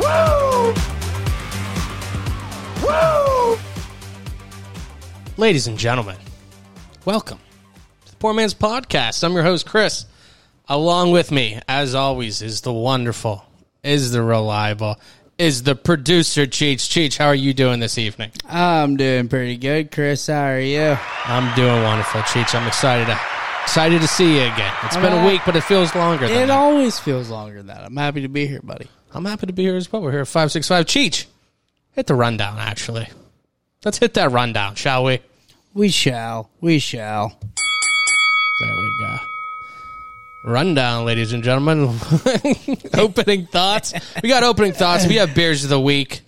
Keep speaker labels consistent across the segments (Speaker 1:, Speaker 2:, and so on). Speaker 1: Woo! Woo!
Speaker 2: Ladies and gentlemen, welcome to the Poor Man's Podcast. I'm your host, Chris. Along with me, as always, is the wonderful, is the reliable, is the producer, Cheech. Cheech, how are you doing this evening?
Speaker 3: I'm doing pretty good, Chris. How are you?
Speaker 2: I'm doing wonderful, Cheech. I'm excited to, excited to see you again. It's been a week, but it feels longer than
Speaker 3: It
Speaker 2: that.
Speaker 3: always feels longer than that. I'm happy to be here, buddy.
Speaker 2: I'm happy to be here as well. We're here at 565. Cheech, hit the rundown, actually. Let's hit that rundown, shall we?
Speaker 3: We shall. We shall.
Speaker 2: There we go. Rundown, ladies and gentlemen. opening thoughts. We got opening thoughts. We have beers of the week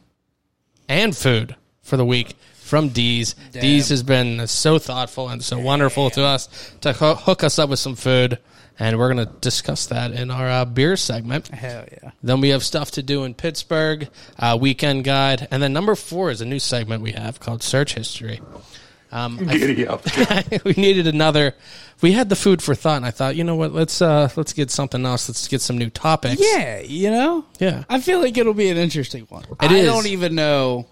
Speaker 2: and food for the week from D's. D's has been so thoughtful and so wonderful to us to ho- hook us up with some food. And we're going to discuss that in our uh, beer segment.
Speaker 3: Hell yeah.
Speaker 2: Then we have stuff to do in Pittsburgh, uh, weekend guide. And then number four is a new segment we have called Search History. Um,
Speaker 1: Giddy up.
Speaker 2: we needed another. We had the food for thought, and I thought, you know what? Let's uh, let's get something else. Let's get some new topics.
Speaker 3: Yeah, you know?
Speaker 2: Yeah.
Speaker 3: I feel like it'll be an interesting one.
Speaker 2: It
Speaker 3: I
Speaker 2: is.
Speaker 3: don't even know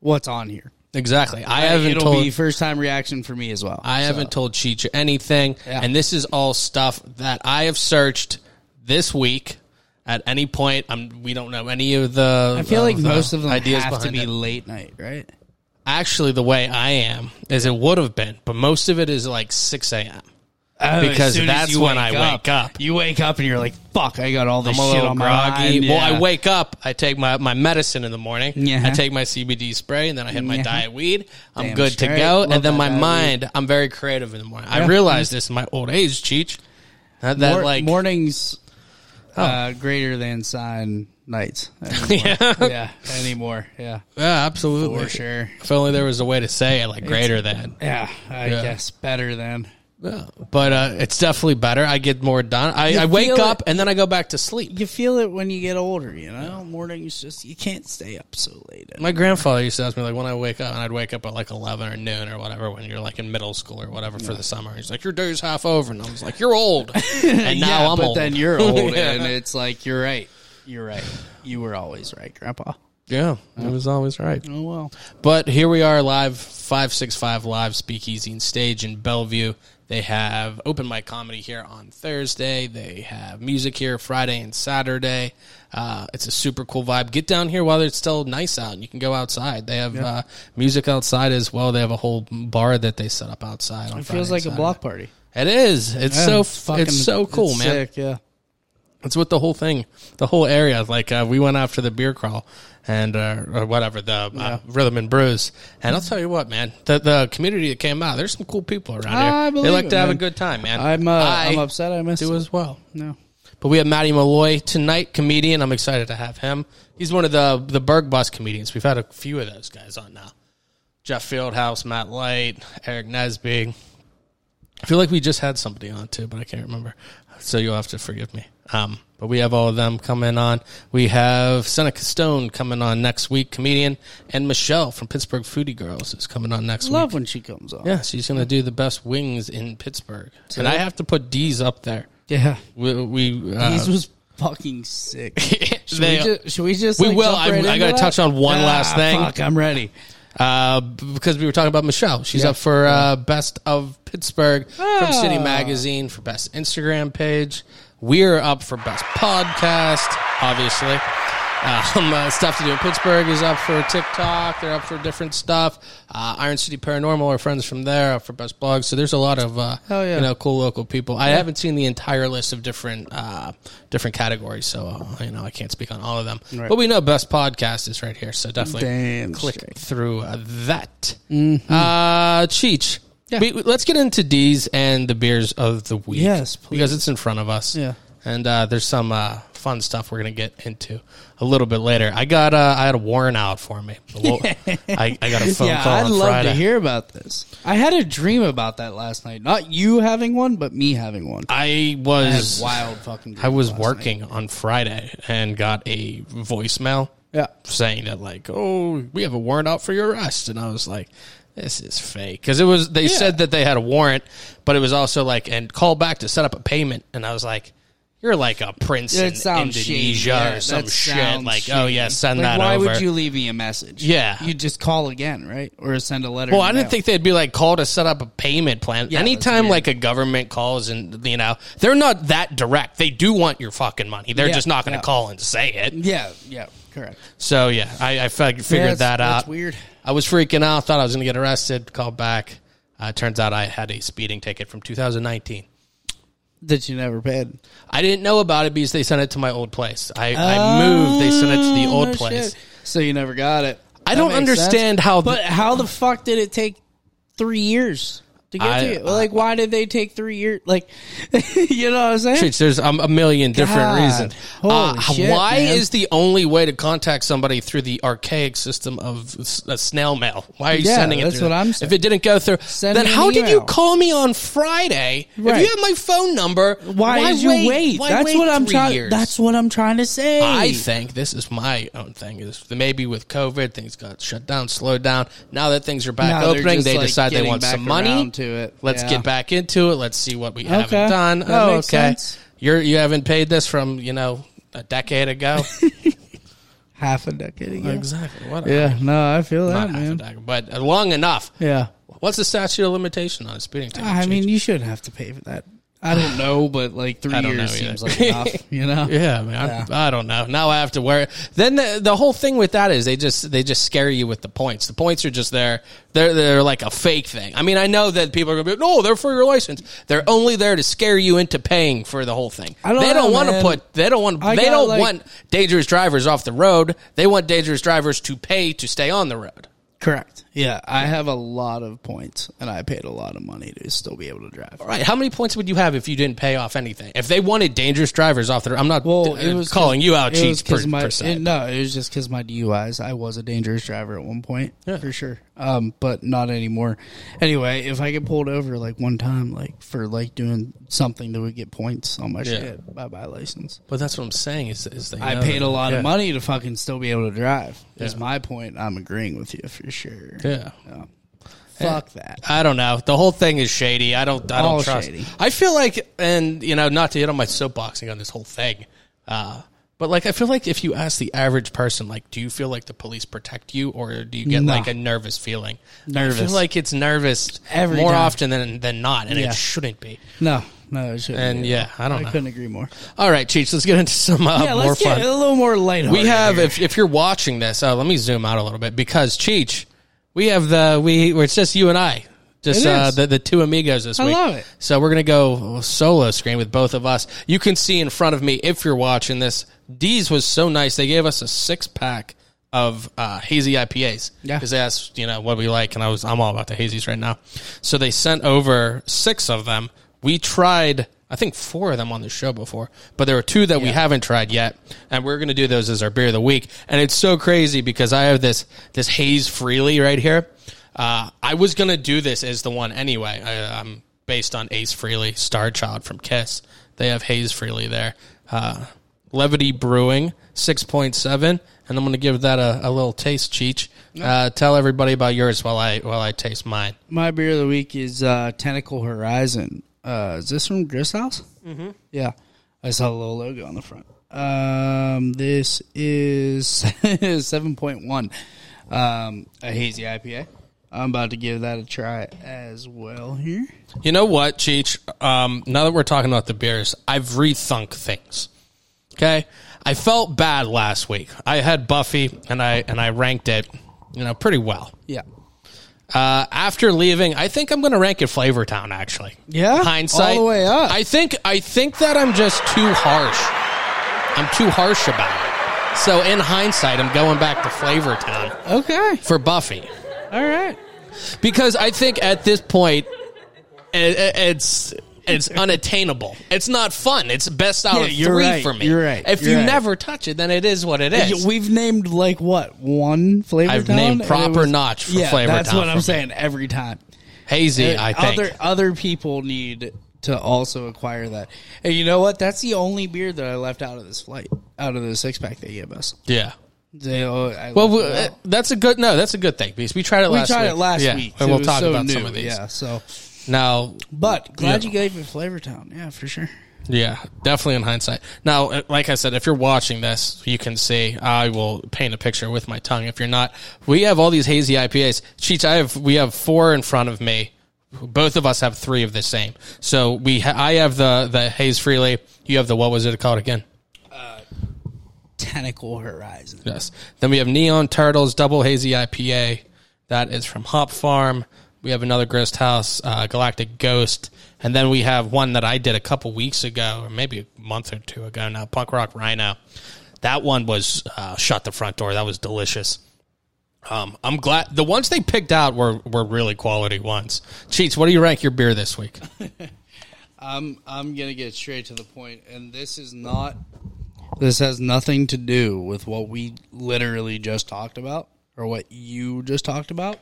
Speaker 3: what's on here.
Speaker 2: exactly. I haven't
Speaker 3: it'll
Speaker 2: told.
Speaker 3: be first time reaction for me as well.
Speaker 2: I haven't told Cheech anything,
Speaker 3: Yeah.
Speaker 2: and this is all stuff that I have searched this week. At any point, I'm, we don't know any of the.
Speaker 3: I feel like most of them
Speaker 2: ideas
Speaker 3: have to
Speaker 2: behind
Speaker 3: be
Speaker 2: it.
Speaker 3: late night, right?
Speaker 2: actually the way I am is it would have been, but most of it is like six a.m. Oh, Because that's when I wake up.
Speaker 3: You wake up and you're like, "Fuck, I got all this
Speaker 2: I'm a
Speaker 3: shit
Speaker 2: little
Speaker 3: on my
Speaker 2: groggy.
Speaker 3: mind.
Speaker 2: Well, I
Speaker 3: Yeah.
Speaker 2: wake up, I take my, my medicine in the morning,
Speaker 3: Yeah.
Speaker 2: I take my CBD spray, and then I hit my
Speaker 3: Yeah.
Speaker 2: diet weed. I'm
Speaker 3: Damn
Speaker 2: good
Speaker 3: straight.
Speaker 2: to go.
Speaker 3: Love
Speaker 2: and then
Speaker 3: that
Speaker 2: my
Speaker 3: diet
Speaker 2: mind, I'm very creative in the morning. I realize this in my old age, Cheech. That, that
Speaker 3: Mor-
Speaker 2: like,
Speaker 3: mornings uh, greater than sign nights. Uh,
Speaker 2: yeah,
Speaker 3: yeah, anymore. Yeah,
Speaker 2: yeah, absolutely.
Speaker 3: for sure.
Speaker 2: If only there was a way to say it, like greater than.
Speaker 3: Yeah, I guess better than.
Speaker 2: Yeah. But uh, it's definitely better. I get more done. I, I wake
Speaker 3: feel
Speaker 2: up and then I go back to sleep.
Speaker 3: You feel it when you get older, you know. Mornings just you can't stay up so late.
Speaker 2: My grandfather used to ask me like when I wake up, and I'd wake up at like eleven or noon or whatever when you're like in middle school or whatever for the summer. He's like, "Your day's half over," and I was like, "You're old," and now
Speaker 3: yeah,
Speaker 2: I'm
Speaker 3: but
Speaker 2: old.
Speaker 3: then you're old,
Speaker 2: Yeah.
Speaker 3: and it's like you're right. You're right. You were always right, Grandpa.
Speaker 2: yeah, it was always right.
Speaker 3: Oh well.
Speaker 2: But here we are live, 565 Live Speakeasy and Stage in Bellevue. They have open mic comedy here on Thursday. They have music here Friday and Saturday. Uh, it's a super cool vibe. Get down here while it's still nice out. and You can go outside. They have uh, music outside as well. They have a whole bar that they set up outside. On
Speaker 3: It feels like a block party.
Speaker 2: It is. It's so fucking, it's so cool, man.
Speaker 3: yeah.
Speaker 2: It's with the whole thing, the whole area. Like uh, we went after the beer crawl and uh, or whatever the uh, rhythm and brews. And I'll tell you what, man, the the community that came out, there's some cool people around
Speaker 3: I
Speaker 2: here. They
Speaker 3: believe
Speaker 2: like
Speaker 3: it,
Speaker 2: to have a
Speaker 3: man.
Speaker 2: good time, man.
Speaker 3: I'm uh,
Speaker 2: I
Speaker 3: I'm upset. I missed
Speaker 2: do
Speaker 3: it.
Speaker 2: as well.
Speaker 3: No.
Speaker 2: But we have Matty Malloy tonight, comedian. I'm excited to have him. He's one of the the Berg Bus comedians. We've had a few of those guys on now. Jeff Fieldhouse, Matt Light, Eric Nesby. I feel like we just had somebody on too, but I can't remember. So you'll have to forgive me. Um, but we have all of them coming on. We have Seneca Stone coming on next week, comedian, and Michelle from Pittsburgh Foodie Girls is coming on next week.
Speaker 3: Love when she comes on.
Speaker 2: Yeah, she's gonna do the best wings in Pittsburgh, and I have to put D's up there.
Speaker 3: Yeah.
Speaker 2: We, we uh,
Speaker 3: These was fucking sick. Should,
Speaker 2: They-
Speaker 3: we, just, should we just?
Speaker 2: We
Speaker 3: like,
Speaker 2: will.
Speaker 3: jump
Speaker 2: I-
Speaker 3: right
Speaker 2: I
Speaker 3: into
Speaker 2: gotta
Speaker 3: that? Ah,
Speaker 2: touch on one last thing.
Speaker 3: Fuck, I'm ready.
Speaker 2: uh, b- because we were talking about Michelle. She's up for uh, Best of Pittsburgh from
Speaker 3: Ah.
Speaker 2: City Magazine for Best Instagram Page. We're up for Best Podcast, obviously. Um, uh, stuff to do in Pittsburgh is up for TikTok. They're up for different stuff. Uh, Iron City Paranormal are friends from there up for best blogs. So there's a lot of uh,
Speaker 3: Hell yeah.
Speaker 2: you know cool local people. I haven't seen the entire list of different uh, different categories, so uh, you know I can't speak on all of them. But we know best podcast is right here, so definitely
Speaker 3: Damn
Speaker 2: click
Speaker 3: straight.
Speaker 2: through uh, that.
Speaker 3: Mm-hmm.
Speaker 2: Uh, Cheech, we, we- let's get into D's and the beers of the week.
Speaker 3: Yes, please.
Speaker 2: because it's in front of us.
Speaker 3: Yeah.
Speaker 2: and uh, there's some uh, fun stuff we're gonna get into a little bit later. I got uh, I had a warrant out for me. The wo- I, I got a phone
Speaker 3: yeah,
Speaker 2: call
Speaker 3: I'd
Speaker 2: on
Speaker 3: love
Speaker 2: Friday.
Speaker 3: to hear about this. I had a dream about that last night. Not you having one, but me having one.
Speaker 2: I
Speaker 3: I had
Speaker 2: was
Speaker 3: wild fucking.
Speaker 2: I was
Speaker 3: dreams last
Speaker 2: working on Friday and got a voicemail
Speaker 3: night. Yeah.
Speaker 2: saying that like, oh, we have a warrant out for your arrest, and I was like, this is fake because it was they said that they had a warrant, but it was also like and call back to set up a payment, and I was like. You're like a prince
Speaker 3: It
Speaker 2: in
Speaker 3: sounds
Speaker 2: Indonesia
Speaker 3: shady. Yeah,
Speaker 2: or some
Speaker 3: that
Speaker 2: shit.
Speaker 3: sounds
Speaker 2: Like, oh yeah,
Speaker 3: shady.
Speaker 2: send
Speaker 3: Like,
Speaker 2: that
Speaker 3: why
Speaker 2: over.
Speaker 3: would you leave me a message?
Speaker 2: Yeah.
Speaker 3: you just call again, right? Or send a letter.
Speaker 2: Well,
Speaker 3: in
Speaker 2: I
Speaker 3: the
Speaker 2: didn't
Speaker 3: mail.
Speaker 2: think they'd be like call to set up a payment plan.
Speaker 3: Yeah, that's
Speaker 2: Anytime
Speaker 3: weird.
Speaker 2: like a government calls and you know they're not that direct. They do want your fucking money. They're
Speaker 3: Yeah,
Speaker 2: just not going to
Speaker 3: yeah.
Speaker 2: call and say it.
Speaker 3: Yeah, yeah, correct.
Speaker 2: So yeah, I, I fig- figured
Speaker 3: Yeah, that's-
Speaker 2: that out.
Speaker 3: that's weird.
Speaker 2: I was freaking out. Thought I was going to get arrested. Called back. Uh, turns out I had a speeding ticket from 2019.
Speaker 3: That you never paid.
Speaker 2: I didn't know about it because they sent it to my old place. I, I moved. They sent it to the old
Speaker 3: Oh,
Speaker 2: place.
Speaker 3: shit. so you never got it.
Speaker 2: I
Speaker 3: That
Speaker 2: don't
Speaker 3: makes
Speaker 2: understand
Speaker 3: sense.
Speaker 2: how the-
Speaker 3: But how the fuck did it take three years to get
Speaker 2: I-
Speaker 3: to you? Like, why did they take three years? Like, you know what I'm saying?
Speaker 2: Shit, There's um, a million different
Speaker 3: God.
Speaker 2: reasons.
Speaker 3: Holy
Speaker 2: Uh,
Speaker 3: shit,
Speaker 2: why
Speaker 3: man.
Speaker 2: is the only way to contact somebody through the archaic system of s- uh, snail mail? Why are you
Speaker 3: Yeah,
Speaker 2: sending it?
Speaker 3: that's
Speaker 2: through
Speaker 3: what
Speaker 2: that?
Speaker 3: I'm
Speaker 2: If
Speaker 3: saying.
Speaker 2: it didn't go through,
Speaker 3: Send
Speaker 2: then
Speaker 3: me an
Speaker 2: how did you
Speaker 3: email.
Speaker 2: call me on Friday? If
Speaker 3: Right.
Speaker 2: you have my phone number,
Speaker 3: Why, did you wait?
Speaker 2: why
Speaker 3: that's
Speaker 2: wait
Speaker 3: what I'm
Speaker 2: three
Speaker 3: trying.
Speaker 2: years?
Speaker 3: That's what I'm trying to say.
Speaker 2: I think this is my own thing. Is that maybe with COVID things got shut down, slowed down. Now that things are back
Speaker 3: Now they're
Speaker 2: opening,
Speaker 3: just,
Speaker 2: they
Speaker 3: like,
Speaker 2: decide they
Speaker 3: getting
Speaker 2: want
Speaker 3: back
Speaker 2: some money.
Speaker 3: around to it.
Speaker 2: Let's
Speaker 3: Yeah.
Speaker 2: get back into it. Let's see what we
Speaker 3: Okay.
Speaker 2: haven't done.
Speaker 3: That
Speaker 2: Oh, okay.
Speaker 3: makes sense.
Speaker 2: You're you haven't paid this from you know a decade ago.
Speaker 3: half a decade ago.
Speaker 2: exactly. What?
Speaker 3: Yeah, no, I feel that,
Speaker 2: Not half a
Speaker 3: man.
Speaker 2: decade, but uh, long enough.
Speaker 3: Yeah.
Speaker 2: What's the statute of limitation on a speeding ticket?
Speaker 3: I
Speaker 2: Chief?
Speaker 3: mean, you shouldn't have to pay for that. I don't know, but like three
Speaker 2: I don't
Speaker 3: years
Speaker 2: know either.
Speaker 3: seems like enough, you know?
Speaker 2: Yeah, man. I'm- I don't know. Now I have to wear. Then the the whole thing with that is they just they just scare you with the points. The points are just there. They're they're like a fake thing. I mean, I know that people are gonna be no, they're for your license. They're only there to scare you into paying for the whole thing.
Speaker 3: I don't
Speaker 2: they don't
Speaker 3: know,
Speaker 2: want to
Speaker 3: man.
Speaker 2: put. They don't want.
Speaker 3: I
Speaker 2: They
Speaker 3: got,
Speaker 2: don't
Speaker 3: like-
Speaker 2: want dangerous drivers off the road. They want dangerous drivers to pay to stay on the road.
Speaker 3: Correct. Yeah, I have a lot of points, and I paid a lot of money to still be able to drive.
Speaker 2: Right? How many points would you have if you didn't pay off anything? If they wanted dangerous drivers off the road, I'm not
Speaker 3: Well,
Speaker 2: uh,
Speaker 3: it was
Speaker 2: calling
Speaker 3: 'cause-
Speaker 2: you out,
Speaker 3: it was
Speaker 2: cheats per,
Speaker 3: 'cause my-
Speaker 2: per se.
Speaker 3: it- no, it was just because my DUIs. I was a dangerous driver at one point, for sure. Um, but not anymore. Anyway, if I get pulled over like one time, like for like doing something that would get points on my shit, bye bye license.
Speaker 2: but that's what I'm saying is, is they
Speaker 3: I
Speaker 2: know
Speaker 3: paid
Speaker 2: that-
Speaker 3: a lot
Speaker 2: Yeah.
Speaker 3: of money to fucking still be able to drive. Is
Speaker 2: Yeah.
Speaker 3: my point. I'm agreeing with you for sure.
Speaker 2: Yeah.
Speaker 3: Fuck that.
Speaker 2: I don't know. The whole thing is shady. I don't. I don't
Speaker 3: All
Speaker 2: trust.
Speaker 3: shady.
Speaker 2: I feel like, and you know, not to hit on my soapboxing on this whole thing, uh, but like, I feel like if you ask the average person, like, do you feel like the police protect you, or do you get
Speaker 3: Nah.
Speaker 2: like a nervous feeling? I feel
Speaker 3: Nervous.
Speaker 2: like it's nervous
Speaker 3: Every
Speaker 2: more
Speaker 3: time.
Speaker 2: often than than not, and
Speaker 3: Yeah.
Speaker 2: it shouldn't be.
Speaker 3: No, no, it shouldn't.
Speaker 2: And
Speaker 3: be.
Speaker 2: yeah, I don't
Speaker 3: I
Speaker 2: know.
Speaker 3: couldn't agree more.
Speaker 2: All right, Cheech, let's get into some uh,
Speaker 3: yeah,
Speaker 2: more
Speaker 3: let's get
Speaker 2: fun.
Speaker 3: a little more lighthearted.
Speaker 2: We have,
Speaker 3: here.
Speaker 2: if, if you're watching this, uh, let me zoom out a little bit because Cheech, we have the we where it's just you and I, just
Speaker 3: It
Speaker 2: uh,
Speaker 3: is.
Speaker 2: the the two amigos this
Speaker 3: I
Speaker 2: week.
Speaker 3: love it.
Speaker 2: So we're gonna go solo screen with both of us. You can see in front of me if you're watching this. D's was so nice; they gave us a six pack of uh, hazy IPAs
Speaker 3: Yeah.
Speaker 2: because they asked you know what we like, and I was I'm all about the hazies right now. So they sent over six of them. We tried. I think four of them on the show before, but there were two that we haven't tried yet, and we're going to do those as our beer of the week. And it's so crazy because I have this this haze freely right here. Uh, I was going to do this as the one anyway. I, I'm based on Ace Freely, Star Child from Kiss. They have Haze Freely there. Uh, Levity Brewing, 6.7. And I'm going to give that a, a little taste, Cheech. Uh, tell everybody about yours while I while I taste mine.
Speaker 3: my beer of the week is uh, Tentacle Horizon. Uh, is this from Grist House? Mm-hmm. Yeah, I saw the little logo on the front. Um, this is seven point one, um, a hazy IPA. I'm about to give that a try as well here.
Speaker 2: You know what, Cheech? Um, now that we're talking about the beers, I've rethunk things. Okay, I felt bad last week. I had Buffy, and I and I ranked it, you know, pretty well.
Speaker 3: Yeah,
Speaker 2: Uh, after leaving, I think I'm going to rank it Flavor Town. Actually,
Speaker 3: Yeah?
Speaker 2: hindsight
Speaker 3: All the way up.
Speaker 2: I think I think that I'm just too harsh. I'm too harsh about it. So in hindsight, I'm going back to Flavor Town
Speaker 3: okay,
Speaker 2: for Buffy
Speaker 3: all right.
Speaker 2: because I think at this point, it, it- it's it's unattainable. It's not fun. It's best out
Speaker 3: Yeah,
Speaker 2: of
Speaker 3: you're
Speaker 2: three
Speaker 3: right,
Speaker 2: for me.
Speaker 3: you're right,
Speaker 2: If
Speaker 3: you're
Speaker 2: you
Speaker 3: right.
Speaker 2: never touch it, then it is what it is.
Speaker 3: We've named like what one flavor?
Speaker 2: I've
Speaker 3: Town?
Speaker 2: named
Speaker 3: And it
Speaker 2: proper notch for
Speaker 3: yeah,
Speaker 2: Flavor
Speaker 3: That's
Speaker 2: Town
Speaker 3: what
Speaker 2: for
Speaker 3: I'm
Speaker 2: me.
Speaker 3: saying every time.
Speaker 2: Hazy, I think.
Speaker 3: uh, Other other people need to also acquire that. And you know what? That's the only beer that I left out of this flight, out of the six pack they gave us.
Speaker 2: yeah.
Speaker 3: They, oh, I
Speaker 2: Well,
Speaker 3: left
Speaker 2: we,
Speaker 3: it out.
Speaker 2: uh, that's a good no. That's a good thing because we tried it
Speaker 3: we
Speaker 2: last
Speaker 3: tried
Speaker 2: week.
Speaker 3: it last
Speaker 2: Yeah,
Speaker 3: week,
Speaker 2: and
Speaker 3: It
Speaker 2: we'll
Speaker 3: was
Speaker 2: talk
Speaker 3: so
Speaker 2: about
Speaker 3: new.
Speaker 2: some of these.
Speaker 3: Yeah, so
Speaker 2: Now,
Speaker 3: but glad
Speaker 2: Yeah.
Speaker 3: you gave me Flavor Town. Yeah, for sure.
Speaker 2: yeah, definitely in hindsight. Now, uh, like I said, if you're watching this, you can see I will paint a picture with my tongue. If you're not, we have all these hazy IPAs. Cheats, I have we have four in front of me. Both of us have three of the same. So we, ha- I have the the haze freely. You have the what was it called again?
Speaker 3: Tentacle Horizon.
Speaker 2: Yes. Then we have Neon Turtles Double Hazy IPA. That is from Hop Farm. We have another Grist House, uh, Galactic Ghost. And then we have one that I did a couple weeks ago, or maybe a month or two ago now, Punk Rock Rhino. That one was uh, shut the front door. That was delicious. Um, I'm glad the ones they picked out were, were really quality ones. Cheats, what do you rank your beer this week?
Speaker 3: I'm I'm gonna get straight to the point, and this is not. This has nothing to do with what we literally just talked about, or what you just talked about.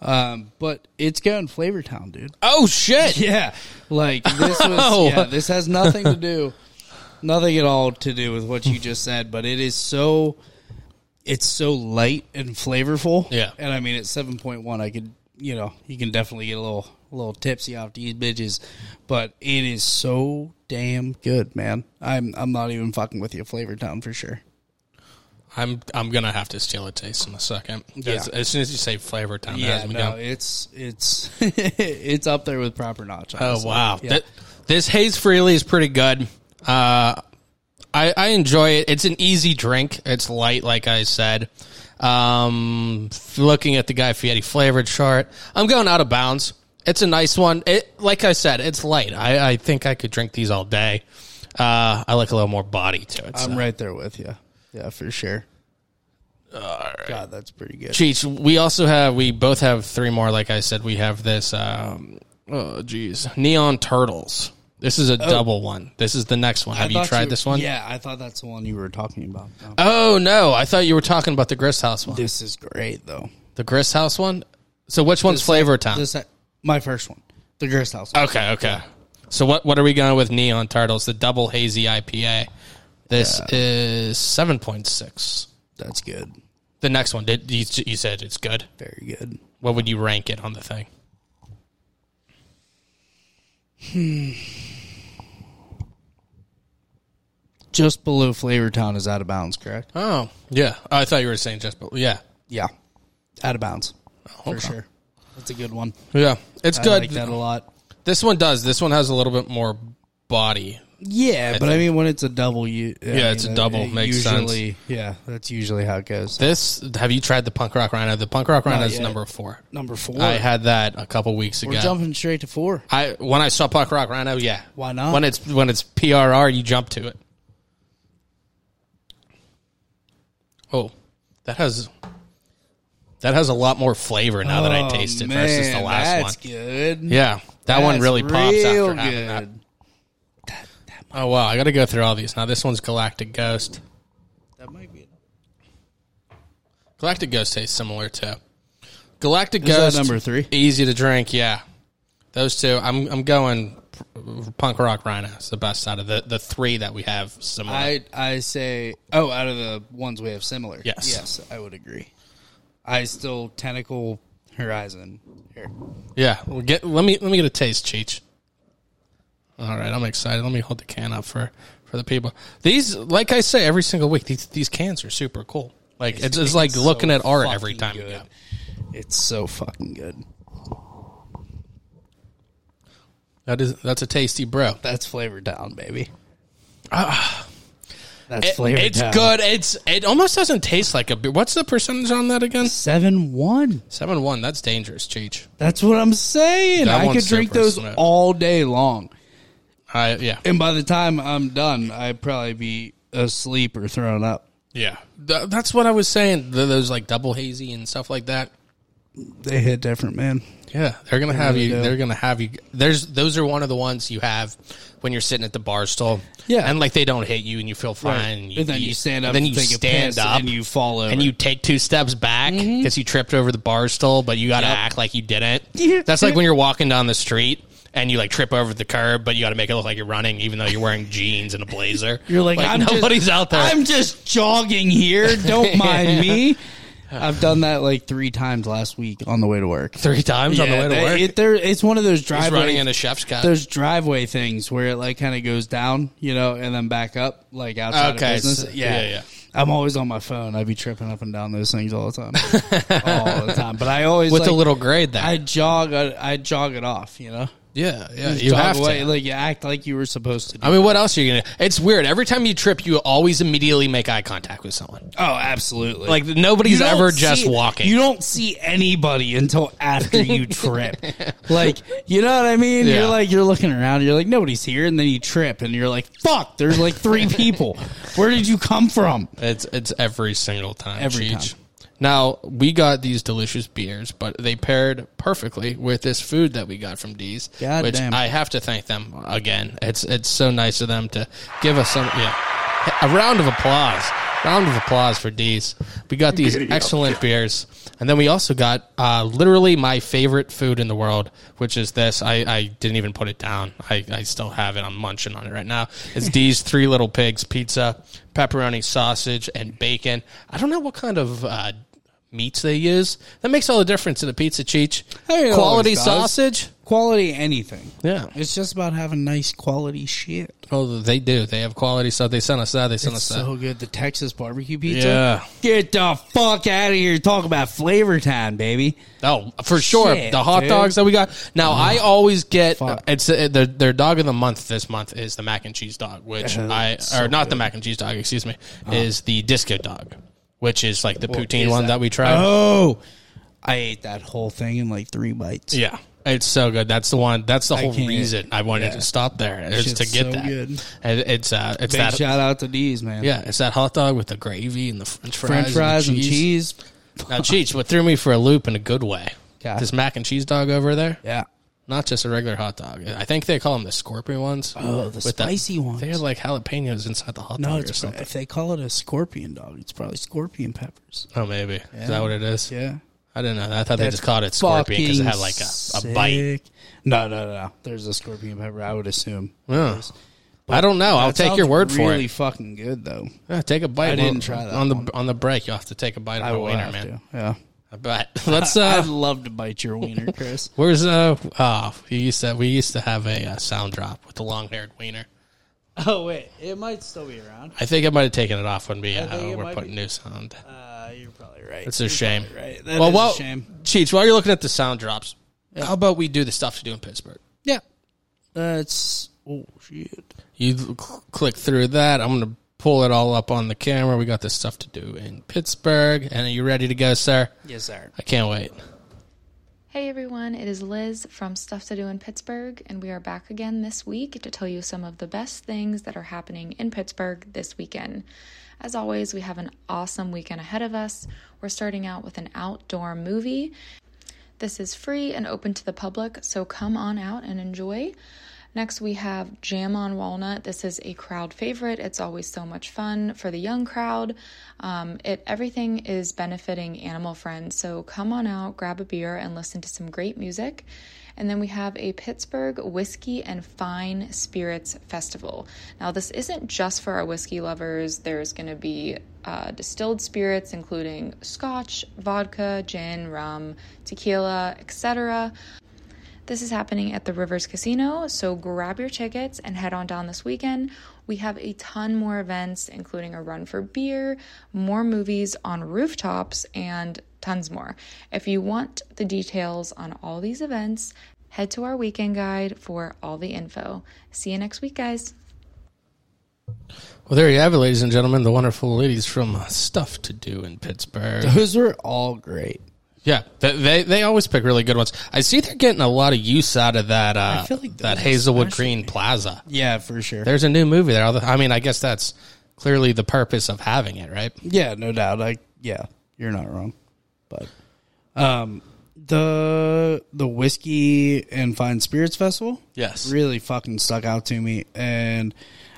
Speaker 3: Um, but it's going Flavor Town, dude.
Speaker 2: Oh shit!
Speaker 3: Yeah, like this was.
Speaker 2: Oh.
Speaker 3: Yeah, this has nothing to do, nothing at all to do with what you just said. But it is so, it's so light and flavorful.
Speaker 2: Yeah.
Speaker 3: and I mean it's seven point one. I could, you know, you can definitely get a little, a little tipsy off these bitches, but it is so damn good, man. I'm, I'm not even fucking with you, Flavor Town for sure.
Speaker 2: I'm I'm gonna have to steal a taste in a second. As,
Speaker 3: Yeah.
Speaker 2: as soon as you say flavor town,
Speaker 3: Yeah,
Speaker 2: as we
Speaker 3: Uh, no,
Speaker 2: go.
Speaker 3: it's it's it's up there with proper notch.
Speaker 2: Oh
Speaker 3: honestly.
Speaker 2: wow,
Speaker 3: Yeah.
Speaker 2: That- this haze freely is pretty good. Uh, I I enjoy it. It's an easy drink. It's light, like I said. Um, looking at the Guy Fieri flavored chart, I'm going out of bounds. It's a nice one. It like I said, it's light. I I think I could drink these all day. Uh, I like a little more body to it.
Speaker 3: I'm
Speaker 2: so.
Speaker 3: right there with you. Yeah, for sure. God, that's pretty good.
Speaker 2: Cheech, we also have we both have three more. Like I said, we have this. Um, oh, geez, neon turtles. This is a double one. This is the next one. Have
Speaker 3: Oh. I
Speaker 2: you
Speaker 3: thought
Speaker 2: tried this one?
Speaker 3: Yeah, I thought that's the one you were talking about. No.
Speaker 2: Oh no, I thought you were talking about the Grist House one.
Speaker 3: This is great, though.
Speaker 2: The Grist House one. So which one's Flavor Town?
Speaker 3: This uh, my first one, the Grist House. one.
Speaker 2: okay, okay. So what what are we going with Neon Turtles? The double hazy IPA. This is seven point six.
Speaker 3: That's good.
Speaker 2: The next one, did you, you said it's good?
Speaker 3: Very good.
Speaker 2: What would you rank it on the thing?
Speaker 3: Just below Flavor Town is out of bounds, correct?
Speaker 2: Oh yeah, I thought you were saying just, but yeah,
Speaker 3: Yeah, out of bounds for sure. That's a good one.
Speaker 2: yeah, it's
Speaker 3: I
Speaker 2: good.
Speaker 3: like that a lot.
Speaker 2: This one does. This one has a little bit more body.
Speaker 3: Yeah, but I mean, when it's a double, you
Speaker 2: Yeah, it's a double. Makes sense.
Speaker 3: usually, Yeah, that's usually how it goes.
Speaker 2: This have you tried the Punk Rock Rhino? The Punk Rock Rhino is
Speaker 3: yet.
Speaker 2: number four.
Speaker 3: Number four.
Speaker 2: I had that a couple weeks
Speaker 3: we're
Speaker 2: ago.
Speaker 3: jumping straight to four.
Speaker 2: I when I saw Punk Rock Rhino, yeah.
Speaker 3: Why not?
Speaker 2: When it's when it's PRR, you jump to it. Oh, that has that has a lot more flavor now that I taste it versus the
Speaker 3: Oh, Man,
Speaker 2: last one.
Speaker 3: that's good.
Speaker 2: Yeah, that one
Speaker 3: That's
Speaker 2: really pops after
Speaker 3: real
Speaker 2: having that.
Speaker 3: good.
Speaker 2: Oh wow, I got to go through all these now. This one's Galactic Ghost.
Speaker 3: That might be.
Speaker 2: Galactic Ghost tastes similar too. Galactic
Speaker 3: Is that
Speaker 2: Ghost
Speaker 3: number three?
Speaker 2: easy to drink. Yeah, those two. I'm I'm going p- Punk Rock Rhino. It's the best out of the the three that we have similar.
Speaker 3: I I say oh, out of the ones we have similar.
Speaker 2: Yes.
Speaker 3: yes, I would agree. I still tentacle horizon here.
Speaker 2: Yeah, we'll get. Let me let me get a taste, Cheech. All right, I'm excited. Let me hold the can up for for the people. These, like I say every single week, these these cans are super cool. Like it's, it's like
Speaker 3: so
Speaker 2: looking at art every
Speaker 3: fucking
Speaker 2: time. you
Speaker 3: good.
Speaker 2: go.
Speaker 3: It's so fucking good.
Speaker 2: That is that's a tasty bro.
Speaker 3: That's flavor down, baby. That's
Speaker 2: Ah. It-
Speaker 3: flavor.
Speaker 2: it's good. It's it almost doesn't taste like a. beer. What's the percentage on that again?
Speaker 3: Seven one.
Speaker 2: Seven one. That's dangerous, Cheech.
Speaker 3: That's what I'm saying.
Speaker 2: That
Speaker 3: I could
Speaker 2: one's
Speaker 3: drink
Speaker 2: super
Speaker 3: those
Speaker 2: smooth.
Speaker 3: all day long,
Speaker 2: I yeah
Speaker 3: and by the time I'm done, I'd probably be asleep or thrown up.
Speaker 2: yeah. Th- that's what I was saying. Th- those like double hazy and stuff like that.
Speaker 3: They hit different, man.
Speaker 2: Yeah, they're gonna
Speaker 3: They
Speaker 2: have
Speaker 3: really
Speaker 2: you.
Speaker 3: do.
Speaker 2: They're gonna have you. There's those are one of the ones you have when you're sitting at the bar stall.
Speaker 3: Yeah.
Speaker 2: and like they don't hit you, and you feel fine.
Speaker 3: And then you stand up
Speaker 2: Then
Speaker 3: and
Speaker 2: you
Speaker 3: take a
Speaker 2: stand
Speaker 3: piss
Speaker 2: up
Speaker 3: and you Mm-hmm. fall over.
Speaker 2: and you take two steps back because you tripped over the bar stool, but you got to act like you didn't.
Speaker 3: Yeah.
Speaker 2: That's like when you're walking down the street and you like trip over the curb, but you got to make it look like you're running, even though you're wearing jeans and a blazer.
Speaker 3: You're like, I'm just-
Speaker 2: nobody's out there.
Speaker 3: I'm just jogging here. Don't mind me. I've done that like three times last week on the way to work.
Speaker 2: three times on the way to
Speaker 3: they-
Speaker 2: work.
Speaker 3: it- there- it's one of those
Speaker 2: He's running
Speaker 3: driveway.
Speaker 2: in a chef's cut.
Speaker 3: There's driveway things where it like kind of goes down, you know, and then back up, like outside
Speaker 2: Okay,
Speaker 3: of business.
Speaker 2: so- yeah, yeah.
Speaker 3: I'm always on my phone. I'd be tripping up and down those things all the time, all the time. But I always
Speaker 2: with
Speaker 3: like,
Speaker 2: a little grade there.
Speaker 3: I jog. I, I jog it off. You know,
Speaker 2: yeah, yeah.
Speaker 3: Just
Speaker 2: You
Speaker 3: jog
Speaker 2: have
Speaker 3: away,
Speaker 2: to.
Speaker 3: like you act like you were supposed to. do.
Speaker 2: I mean, what else are you gonna? It's weird. Every time you trip, you always immediately make eye contact with someone.
Speaker 3: Oh, absolutely.
Speaker 2: Like nobody's
Speaker 3: You don't
Speaker 2: ever just
Speaker 3: see-
Speaker 2: walking.
Speaker 3: You don't see anybody until after you trip. like, you know what I mean?
Speaker 2: Yeah.
Speaker 3: You're like, you're looking around, you're like, nobody's here, and then you trip, and you're like, fuck, there's like three people. Where did you come from?
Speaker 2: It's it's every single time.
Speaker 3: Every
Speaker 2: Cheech.
Speaker 3: time.
Speaker 2: Now we got these delicious beers, but they paired perfectly with this food that we got from D's.
Speaker 3: God
Speaker 2: which
Speaker 3: damn.
Speaker 2: I have to thank them again. It's it's so nice of them to give us some yeah. A round of applause. Round of applause for D's. We got these
Speaker 1: Giddy up.
Speaker 2: excellent beers. And then we also got uh, literally my favorite food in the world, which is this. I, I didn't even put it down. I, I still have it. I'm munching on it right now. It's D's Three Little Pigs pizza, pepperoni sausage, and bacon. I don't know what kind of uh, meats they use. That makes all the difference in a pizza, Cheech.
Speaker 3: Hey, it
Speaker 2: Quality
Speaker 3: always does.
Speaker 2: sausage.
Speaker 3: Quality anything.
Speaker 2: Yeah.
Speaker 3: It's just about having nice quality shit.
Speaker 2: Oh, they do. They have quality stuff. They sent us that. They sent
Speaker 3: It's
Speaker 2: us that.
Speaker 3: so good. The Texas barbecue pizza.
Speaker 2: Yeah.
Speaker 3: Get the fuck out of here. Talk about flavor time, baby.
Speaker 2: Oh, for sure.
Speaker 3: Shit,
Speaker 2: the hot
Speaker 3: dude.
Speaker 2: dogs that we got. Now I always get
Speaker 3: Fuck.
Speaker 2: it's uh, their their dog of the month this month is the mac and cheese dog, which I or not the mac and cheese dog, excuse me, is the disco dog, which is like the poutine
Speaker 3: Uh-huh. is
Speaker 2: one that,
Speaker 3: that?
Speaker 2: we tried.
Speaker 3: Oh. I ate that whole thing in like three bites.
Speaker 2: Yeah. It's so good. That's the one. That's the whole
Speaker 3: can't-
Speaker 2: reason I wanted to stop there is
Speaker 3: shit's
Speaker 2: to get
Speaker 3: so
Speaker 2: that.
Speaker 3: good.
Speaker 2: And it's uh, it's
Speaker 3: Big
Speaker 2: that.
Speaker 3: shout out to these, man.
Speaker 2: Yeah, it's that hot dog with the gravy and the French fries,
Speaker 3: French fries and cheese.
Speaker 2: Now, Cheech, what threw me for a loop in a good way?
Speaker 3: Yeah.
Speaker 2: This mac and cheese dog over there.
Speaker 3: Yeah.
Speaker 2: Not just a regular hot dog. I think they call them the scorpion ones.
Speaker 3: Oh, the
Speaker 2: With the-
Speaker 3: spicy ones.
Speaker 2: They're like jalapenos inside the hot
Speaker 3: no,
Speaker 2: dog or
Speaker 3: it's,
Speaker 2: something.
Speaker 3: if they call it a scorpion dog, it's probably scorpion peppers.
Speaker 2: Oh, maybe. Is that what it is?
Speaker 3: Yeah.
Speaker 2: I didn't know that. I thought they just called it scorpion because it had like a, a bite.
Speaker 3: No, no, no, no. There's a scorpion pepper, I would assume.
Speaker 2: Yeah. I don't know. I'll
Speaker 3: That
Speaker 2: take
Speaker 3: sounds
Speaker 2: your word for
Speaker 3: Really
Speaker 2: it.
Speaker 3: fucking good, though.
Speaker 2: Yeah, take a bite.
Speaker 3: I didn't
Speaker 2: on-
Speaker 3: try that
Speaker 2: on the
Speaker 3: one.
Speaker 2: on the break. You'll have to take a bite of my wiener, man.
Speaker 3: to. Yeah.
Speaker 2: I bet. Let's.
Speaker 3: I'd
Speaker 2: Uh,
Speaker 3: love to bite your wiener, Chris.
Speaker 2: where's uh? Oh, you used to. We used to have a uh, sound drop with the long haired wiener.
Speaker 3: oh, wait. It might still be around.
Speaker 2: I think I might have taken it off when we
Speaker 3: think
Speaker 2: uh,
Speaker 3: it
Speaker 2: were
Speaker 3: might
Speaker 2: putting
Speaker 3: be.
Speaker 2: new sound.
Speaker 3: Uh, you're probably right.
Speaker 2: It's a shame.
Speaker 3: right. That
Speaker 2: well,
Speaker 3: is a
Speaker 2: while,
Speaker 3: shame.
Speaker 2: Cheech, while you're looking at the sound drops, how about we do the stuff to do in Pittsburgh?
Speaker 3: yeah. That's. Oh, shit.
Speaker 2: You cl- click through that. I'm going to pull it all up on the camera. We got this stuff to do in Pittsburgh. And are you ready to go, sir?
Speaker 3: Yes, sir.
Speaker 2: I can't wait.
Speaker 4: Hey everyone, it is Liz from Stuff to Do in Pittsburgh, and we are back again this week to tell you some of the best things that are happening in Pittsburgh this weekend. As always, we have an awesome weekend ahead of us. We're starting out with an outdoor movie. This is free and open to the public, so come on out and enjoy. Next, we have Jam on Walnut. This is a crowd favorite. It's always so much fun for the young crowd. Um, it everything is benefiting Animal Friends, so come on out, grab a beer, and listen to some great music. And then we have a Pittsburgh Whiskey and Fine Spirits Festival. Now, this isn't just for our whiskey lovers. There's going to be uh, distilled spirits, including scotch, vodka, gin, rum, tequila, etc. This is happening at the Rivers Casino, so grab your tickets and head on down this weekend. We have a ton more events, including a run for beer, more movies on rooftops, and tons more. If you want the details on all these events, head to our weekend guide for all the info. See you next week, guys.
Speaker 2: Well, there you have it, ladies and gentlemen, the wonderful ladies from uh, Stuff to Do in Pittsburgh.
Speaker 3: Those were all great.
Speaker 2: Yeah, they, they they always pick really good ones. I see they're getting a lot of use out of that uh,
Speaker 3: feel like
Speaker 2: that
Speaker 3: those
Speaker 2: Hazelwood
Speaker 3: especially-
Speaker 2: Green Plaza.
Speaker 3: Yeah, for sure.
Speaker 2: There's a new movie there. Although- I mean, I guess that's clearly the purpose of having it, right?
Speaker 3: Yeah, no doubt. I yeah, you're not wrong. But um the the whiskey and fine spirits festival
Speaker 2: Yes.
Speaker 3: really fucking stuck out to me and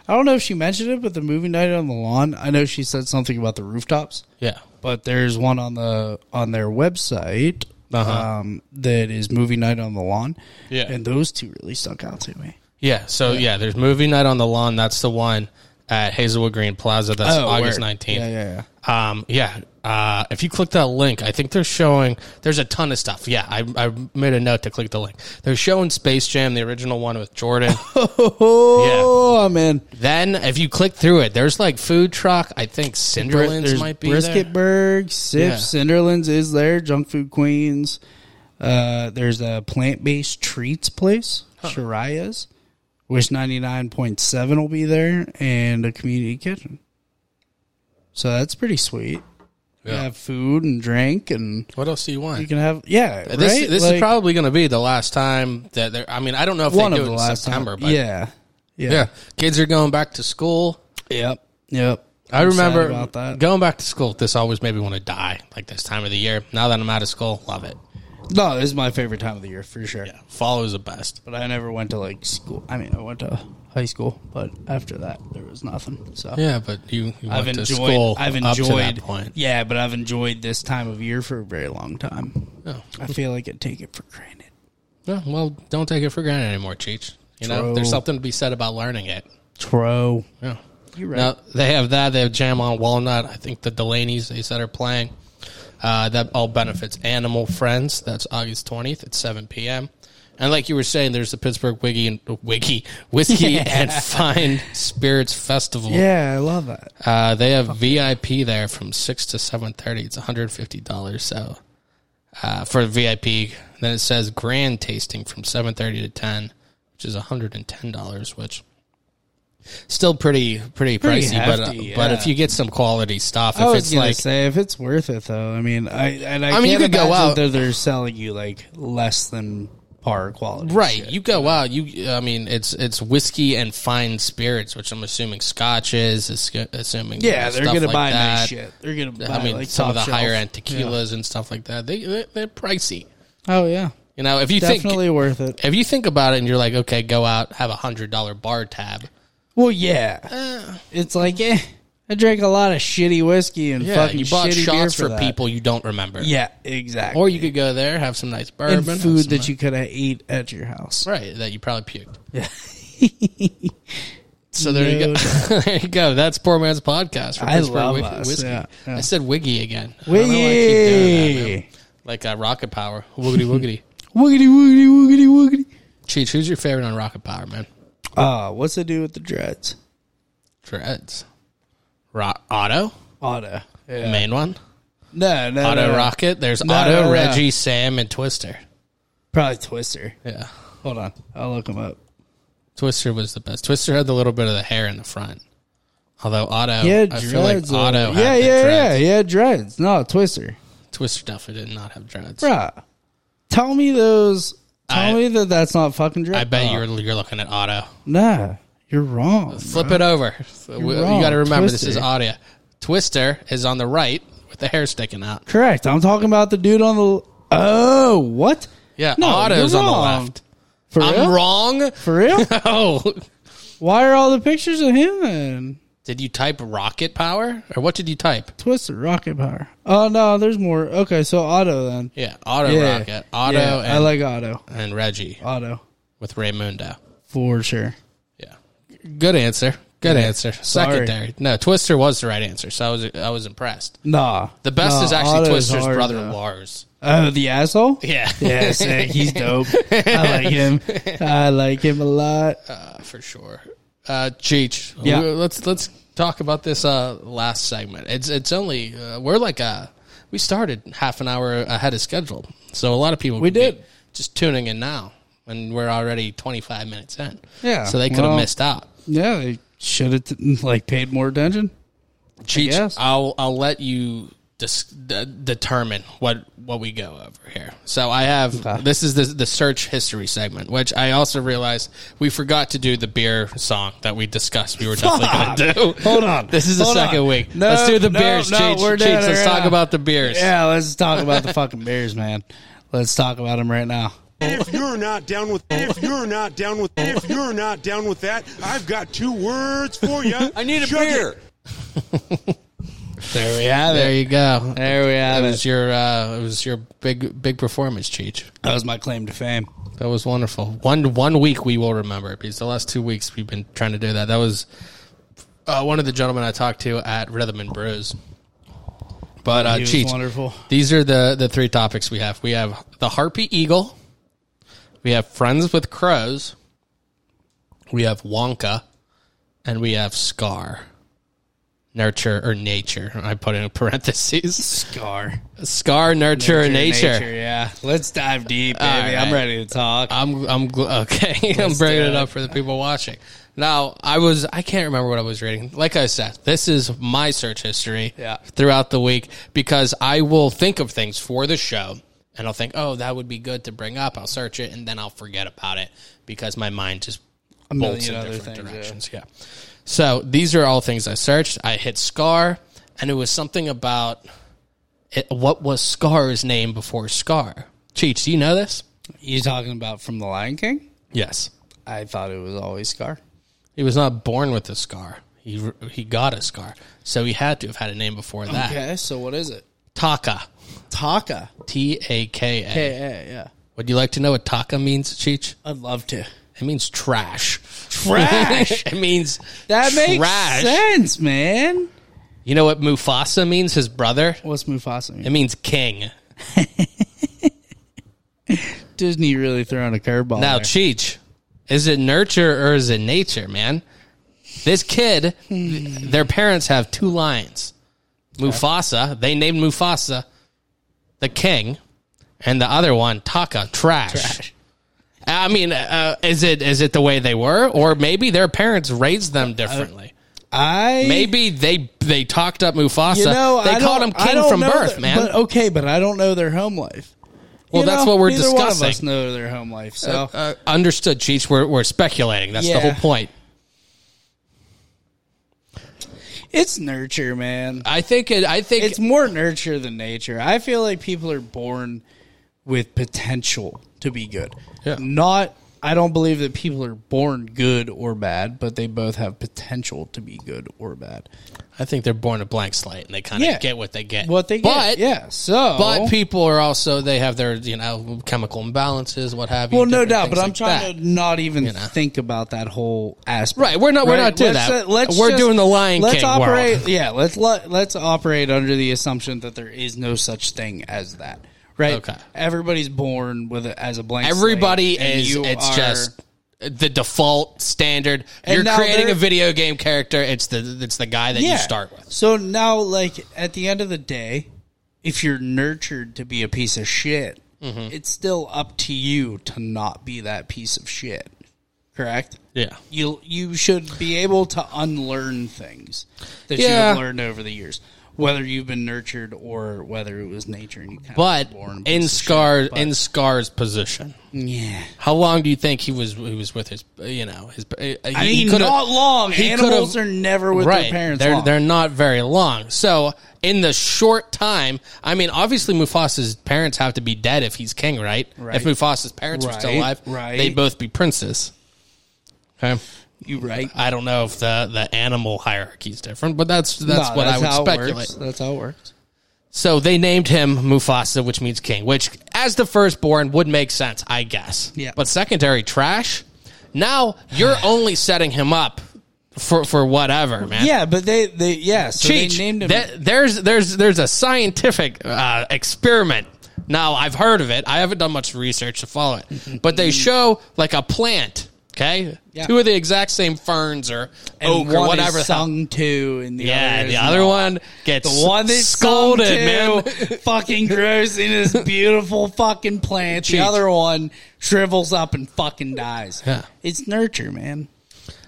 Speaker 3: i don't know if she mentioned it but the movie night on the lawn i know she said something about the rooftops
Speaker 2: Yeah.
Speaker 3: but there's one on the on their website
Speaker 2: Uh-huh.
Speaker 3: um, that is movie night on the lawn
Speaker 2: Yeah.
Speaker 3: and those two really stuck out to me
Speaker 2: Yeah. So yeah. there's movie night on the lawn. That's the one at Hazelwood Green Plaza. That's August
Speaker 3: Oh, word.
Speaker 2: nineteenth.
Speaker 3: yeah yeah yeah
Speaker 2: Um, yeah. Uh, if you click that link, I think they're showing. There's a ton of stuff. Yeah, I, I made a note to click the link. They're showing Space Jam, the original one with Jordan.
Speaker 3: oh man
Speaker 2: then, if you click through it, there's like food truck. I think Cinderlands
Speaker 3: There's
Speaker 2: might be
Speaker 3: Brisketburg,
Speaker 2: there.
Speaker 3: Sip,
Speaker 2: Yeah.
Speaker 3: Cinderlands is there. Junk Food Queens. Uh, there's a plant based treats place, Sharia's, which ninety nine point seven will be there, and a community kitchen. So that's pretty sweet. You
Speaker 2: Yeah.
Speaker 3: have food and drink, and
Speaker 2: What else do you want?
Speaker 3: you can have yeah.
Speaker 2: this
Speaker 3: right?
Speaker 2: this
Speaker 3: Like,
Speaker 2: is probably going to be the last time that they're. I mean, I don't know if
Speaker 3: one
Speaker 2: they do
Speaker 3: of
Speaker 2: it
Speaker 3: the
Speaker 2: in
Speaker 3: last
Speaker 2: September,
Speaker 3: time.
Speaker 2: but
Speaker 3: yeah, yeah,
Speaker 2: yeah, kids are going back to school.
Speaker 3: yep, yep.
Speaker 2: I
Speaker 3: I'm sad
Speaker 2: remember
Speaker 3: about that.
Speaker 2: going back to school. This always made me want to die, like this time of the year. Now that I'm out of school, love it.
Speaker 3: No, this is my favorite time of the year for sure.
Speaker 2: Fall is the best.
Speaker 3: But I never went to like school. I mean, I went to high school, but after that, there was nothing. So
Speaker 2: Yeah, but you, you
Speaker 3: I've
Speaker 2: went to
Speaker 3: enjoyed.
Speaker 2: school
Speaker 3: I've
Speaker 2: up to
Speaker 3: enjoyed.
Speaker 2: that point.
Speaker 3: Yeah, but I've enjoyed this time of year for a very long time.
Speaker 2: Oh.
Speaker 3: I feel like I take it for granted.
Speaker 2: Yeah, well, don't take it for granted anymore, Cheech. You know,
Speaker 3: True.
Speaker 2: there's something to be said about learning it.
Speaker 3: Tro.
Speaker 2: Yeah.
Speaker 3: You're right.
Speaker 2: Now, they have that. They have Jam on Walnut. I think the Delaney's, they said, are playing. Uh, that all benefits Animal Friends. That's August 20th at 7 p.m. And like you were saying, there's the Pittsburgh Wiggy and Wiggy Whiskey and Fine Spirits Festival.
Speaker 3: Yeah, I love that.
Speaker 2: Uh, they have VIP there from six to seven thirty. It's one hundred fifty dollars. So uh, for VIP, then it says grand tasting from seven thirty to ten, which is one hundred and ten dollars, which still pretty pretty,
Speaker 3: Pretty
Speaker 2: pricey. but uh,
Speaker 3: hefty,
Speaker 2: but
Speaker 3: yeah.
Speaker 2: if you get some quality stuff,
Speaker 3: I
Speaker 2: if
Speaker 3: was
Speaker 2: it's
Speaker 3: gonna
Speaker 2: like
Speaker 3: say if it's worth it though. I mean, I and I,
Speaker 2: I mean, you
Speaker 3: can't
Speaker 2: could go
Speaker 3: imagine
Speaker 2: out-
Speaker 3: that they're selling you like less than par quality.
Speaker 2: right, you go out. You I mean, it's it's whiskey and fine spirits, which I'm assuming scotch is, is assuming you
Speaker 3: Yeah,
Speaker 2: know,
Speaker 3: they're
Speaker 2: stuff
Speaker 3: gonna
Speaker 2: like
Speaker 3: buy nice
Speaker 2: that.
Speaker 3: shit. They're gonna buy
Speaker 2: I mean,
Speaker 3: like
Speaker 2: some of the
Speaker 3: top
Speaker 2: higher
Speaker 3: shelf.
Speaker 2: end tequilas and stuff like that. They they're, they're pricey.
Speaker 3: Oh yeah,
Speaker 2: You know, if you think
Speaker 3: definitely worth it.
Speaker 2: if you think about it and you're like, okay, go out, have a hundred dollar bar tab.
Speaker 3: Well, yeah. it's like, eh, I drank a lot of shitty whiskey and
Speaker 2: Yeah,
Speaker 3: fucking
Speaker 2: you bought
Speaker 3: shitty beer
Speaker 2: shots
Speaker 3: for,
Speaker 2: for,
Speaker 3: that.
Speaker 2: people you don't remember.
Speaker 3: Yeah, exactly.
Speaker 2: or you could go there, have some nice bourbon,
Speaker 3: and
Speaker 2: have
Speaker 3: food
Speaker 2: some
Speaker 3: that
Speaker 2: nice-
Speaker 3: you could have ate at your house.
Speaker 2: right that you probably puked.
Speaker 3: Yeah.
Speaker 2: So there you
Speaker 3: No
Speaker 2: go. there you go. That's poor man's podcast. For
Speaker 3: I
Speaker 2: Pittsburgh
Speaker 3: love
Speaker 2: Whi-
Speaker 3: us,
Speaker 2: whiskey.
Speaker 3: yeah, yeah.
Speaker 2: I said wiggy again. I don't know why I keep doing that, man.
Speaker 3: Wiggy,
Speaker 2: like uh, rocket power. Woogity woogity.
Speaker 3: woogity, woogity, woogity,
Speaker 2: Cheech, who's your favorite on rocket power, man?
Speaker 3: woogity. Uh, what's it do with the dreads?
Speaker 2: Dreads. Ro- auto,
Speaker 3: Auto.
Speaker 2: main one.
Speaker 3: No, no,
Speaker 2: Auto
Speaker 3: no, no.
Speaker 2: rocket. There's
Speaker 3: No,
Speaker 2: auto,
Speaker 3: no, no.
Speaker 2: Reggie, Sam, and Twister.
Speaker 3: Probably Twister.
Speaker 2: Yeah.
Speaker 3: Hold on, I'll look them up.
Speaker 2: Twister was the best. Twister had the little bit of the hair in the front. Although Otto,
Speaker 3: Yeah,
Speaker 2: Oh, I
Speaker 3: dreads.
Speaker 2: feel like
Speaker 3: uh,
Speaker 2: Otto. had
Speaker 3: yeah,
Speaker 2: the
Speaker 3: yeah, yeah,
Speaker 2: dreads.
Speaker 3: yeah, dreads. No, Twister.
Speaker 2: Twister definitely did not have dreads.
Speaker 3: Bruh, tell me those. Tell
Speaker 2: I-
Speaker 3: me that that's not fucking dreads.
Speaker 2: I bet you're you're looking at Otto.
Speaker 3: Nah, you're wrong.
Speaker 2: Flip it over. We- You
Speaker 3: wrong.
Speaker 2: got to remember this is
Speaker 3: Twister.
Speaker 2: Otto. Twister is on the right with the hair sticking out.
Speaker 3: Correct. I'm talking about the dude on the. Oh, what?
Speaker 2: Yeah,
Speaker 3: No,
Speaker 2: Otto's
Speaker 3: you're
Speaker 2: on the
Speaker 3: wrong.
Speaker 2: left.
Speaker 3: For
Speaker 2: I'm
Speaker 3: real?
Speaker 2: wrong.
Speaker 3: For real?
Speaker 2: Oh,
Speaker 3: Why are all the pictures of him and
Speaker 2: did you type rocket power or what did you type?
Speaker 3: Twister Rocket Power? Oh no, there's more. Okay, so Otto then.
Speaker 2: Yeah, Otto
Speaker 3: Yeah.
Speaker 2: rocket, Otto,
Speaker 3: Yeah,
Speaker 2: and,
Speaker 3: I like Otto.
Speaker 2: and Reggie
Speaker 3: Otto
Speaker 2: with Raymundo.
Speaker 3: for sure.
Speaker 2: Yeah. Good answer. Good answer.
Speaker 3: Sorry.
Speaker 2: Secondary. No, Twister was the right answer, so I was I was impressed.
Speaker 3: Nah,
Speaker 2: The best
Speaker 3: Nah,
Speaker 2: is actually
Speaker 3: Otto's
Speaker 2: Twister's
Speaker 3: hard,
Speaker 2: brother
Speaker 3: though.
Speaker 2: Lars.
Speaker 3: Oh, the asshole.
Speaker 2: Yeah.
Speaker 3: Yeah,
Speaker 2: uh,
Speaker 3: sick. He's dope. I like him. I like him a lot.
Speaker 2: Uh, for sure. Uh Cheech.
Speaker 3: Yeah.
Speaker 2: we- Let's let's talk about this uh last segment. It's it's only uh, we're like uh we started half an hour ahead of schedule. So a lot of people
Speaker 3: We
Speaker 2: could be
Speaker 3: did.
Speaker 2: just tuning in now and we're already 25 minutes in.
Speaker 3: Yeah,
Speaker 2: So they could have
Speaker 3: well-
Speaker 2: missed out.
Speaker 3: Yeah, they should have t- like paid more attention.
Speaker 2: Cheech,
Speaker 3: guess.
Speaker 2: I'll I'll let you dis- de- determine what what we go over here. So I have this is the the search history segment, which I also realized we forgot to do the beer song that we discussed. We were definitely going to do.
Speaker 3: Hold on.
Speaker 2: This is the
Speaker 3: Hold
Speaker 2: second
Speaker 3: on.
Speaker 2: week.
Speaker 3: No,
Speaker 2: let's do the
Speaker 3: no,
Speaker 2: beers,
Speaker 3: no,
Speaker 2: Cheech.
Speaker 3: we're
Speaker 2: Cheech
Speaker 3: doing it
Speaker 2: let's
Speaker 3: right
Speaker 2: talk
Speaker 3: now.
Speaker 2: about the beers.
Speaker 3: Yeah, let's talk about the fucking bears, man. Let's talk about him right now.
Speaker 5: And if you're not down with, and if you're not down with, and if you're not down with that, I've got two words for you.
Speaker 1: I need a
Speaker 5: Chug it.
Speaker 1: beer.
Speaker 3: There we have
Speaker 2: There
Speaker 3: it.
Speaker 2: you go.
Speaker 3: There we
Speaker 2: That
Speaker 3: have it.
Speaker 2: was your uh, it was your big big performance, Cheech.
Speaker 3: That was my claim to fame.
Speaker 2: That was wonderful. One one week we will remember it because the last two weeks we've been trying to do that. That was uh, one of the gentlemen I talked to at Rhythm and Brews. But uh,
Speaker 3: He was
Speaker 2: Cheech,
Speaker 3: wonderful.
Speaker 2: these are the the three topics we have. We have the harpy eagle. We have friends with crows. We have Wonka, and we have Scar. Nurture or nature. I put in parentheses.
Speaker 3: Scar.
Speaker 2: Scar, nurture, and nature.
Speaker 3: Yeah. Let's dive deep, baby.
Speaker 2: All right.
Speaker 3: I'm ready to talk.
Speaker 2: I'm I'm gl- okay. I'm bringing
Speaker 3: do
Speaker 2: it
Speaker 3: it.
Speaker 2: up for the people watching. Now, I was I can't remember what I was reading. Like I said, this is my search history
Speaker 3: Yeah.
Speaker 2: throughout the week because I will think of things for the show and I'll think, "Oh, that would be good to bring up." I'll search it and then I'll forget about it because my mind just
Speaker 3: million
Speaker 2: bolts in
Speaker 3: other
Speaker 2: different
Speaker 3: things, yeah.
Speaker 2: directions. Yeah. So, these are all things I searched. I hit Scar and it was something about it, what was Scar's name before Scar? Cheech, do you know this?
Speaker 3: You talking about from The Lion King?
Speaker 2: Yes.
Speaker 3: I thought it was always Scar.
Speaker 2: He was not born with a scar. He he got a scar, so he had to have had a name before that.
Speaker 3: Okay, so what is it?
Speaker 2: Taka,
Speaker 3: Taka.
Speaker 2: T A K
Speaker 3: Yeah,
Speaker 2: A.
Speaker 3: yeah, yeah.
Speaker 2: Would you like to know what Taka means, Cheech?
Speaker 3: I'd love to.
Speaker 2: It means trash.
Speaker 3: Trash?
Speaker 2: it means
Speaker 3: That makes
Speaker 2: trash.
Speaker 3: sense, man.
Speaker 2: You know what Mufasa means? His brother.
Speaker 3: What's Mufasa? mean?
Speaker 2: It means king.
Speaker 3: Disney really throwing a curveball.
Speaker 2: Now,
Speaker 3: there.
Speaker 2: Cheech, is it nurture or is it nature, man? This kid, th-
Speaker 3: Hmm.
Speaker 2: their parents have two lions. Mufasa, they named Mufasa the king, and the other one Taka trash. I mean, uh, is it is it the way they were, or maybe their parents raised them differently?
Speaker 3: Uh, I
Speaker 2: maybe they they talked up Mufasa.
Speaker 3: you know
Speaker 2: they
Speaker 3: I
Speaker 2: called
Speaker 3: don't-
Speaker 2: him
Speaker 3: I
Speaker 2: king
Speaker 3: don't
Speaker 2: from
Speaker 3: know
Speaker 2: birth,
Speaker 3: their-
Speaker 2: man.
Speaker 3: But okay, but I don't know their home life.
Speaker 2: well,
Speaker 3: You
Speaker 2: that's
Speaker 3: know,
Speaker 2: what we're
Speaker 3: neither
Speaker 2: discussing.
Speaker 3: One of us know their home life, so
Speaker 2: uh, understood, Cheech. We're, we're speculating. That's the
Speaker 3: Yeah.
Speaker 2: whole point.
Speaker 3: it's nurture, man.
Speaker 2: I think it. I think
Speaker 3: It's more nurture than nature. I feel like people are born with potential to be good.
Speaker 2: Yeah.
Speaker 3: Not. I don't believe that people are born good or bad, but they both have potential to be good or bad.
Speaker 2: I think they're born a blank slate and they kind of
Speaker 3: Yeah.
Speaker 2: get what they get.
Speaker 3: What they get,
Speaker 2: Eh, But,
Speaker 3: yeah. So,
Speaker 2: But people are also they have their you know chemical imbalances, what have you.
Speaker 3: Well, no
Speaker 2: different
Speaker 3: doubt,
Speaker 2: things
Speaker 3: but I'm
Speaker 2: like
Speaker 3: trying
Speaker 2: that.
Speaker 3: to not even
Speaker 2: know?
Speaker 3: think about that whole aspect.
Speaker 2: Right, we're not- we're not doing
Speaker 3: Let's,
Speaker 2: that.
Speaker 3: uh, let's
Speaker 2: We're
Speaker 3: just-
Speaker 2: doing the Lion
Speaker 3: let's
Speaker 2: King
Speaker 3: operate,
Speaker 2: world.
Speaker 3: Yeah, let's let, let's operate under the assumption that there is no such thing as that. Right?
Speaker 2: Okay.
Speaker 3: Everybody's born with a, as a blank. slate,
Speaker 2: Everybody
Speaker 3: and
Speaker 2: is.
Speaker 3: you
Speaker 2: It's
Speaker 3: are-
Speaker 2: just the default standard.
Speaker 3: And
Speaker 2: You're
Speaker 3: now
Speaker 2: creating
Speaker 3: they're-
Speaker 2: a video game character. It's the it's the guy that
Speaker 3: yeah.
Speaker 2: you start with.
Speaker 3: So now, like at the end of the day, if you're nurtured to be a piece of shit,
Speaker 2: Mm-hmm.
Speaker 3: it's still up to you to not be that piece of shit. Correct.
Speaker 2: Yeah.
Speaker 3: you you should be able to unlearn things that
Speaker 2: Yeah.
Speaker 3: you've learned over the years, whether you've been nurtured or whether it was nature and you kind
Speaker 2: But
Speaker 3: of were born a
Speaker 2: in
Speaker 3: piece of
Speaker 2: Scar
Speaker 3: shit, but-
Speaker 2: in Scar's position,
Speaker 3: yeah.
Speaker 2: how long do you think he was he was with his you know his? uh,
Speaker 3: I mean, not long. Animals are never with
Speaker 2: right.
Speaker 3: their parents.
Speaker 2: They're
Speaker 3: long.
Speaker 2: they're not very long. So in the short time, I mean, obviously Mufasa's parents have to be dead if he's king, right?
Speaker 3: Right.
Speaker 2: If Mufasa's parents were still
Speaker 3: Right,
Speaker 2: alive,
Speaker 3: right.
Speaker 2: they'd both be princes. Okay.
Speaker 3: you right.
Speaker 2: I don't know if the, the animal hierarchy is different, but that's that's
Speaker 3: No,
Speaker 2: what I would
Speaker 3: how it
Speaker 2: speculate.
Speaker 3: works. That's how it works.
Speaker 2: So they named him Mufasa, which means king, which as the firstborn would make sense, I guess.
Speaker 3: Yeah.
Speaker 2: But secondary trash. Now you're only setting him up for for whatever, man.
Speaker 3: Yeah, but they they yeah. So
Speaker 2: Cheech,
Speaker 3: they named him.
Speaker 2: there- there's there's there's a scientific uh, experiment. Now I've heard of it. I haven't done much research to follow it, but they show like a plant. Okay,
Speaker 3: Yeah.
Speaker 2: two of the exact same ferns or
Speaker 3: and
Speaker 2: oak
Speaker 3: one
Speaker 2: or whatever.
Speaker 3: is
Speaker 2: the hell.
Speaker 3: sung to, and the
Speaker 2: yeah,
Speaker 3: other is
Speaker 2: the other
Speaker 3: not.
Speaker 2: one gets
Speaker 3: The one that
Speaker 2: scolded, man.
Speaker 3: fucking grows in this beautiful fucking plant. The
Speaker 2: Cheech.
Speaker 3: other one shrivels up and fucking dies.
Speaker 2: Yeah.
Speaker 3: It's nurture, man.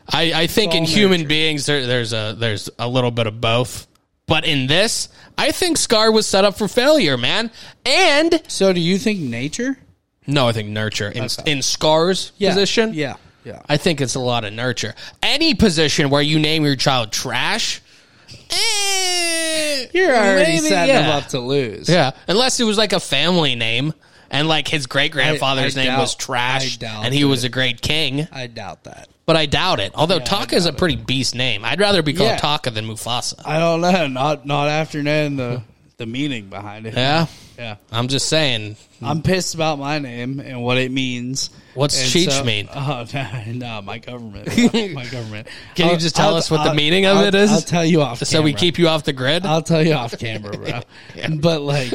Speaker 2: I, I think in
Speaker 3: all
Speaker 2: human
Speaker 3: nature.
Speaker 2: beings there, there's a there's a little bit of both, but in this, I think Scar was set up for failure, man. And
Speaker 3: So do you think nature?
Speaker 2: no, I think nurture in, in Scar's position.
Speaker 3: Yeah. Yeah.
Speaker 2: I think it's a lot of nurture. Any position where you name your child trash, eh,
Speaker 3: You're already
Speaker 2: maybe,
Speaker 3: setting
Speaker 2: yeah.
Speaker 3: them up to lose.
Speaker 2: Yeah, unless it was like a family name, and like his great grandfather's
Speaker 3: I- I
Speaker 2: name was
Speaker 3: doubt-
Speaker 2: Trash,
Speaker 3: I doubt
Speaker 2: and he was
Speaker 3: it.
Speaker 2: a great king.
Speaker 3: I doubt that.
Speaker 2: But I doubt it. Although Taka is a pretty beast name. I'd rather be called
Speaker 3: Yeah.
Speaker 2: Taka than Mufasa.
Speaker 3: I don't know. Not not after knowing the the meaning behind it.
Speaker 2: Yeah,
Speaker 3: Yeah.
Speaker 2: I'm just saying.
Speaker 3: I'm pissed about my name and what it means.
Speaker 2: What's
Speaker 3: And
Speaker 2: Cheech mean?
Speaker 3: Oh no, no, my government, my government.
Speaker 2: Can you just tell us what the meaning of
Speaker 3: I'll-
Speaker 2: it is?
Speaker 3: I'll tell you off.
Speaker 2: So we
Speaker 3: camera.
Speaker 2: keep you off the grid.
Speaker 3: I'll tell you off camera, bro. But like,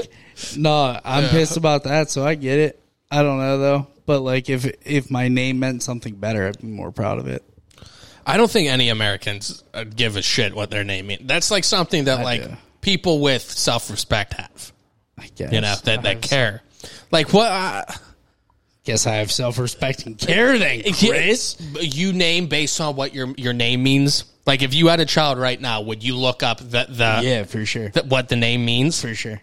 Speaker 3: no, I'm pissed about that. So I get it. I don't know though. But like, if if my name meant something better, I'd be more proud of it.
Speaker 2: I don't think any Americans uh, give a shit what their name means. That's like something that like
Speaker 3: do.
Speaker 2: people with self respect have.
Speaker 3: I guess.
Speaker 2: You know that that care. Like what? Uh,
Speaker 3: guess I have self respect and care then, Chris.
Speaker 2: Chris, you name based on what your your name means. Like if you had a child right now, would you look up the the,
Speaker 3: Yeah, for sure.
Speaker 2: th- what the name means?
Speaker 3: For sure.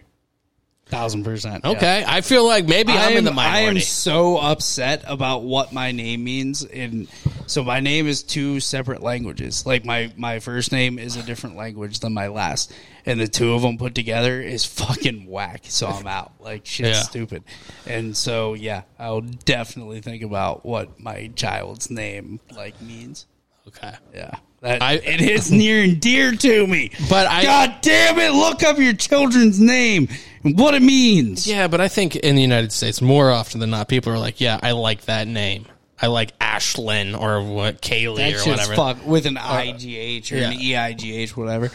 Speaker 3: Thousand percent. yeah.
Speaker 2: Okay, I feel like maybe
Speaker 3: I
Speaker 2: I'm
Speaker 3: am,
Speaker 2: in the
Speaker 3: I am
Speaker 2: minority.
Speaker 3: so upset about what my name means, and so my name is two separate languages. Like my my first name is a different language than my last, and the two of them put together is fucking whack. So I'm out. Like shit's
Speaker 2: Yeah.
Speaker 3: stupid, and so yeah, I'll definitely think about what my child's name like means.
Speaker 2: okay,
Speaker 3: Yeah. That,
Speaker 2: I-
Speaker 3: it is near and dear to me.
Speaker 2: But I-
Speaker 3: God damn it, look up your children's name and what it means.
Speaker 2: yeah, but I think in the United States, more often than not, people are like, "Yeah, I like that name. I like Ashlyn or what Kaylee
Speaker 3: That
Speaker 2: or
Speaker 3: shit's
Speaker 2: whatever." Uh,
Speaker 3: fuck with an IGH or an E EIGH, whatever.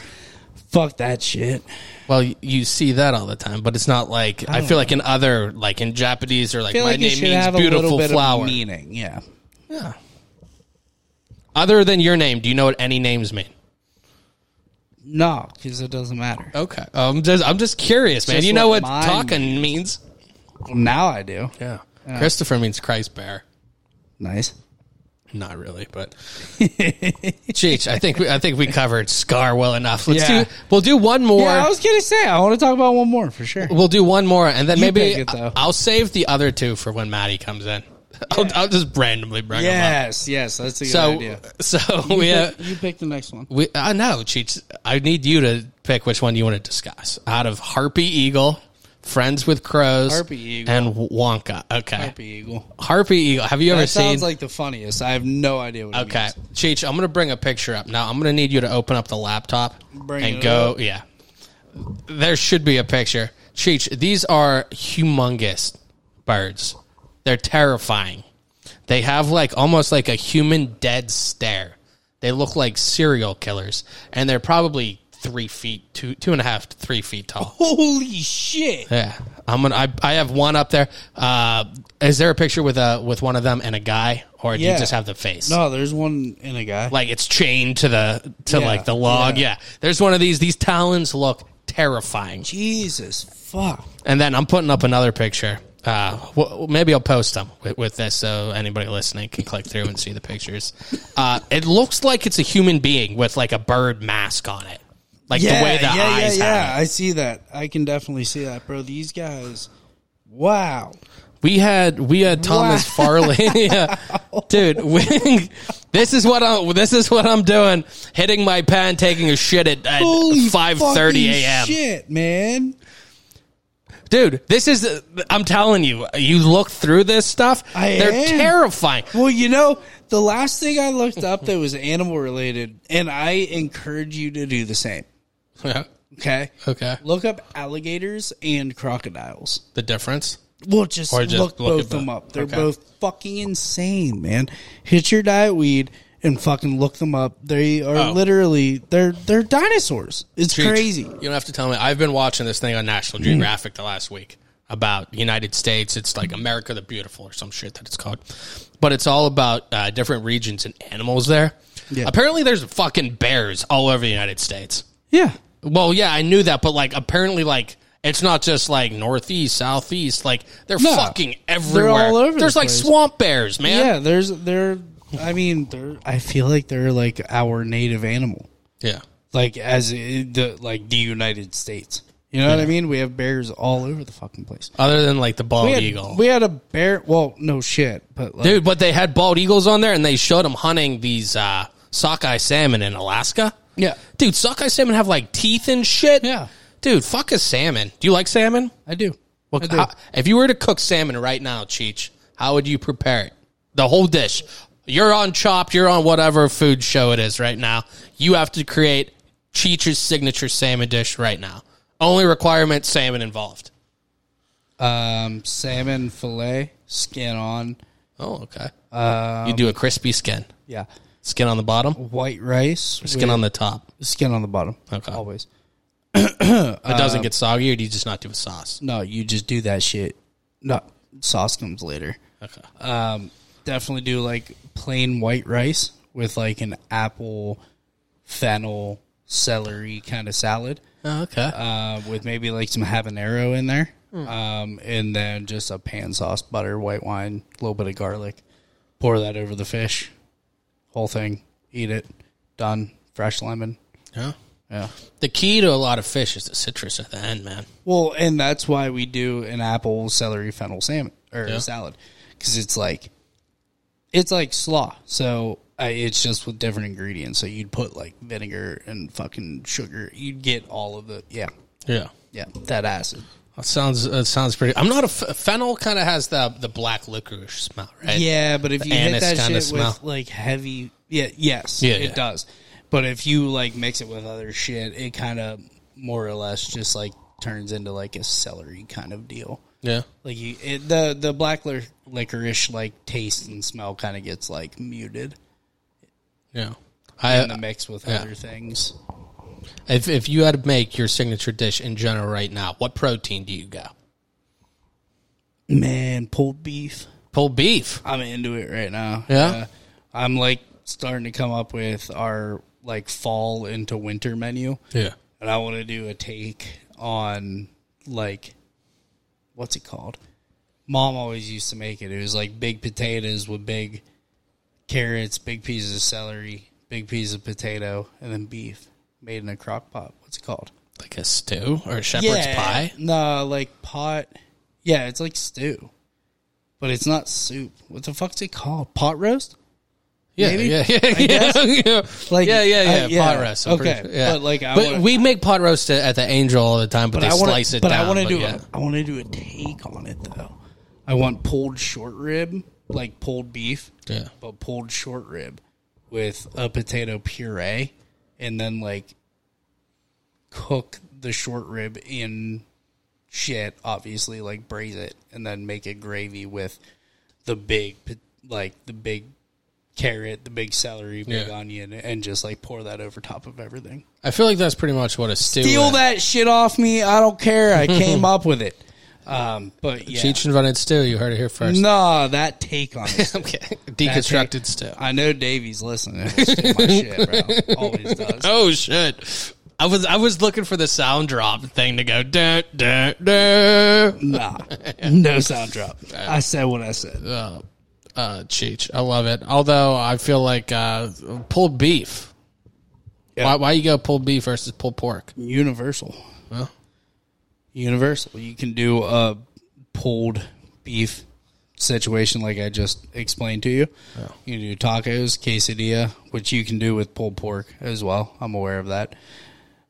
Speaker 3: Fuck that shit.
Speaker 2: Well, y- you see that all the time, but it's not like I, feel like in other like in Japanese or like my name means beautiful flower.
Speaker 3: meaning. Yeah.
Speaker 2: Yeah. Other than your name, do you know what any names mean?
Speaker 3: No, because it doesn't matter.
Speaker 2: Okay, I'm just I'm just curious, man.
Speaker 3: Just
Speaker 2: you know what
Speaker 3: what mine
Speaker 2: talking means?
Speaker 3: Well, now I do.
Speaker 2: Yeah. Christopher means Christ bear.
Speaker 3: Nice.
Speaker 2: Not really, but Cheech, I think we, I think we covered Scar well enough. Let's
Speaker 3: Yeah.
Speaker 2: do we'll do one more.
Speaker 3: yeah, I was gonna say I want to talk about one more for sure.
Speaker 2: We'll do one more, and then
Speaker 3: You
Speaker 2: maybe
Speaker 3: pick it, though.
Speaker 2: I'll save the other two for when Maddie comes in. I'll, I'll just randomly bring them up.
Speaker 3: Yes, yes, that's a good
Speaker 2: So, oh,
Speaker 3: idea.
Speaker 2: so we have,
Speaker 3: you pick the next one.
Speaker 2: we I know Cheech. I need you to pick which one you want to discuss out of Harpy Eagle, Friends with Crows,
Speaker 3: Harpy Eagle.
Speaker 2: and Wonka. Okay,
Speaker 3: Happy
Speaker 2: Harpy,
Speaker 3: Eagle.
Speaker 2: Eagle. Have you ever
Speaker 3: That sounds
Speaker 2: seen?
Speaker 3: like the funniest. I have no idea what.
Speaker 2: Okay,
Speaker 3: It means.
Speaker 2: Cheech, I'm gonna bring a picture up now. I'm gonna need you to open up the laptop
Speaker 3: Bring
Speaker 2: and
Speaker 3: it
Speaker 2: go.
Speaker 3: up.
Speaker 2: Yeah, there should be a picture. Cheech, these are humongous birds. They're terrifying. They have like almost like a human dead stare. They look like serial killers, and they're probably three feet, two two and a half to three feet tall.
Speaker 3: Holy shit!
Speaker 2: Yeah, I'm gonna. I, I have one up there. Uh, is there a picture with a with one of them and a guy, or do you
Speaker 3: Yeah.
Speaker 2: just have the face?
Speaker 3: No, there's one in a guy.
Speaker 2: like it's chained to the to
Speaker 3: Yeah,
Speaker 2: like the log. Yeah.
Speaker 3: yeah.
Speaker 2: there's one of these. These talons look terrifying.
Speaker 3: Jesus fuck.
Speaker 2: And then I'm putting up another picture. Uh, w- maybe I'll post them with, with this so anybody listening can click through and see the pictures. Uh, it looks like it's a human being with like a bird mask on it, like the way the eyes
Speaker 3: yeah,
Speaker 2: have. it.
Speaker 3: I see that. I can definitely see that, bro. These guys, wow.
Speaker 2: We had we had Thomas Farley, Yeah. dude. We, this is what I'm this is what I'm doing. Hitting my pen, taking a shit at, at
Speaker 3: Holy
Speaker 2: five thirty
Speaker 3: fucking
Speaker 2: a.m.
Speaker 3: Shit, man.
Speaker 2: Dude, this is I'm telling you. You look through this stuff;
Speaker 3: I
Speaker 2: they're
Speaker 3: am.
Speaker 2: terrifying.
Speaker 3: Well, you know, the last thing I looked up that was animal related, and I encourage you to do the same. Okay.
Speaker 2: Okay.
Speaker 3: Look up alligators and crocodiles.
Speaker 2: The difference.
Speaker 3: Well, just,
Speaker 2: Or just
Speaker 3: look,
Speaker 2: look
Speaker 3: both
Speaker 2: at
Speaker 3: of them
Speaker 2: the-
Speaker 3: up. They're
Speaker 2: okay.
Speaker 3: both fucking insane, man. Hit your diet weed and fucking look them up. They are
Speaker 2: Oh.
Speaker 3: literally they're they're dinosaurs. It's crazy. Mm.
Speaker 2: You don't have to tell me. I've been watching this thing on National Geographic the last week about United States. It's like America the Beautiful or some shit that it's called. But it's all about uh, different regions and animals there.
Speaker 3: Yeah.
Speaker 2: Apparently, there's fucking bears all over the United States.
Speaker 3: Yeah.
Speaker 2: Well, yeah, I knew that, but like apparently, like it's not just like northeast, southeast. Like they're
Speaker 3: No.
Speaker 2: fucking everywhere.
Speaker 3: all over the
Speaker 2: There's like
Speaker 3: place.
Speaker 2: swamp bears,
Speaker 3: Yeah,
Speaker 2: man.
Speaker 3: there's they're I mean, they're I feel like they're like our native animal.
Speaker 2: Yeah, yeah.
Speaker 3: Like as i- the like the United States. You know what I mean? We have bears all over the fucking place.
Speaker 2: Other than like the bald
Speaker 3: We had,
Speaker 2: eagle,
Speaker 3: we had a bear well, no shit, but like
Speaker 2: dude. But they had bald eagles on there, and they showed them hunting these uh, sockeye salmon in Alaska.
Speaker 3: Yeah.
Speaker 2: dude, sockeye salmon have like teeth and shit.
Speaker 3: Yeah.
Speaker 2: dude, fuck a salmon. Do you like salmon?
Speaker 3: I do.
Speaker 2: Well,
Speaker 3: do.
Speaker 2: how- if you were to cook salmon right now, Cheech, how would you prepare it? The whole dish. You're on Chopped. You're on whatever food show it is right now. You have to create Cheech's signature salmon dish right now. Only requirement: salmon involved.
Speaker 3: Um, salmon fillet, skin on.
Speaker 2: Oh, okay. you do a crispy skin,
Speaker 3: Yeah,
Speaker 2: skin on the bottom,
Speaker 3: white rice.
Speaker 2: skin
Speaker 3: with-
Speaker 2: on the top.
Speaker 3: skin on the bottom.
Speaker 2: Okay.
Speaker 3: always.
Speaker 2: It doesn't get soggy, or do you just not do a sauce?
Speaker 3: No, you just do that shit. No, sauce comes later.
Speaker 2: Okay.
Speaker 3: Definitely do like plain white rice with like an apple, fennel, celery kind of salad.
Speaker 2: Oh, okay.
Speaker 3: uh, with maybe like some habanero in there,
Speaker 2: Hmm.
Speaker 3: um, and then just a pan sauce, butter, white wine, a little bit of garlic. Pour that over the fish, whole thing. Eat it. Done. Fresh lemon.
Speaker 2: yeah.
Speaker 3: Yeah.
Speaker 2: The key to a lot of fish is the citrus at the end, man.
Speaker 3: Well, and that's why we do an apple, celery, fennel salmon or
Speaker 2: Yeah.
Speaker 3: salad because it's like it's like slaw. So uh, it's just with different ingredients. So you'd put like vinegar and fucking sugar. You'd get all of the yeah,
Speaker 2: Yeah.
Speaker 3: yeah, that acid.
Speaker 2: That sounds that sounds pretty. I'm not a f- fennel. Kind of has the the black licorice smell, right?
Speaker 3: Yeah, but if
Speaker 2: The
Speaker 3: you hit
Speaker 2: anise
Speaker 3: that
Speaker 2: kinda
Speaker 3: shit
Speaker 2: smell.
Speaker 3: with like heavy, yeah, yes,
Speaker 2: Yeah,
Speaker 3: it
Speaker 2: yeah.
Speaker 3: does. But if you like mix it with other shit, it kind of more or less just like turns into like a celery kind of deal.
Speaker 2: yeah.
Speaker 3: Like you, it, the the black lic- licorice like taste and smell kind of gets like muted
Speaker 2: Yeah.
Speaker 3: in the
Speaker 2: I
Speaker 3: mix with
Speaker 2: Uh, yeah.
Speaker 3: other things.
Speaker 2: if if you had to make your signature dish in general right now, what protein do you go?
Speaker 3: Man, pulled beef.
Speaker 2: Pulled beef.
Speaker 3: I'm into it right now. Uh,
Speaker 2: Yeah?
Speaker 3: I'm like starting to come up with our like fall into winter menu.
Speaker 2: Yeah.
Speaker 3: and I want to do a take on like what's it called? Mom always used to make it. It was like big potatoes with big carrots, big pieces of celery, big piece of potato, and then beef made in a crock pot. What's it called?
Speaker 2: Like a stew or a shepherd's pie.
Speaker 3: No, like pot. Yeah, it's like stew, but it's not soup. What the fuck's it called? Pot roast?
Speaker 2: Yeah,
Speaker 3: Maybe?
Speaker 2: yeah, yeah,
Speaker 3: I guess.
Speaker 2: yeah, yeah.
Speaker 3: Like,
Speaker 2: yeah, yeah,
Speaker 3: I-
Speaker 2: yeah,
Speaker 3: yeah.
Speaker 2: Pot roast. I'm
Speaker 3: Okay,
Speaker 2: pretty sure, yeah.
Speaker 3: but, like, I
Speaker 2: but
Speaker 3: wanna-
Speaker 2: we make pot roast at at the Angel all the time, but, they
Speaker 3: I wanna-
Speaker 2: slice it.
Speaker 3: But
Speaker 2: down,
Speaker 3: I want to do.
Speaker 2: yeah.
Speaker 3: A, I want to do a take on it though. I want pulled short rib, like pulled beef,
Speaker 2: Yeah.
Speaker 3: but pulled short rib with a potato puree, and then like cook the short rib in shit. Obviously, like braise it, and then make a gravy with the big, pot- like the big carrot, the big celery, big
Speaker 2: Yeah.
Speaker 3: onion, and just like pour that over top of everything.
Speaker 2: I feel like that's pretty much what a stew.
Speaker 3: Steal
Speaker 2: is.
Speaker 3: that shit off me. I don't care. I came up with it. Um, but yeah,
Speaker 2: Cheech and invented stew. You heard it here first.
Speaker 3: nah, that take on it.
Speaker 2: okay.
Speaker 3: That
Speaker 2: Deconstructed
Speaker 3: take-
Speaker 2: stew.
Speaker 3: I know Davey's listening. to my shit, bro. Always does.
Speaker 2: Oh shit! I was I was looking for the sound drop thing to go. Da, da, da.
Speaker 3: Nah, no sound drop. I said what I said.
Speaker 2: Uh, Cheech, I love it. Although I feel like uh, pulled beef.
Speaker 3: Yeah.
Speaker 2: Why, why you go pulled beef versus pulled pork?
Speaker 3: Universal. Universal. You can do a pulled beef situation like I just explained to you. You can do tacos, quesadilla, which you can do with pulled pork as well. I'm aware of that.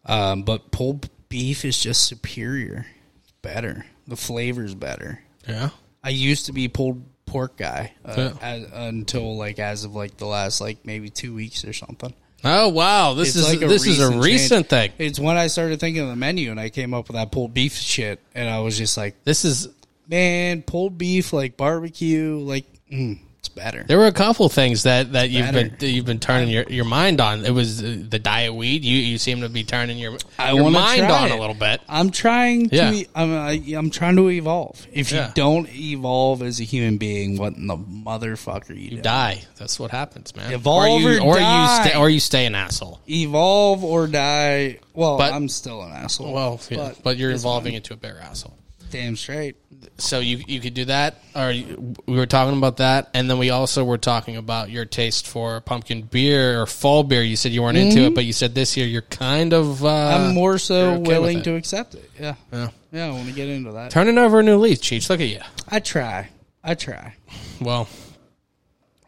Speaker 3: Um, but pulled beef is just superior. It's better. The flavor's better.
Speaker 2: Yeah,
Speaker 3: I used to be pulled pork guy uh,
Speaker 2: Yeah.
Speaker 3: as, until like as of like the last like maybe two weeks or something.
Speaker 2: Oh wow, this
Speaker 3: It's
Speaker 2: is
Speaker 3: like a
Speaker 2: this is a
Speaker 3: recent
Speaker 2: recent thing.
Speaker 3: It's when I started thinking of the menu and I came up with that pulled beef shit, and I was just like,
Speaker 2: This is
Speaker 3: man, pulled beef like barbecue, like mm, it's better.
Speaker 2: there were a couple things that, that you've
Speaker 3: Better.
Speaker 2: been that you've been turning your, your mind on. It was uh, the diet weed. You you seem to be turning your,
Speaker 3: I
Speaker 2: your
Speaker 3: wanna
Speaker 2: mind
Speaker 3: try
Speaker 2: on
Speaker 3: it.
Speaker 2: a little bit.
Speaker 3: I'm trying to. e,
Speaker 2: Yeah.
Speaker 3: I'm, I, I'm trying to evolve. If
Speaker 2: Yeah.
Speaker 3: you don't evolve as a human being, what in the motherfucker you, doing?
Speaker 2: Die. That's what happens, man.
Speaker 3: Evolve
Speaker 2: or you
Speaker 3: or
Speaker 2: or
Speaker 3: die.
Speaker 2: you stay or you stay an asshole.
Speaker 3: Evolve or die. Well,
Speaker 2: But-
Speaker 3: I'm still an asshole.
Speaker 2: Well, yeah, but, you're
Speaker 3: this
Speaker 2: evolving into a bigger asshole.
Speaker 3: one- damn straight.
Speaker 2: So you you could do that, or you, we were talking about that, and then we also were talking about your taste for pumpkin beer or fall beer. You said you weren't into it, but you said this year you're kind of. Uh,
Speaker 3: Mm-hmm. I'm more so
Speaker 2: you're okay with
Speaker 3: willing
Speaker 2: it.
Speaker 3: to accept it. Yeah.
Speaker 2: Yeah.
Speaker 3: Yeah, I want to get into that.
Speaker 2: turning over a new leaf, Cheech. Look at you.
Speaker 3: I try. I try.
Speaker 2: Well,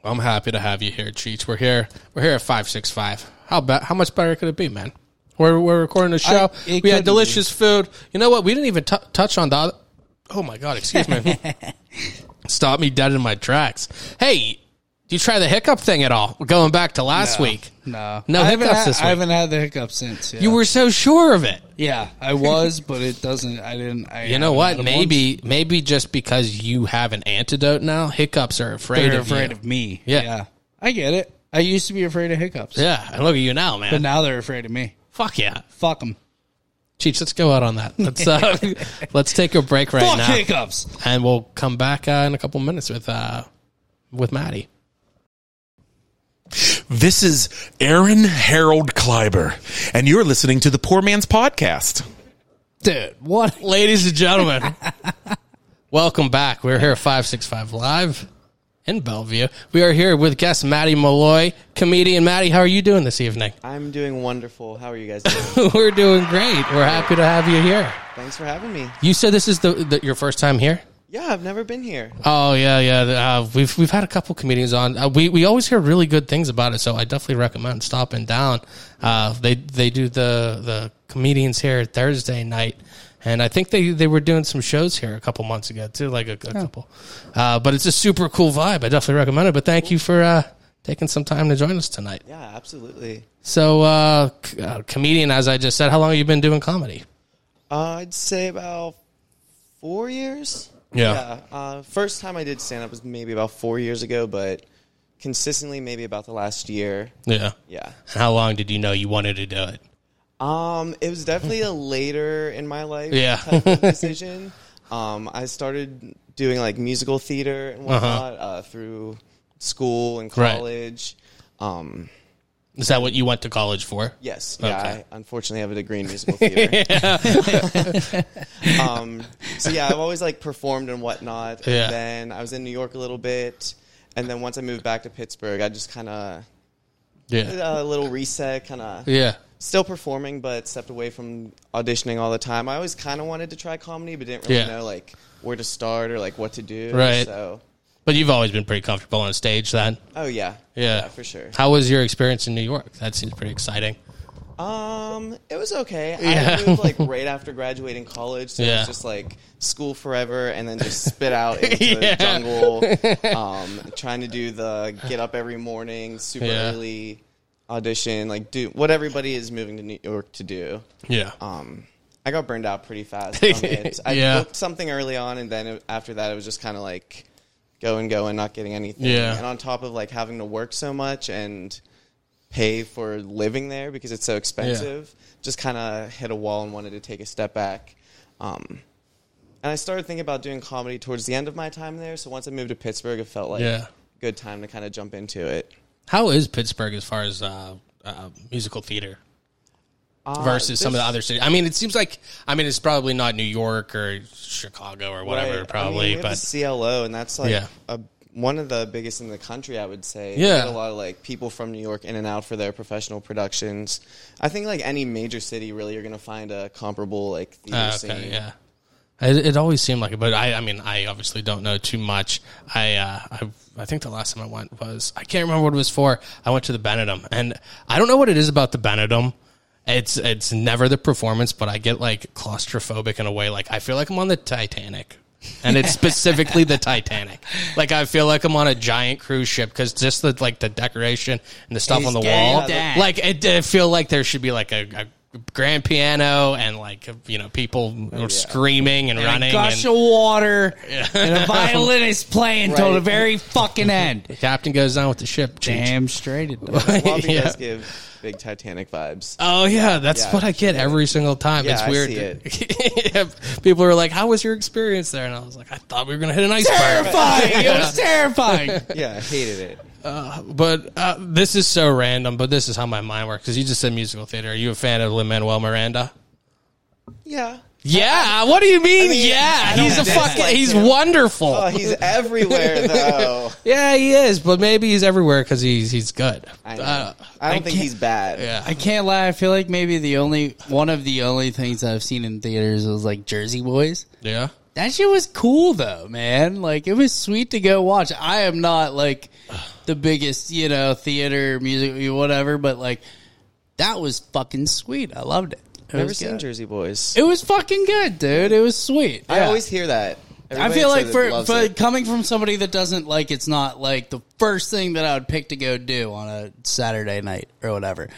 Speaker 2: I'm happy to have you here, Cheech. We're here. We're here at five six five. How bet? How much better could it be, man? We're we're recording a show.
Speaker 3: it
Speaker 2: we
Speaker 3: couldn't
Speaker 2: had delicious food. You know what? We didn't even t- touch on the oth- Oh my God, excuse me. Stop me dead in my tracks. Hey, do you try the hiccup thing at all? We're going back to last week.
Speaker 3: No,
Speaker 2: No
Speaker 3: I haven't
Speaker 2: hiccups
Speaker 3: had-
Speaker 2: this
Speaker 3: I
Speaker 2: week.
Speaker 3: haven't had the hiccups since. Yeah.
Speaker 2: You were so sure of it.
Speaker 3: yeah, I was, but it doesn't. I didn't. I
Speaker 2: You know what?
Speaker 3: haven't had them
Speaker 2: Maybe maybe just because you have an antidote now, hiccups are
Speaker 3: once.
Speaker 2: afraid
Speaker 3: they're
Speaker 2: of
Speaker 3: afraid
Speaker 2: you.
Speaker 3: of me.
Speaker 2: Yeah.
Speaker 3: I get it. I used to be afraid of hiccups,
Speaker 2: Yeah, and look at you now,
Speaker 3: but
Speaker 2: man.
Speaker 3: now they're afraid of me.
Speaker 2: Fuck yeah,
Speaker 3: Fuck them.
Speaker 2: Cheech. Let's go out on that. Let's uh, let's take a break right
Speaker 3: Fuck
Speaker 2: now,
Speaker 3: hiccups.
Speaker 2: and we'll come back uh, in a couple minutes with uh, with Maddie.
Speaker 1: This is Aaron Harold Kleiber, and you're listening to the Poor Man's Podcast.
Speaker 3: Dude, what?
Speaker 2: Ladies and gentlemen, welcome back. We're here at 565 Live in Bellevue. We are here with guest Maddie Malloy, comedian. Maddie, how are you doing this evening?
Speaker 6: I'm doing wonderful. How are you guys doing?
Speaker 2: We're doing great. We're happy to have you here.
Speaker 6: Thanks for having me.
Speaker 2: You said this is the, the your first time here?
Speaker 6: Yeah, I've never been here.
Speaker 2: Oh, yeah, yeah. the- Uh, we've, we've had a couple comedians on. Uh, we, we always hear really good things about it, so I definitely recommend stopping down. Uh, they they do the, the comedians here Thursday night. And I think they, they were doing some shows here a couple months ago too, like a, a couple. Uh, but it's a super cool vibe. I definitely recommend it. But thank you for uh, taking some time to join us tonight.
Speaker 6: Yeah, absolutely.
Speaker 2: So, uh, c- uh, comedian, as I just said, how long have you been doing comedy?
Speaker 6: Uh, I'd say about four years.
Speaker 1: Oh.
Speaker 2: Yeah.
Speaker 6: Uh, first time I did stand up was maybe about four years ago, but consistently maybe about the last year.
Speaker 2: Yeah.
Speaker 6: Yeah.
Speaker 2: And how long did you know you wanted to do it?
Speaker 6: Um, it was definitely a later in my life
Speaker 2: Yeah.
Speaker 6: type of decision. Um, I started doing like musical theater and
Speaker 1: Uh-huh.
Speaker 6: whatnot uh through school and
Speaker 2: Right.
Speaker 6: college. Um,
Speaker 2: Is that what you went to college for?
Speaker 6: Yes. Yeah.
Speaker 2: Okay.
Speaker 6: I unfortunately have a degree in musical theater. um, so yeah, I've always like performed and whatnot. And
Speaker 2: Yeah.
Speaker 6: Then I was in New York a little bit, and then once I moved back to Pittsburgh, I just kind of
Speaker 2: Yeah.
Speaker 6: a little reset, kind of
Speaker 2: Yeah.
Speaker 6: still performing, but stepped away from auditioning all the time. I always kind of wanted to try comedy, but didn't really
Speaker 2: Yeah.
Speaker 6: know like where to start or like what to do.
Speaker 2: Right.
Speaker 6: So,
Speaker 2: But you've always been pretty comfortable on stage then.
Speaker 6: oh yeah,
Speaker 2: Yeah.
Speaker 6: for sure.
Speaker 2: How was your experience in New York? That seems pretty exciting.
Speaker 6: Um, it was okay.
Speaker 2: Yeah.
Speaker 6: I moved like right after graduating college, so it
Speaker 2: Yeah.
Speaker 6: was just like school forever, and then just spit out into
Speaker 2: Yeah.
Speaker 6: the jungle. Um, trying to do the get up every morning, super
Speaker 2: Yeah.
Speaker 6: early audition, like do what everybody is moving to New York to do.
Speaker 2: Yeah.
Speaker 6: Um, I got burned out pretty fast. on it. I
Speaker 2: Yeah.
Speaker 6: booked something early on, and then it- after that, it was just kind of like go and go and not getting anything.
Speaker 2: Yeah.
Speaker 6: And on top of like having to work so much and pay for living there because it's so expensive, just kind of hit a wall and wanted to take a step back. Um, and I started thinking about doing comedy towards the end of my time there. So once I moved to Pittsburgh, it felt like
Speaker 2: Yeah.
Speaker 6: a good time to kind of jump into it.
Speaker 2: How is Pittsburgh as far as uh, uh, musical theater
Speaker 6: Uh,
Speaker 2: versus some of the
Speaker 6: this-
Speaker 2: other cities? I mean, it seems like I mean it's probably not New York or Chicago or whatever,
Speaker 6: Right. I mean,
Speaker 2: probably.
Speaker 6: we have
Speaker 2: but
Speaker 6: the CLO, and that's like
Speaker 2: Yeah.
Speaker 6: a, one of the biggest in the country, I would say. We
Speaker 2: Yeah.
Speaker 6: get a lot of like people from New York in and out for their professional productions. I think like any major city, really, you're gonna find a comparable like theater
Speaker 2: Uh, okay,
Speaker 6: scene.
Speaker 2: yeah. It, it always seemed like it, but I, I mean, I obviously don't know too much. I, uh, I, I think the last time I went was I can't remember what it was for. I went to the Benedum, and I don't know what it is about the Benedum. It's it's never the performance, but I get like claustrophobic in a way. Like I feel like I'm on the Titanic, and it's specifically the Titanic. Like I feel like I'm on a giant cruise ship because just the like the decoration and the stuff
Speaker 3: He's
Speaker 2: on the
Speaker 3: getting
Speaker 2: wall,
Speaker 3: down.
Speaker 2: like it, I feel like there should be like a, a grand piano and like you know people
Speaker 6: Oh,
Speaker 2: were screaming and,
Speaker 3: A
Speaker 2: running.
Speaker 3: gush
Speaker 2: and
Speaker 3: of water and a violinist playing till the
Speaker 6: Right.
Speaker 3: very fucking end.
Speaker 2: Captain goes down with the ship. Cheech.
Speaker 3: Damn straight it does.
Speaker 6: Lobby
Speaker 2: Yeah.
Speaker 6: does give big Titanic vibes.
Speaker 2: Oh yeah, that's
Speaker 6: Yeah.
Speaker 2: what I get every single time.
Speaker 6: Yeah,
Speaker 2: it's
Speaker 6: I
Speaker 2: weird.
Speaker 6: see
Speaker 2: Yeah. People are like, "How was your experience there?" And I was like, "I thought we were gonna hit an iceberg."
Speaker 3: terrifying. It was terrifying.
Speaker 6: yeah, I hated it.
Speaker 2: But uh, this is so random. But this is how my mind works. Because you just said musical theater. Are you a fan of Lin Manuel Miranda?
Speaker 6: Yeah.
Speaker 2: Yeah. What do you mean?
Speaker 6: mean, I
Speaker 2: yeah,
Speaker 6: don't
Speaker 2: he's a
Speaker 6: dislike
Speaker 2: fucking. He's
Speaker 6: him.
Speaker 2: wonderful.
Speaker 6: Oh, he's everywhere though.
Speaker 2: Yeah, he is, but maybe he's everywhere because he's he's good.
Speaker 6: I, know.
Speaker 2: Uh,
Speaker 6: I don't think
Speaker 3: can't-
Speaker 6: he's bad.
Speaker 2: yeah,
Speaker 3: I can't lie. I feel like maybe the only one of the only things I've seen in theaters was like Jersey Boys.
Speaker 2: yeah.
Speaker 3: That shit was cool though, man. Like it was sweet to go watch. I am not like the biggest, you know, theater music whatever, but like that was fucking sweet. I loved it.
Speaker 6: Never
Speaker 3: was
Speaker 6: seen
Speaker 3: good.
Speaker 6: Jersey Boys.
Speaker 3: It was fucking good, dude. It was sweet.
Speaker 6: I
Speaker 3: Yeah.
Speaker 6: always hear that.
Speaker 3: I
Speaker 6: Everybody
Speaker 3: feel like
Speaker 6: says it
Speaker 3: for,
Speaker 6: loves
Speaker 3: for
Speaker 6: it.
Speaker 3: coming from somebody that doesn't like it's not like the first thing that I would pick to go do on a Saturday night or whatever.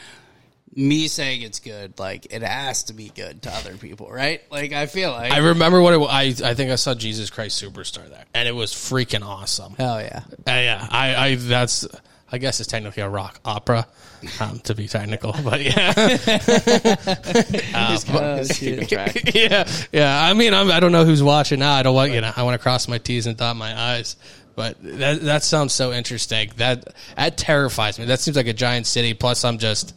Speaker 3: Me saying it's good, like it has to be good to other people, right? Like I feel like
Speaker 2: I remember what it was. I, I think I saw Jesus Christ Superstar there, and it was freaking awesome.
Speaker 3: hell yeah.
Speaker 2: Uh, yeah, I, I that's I guess it's technically a rock opera, um, to be technical, but yeah,
Speaker 3: Uh,
Speaker 6: Just keeping track.
Speaker 2: yeah, yeah. I mean, I'm, I don't know who's watching now. I don't want you know. I want to cross my T's and dot my I's, but that that sounds so interesting. That that terrifies me. That seems like a giant city. Plus, I'm just.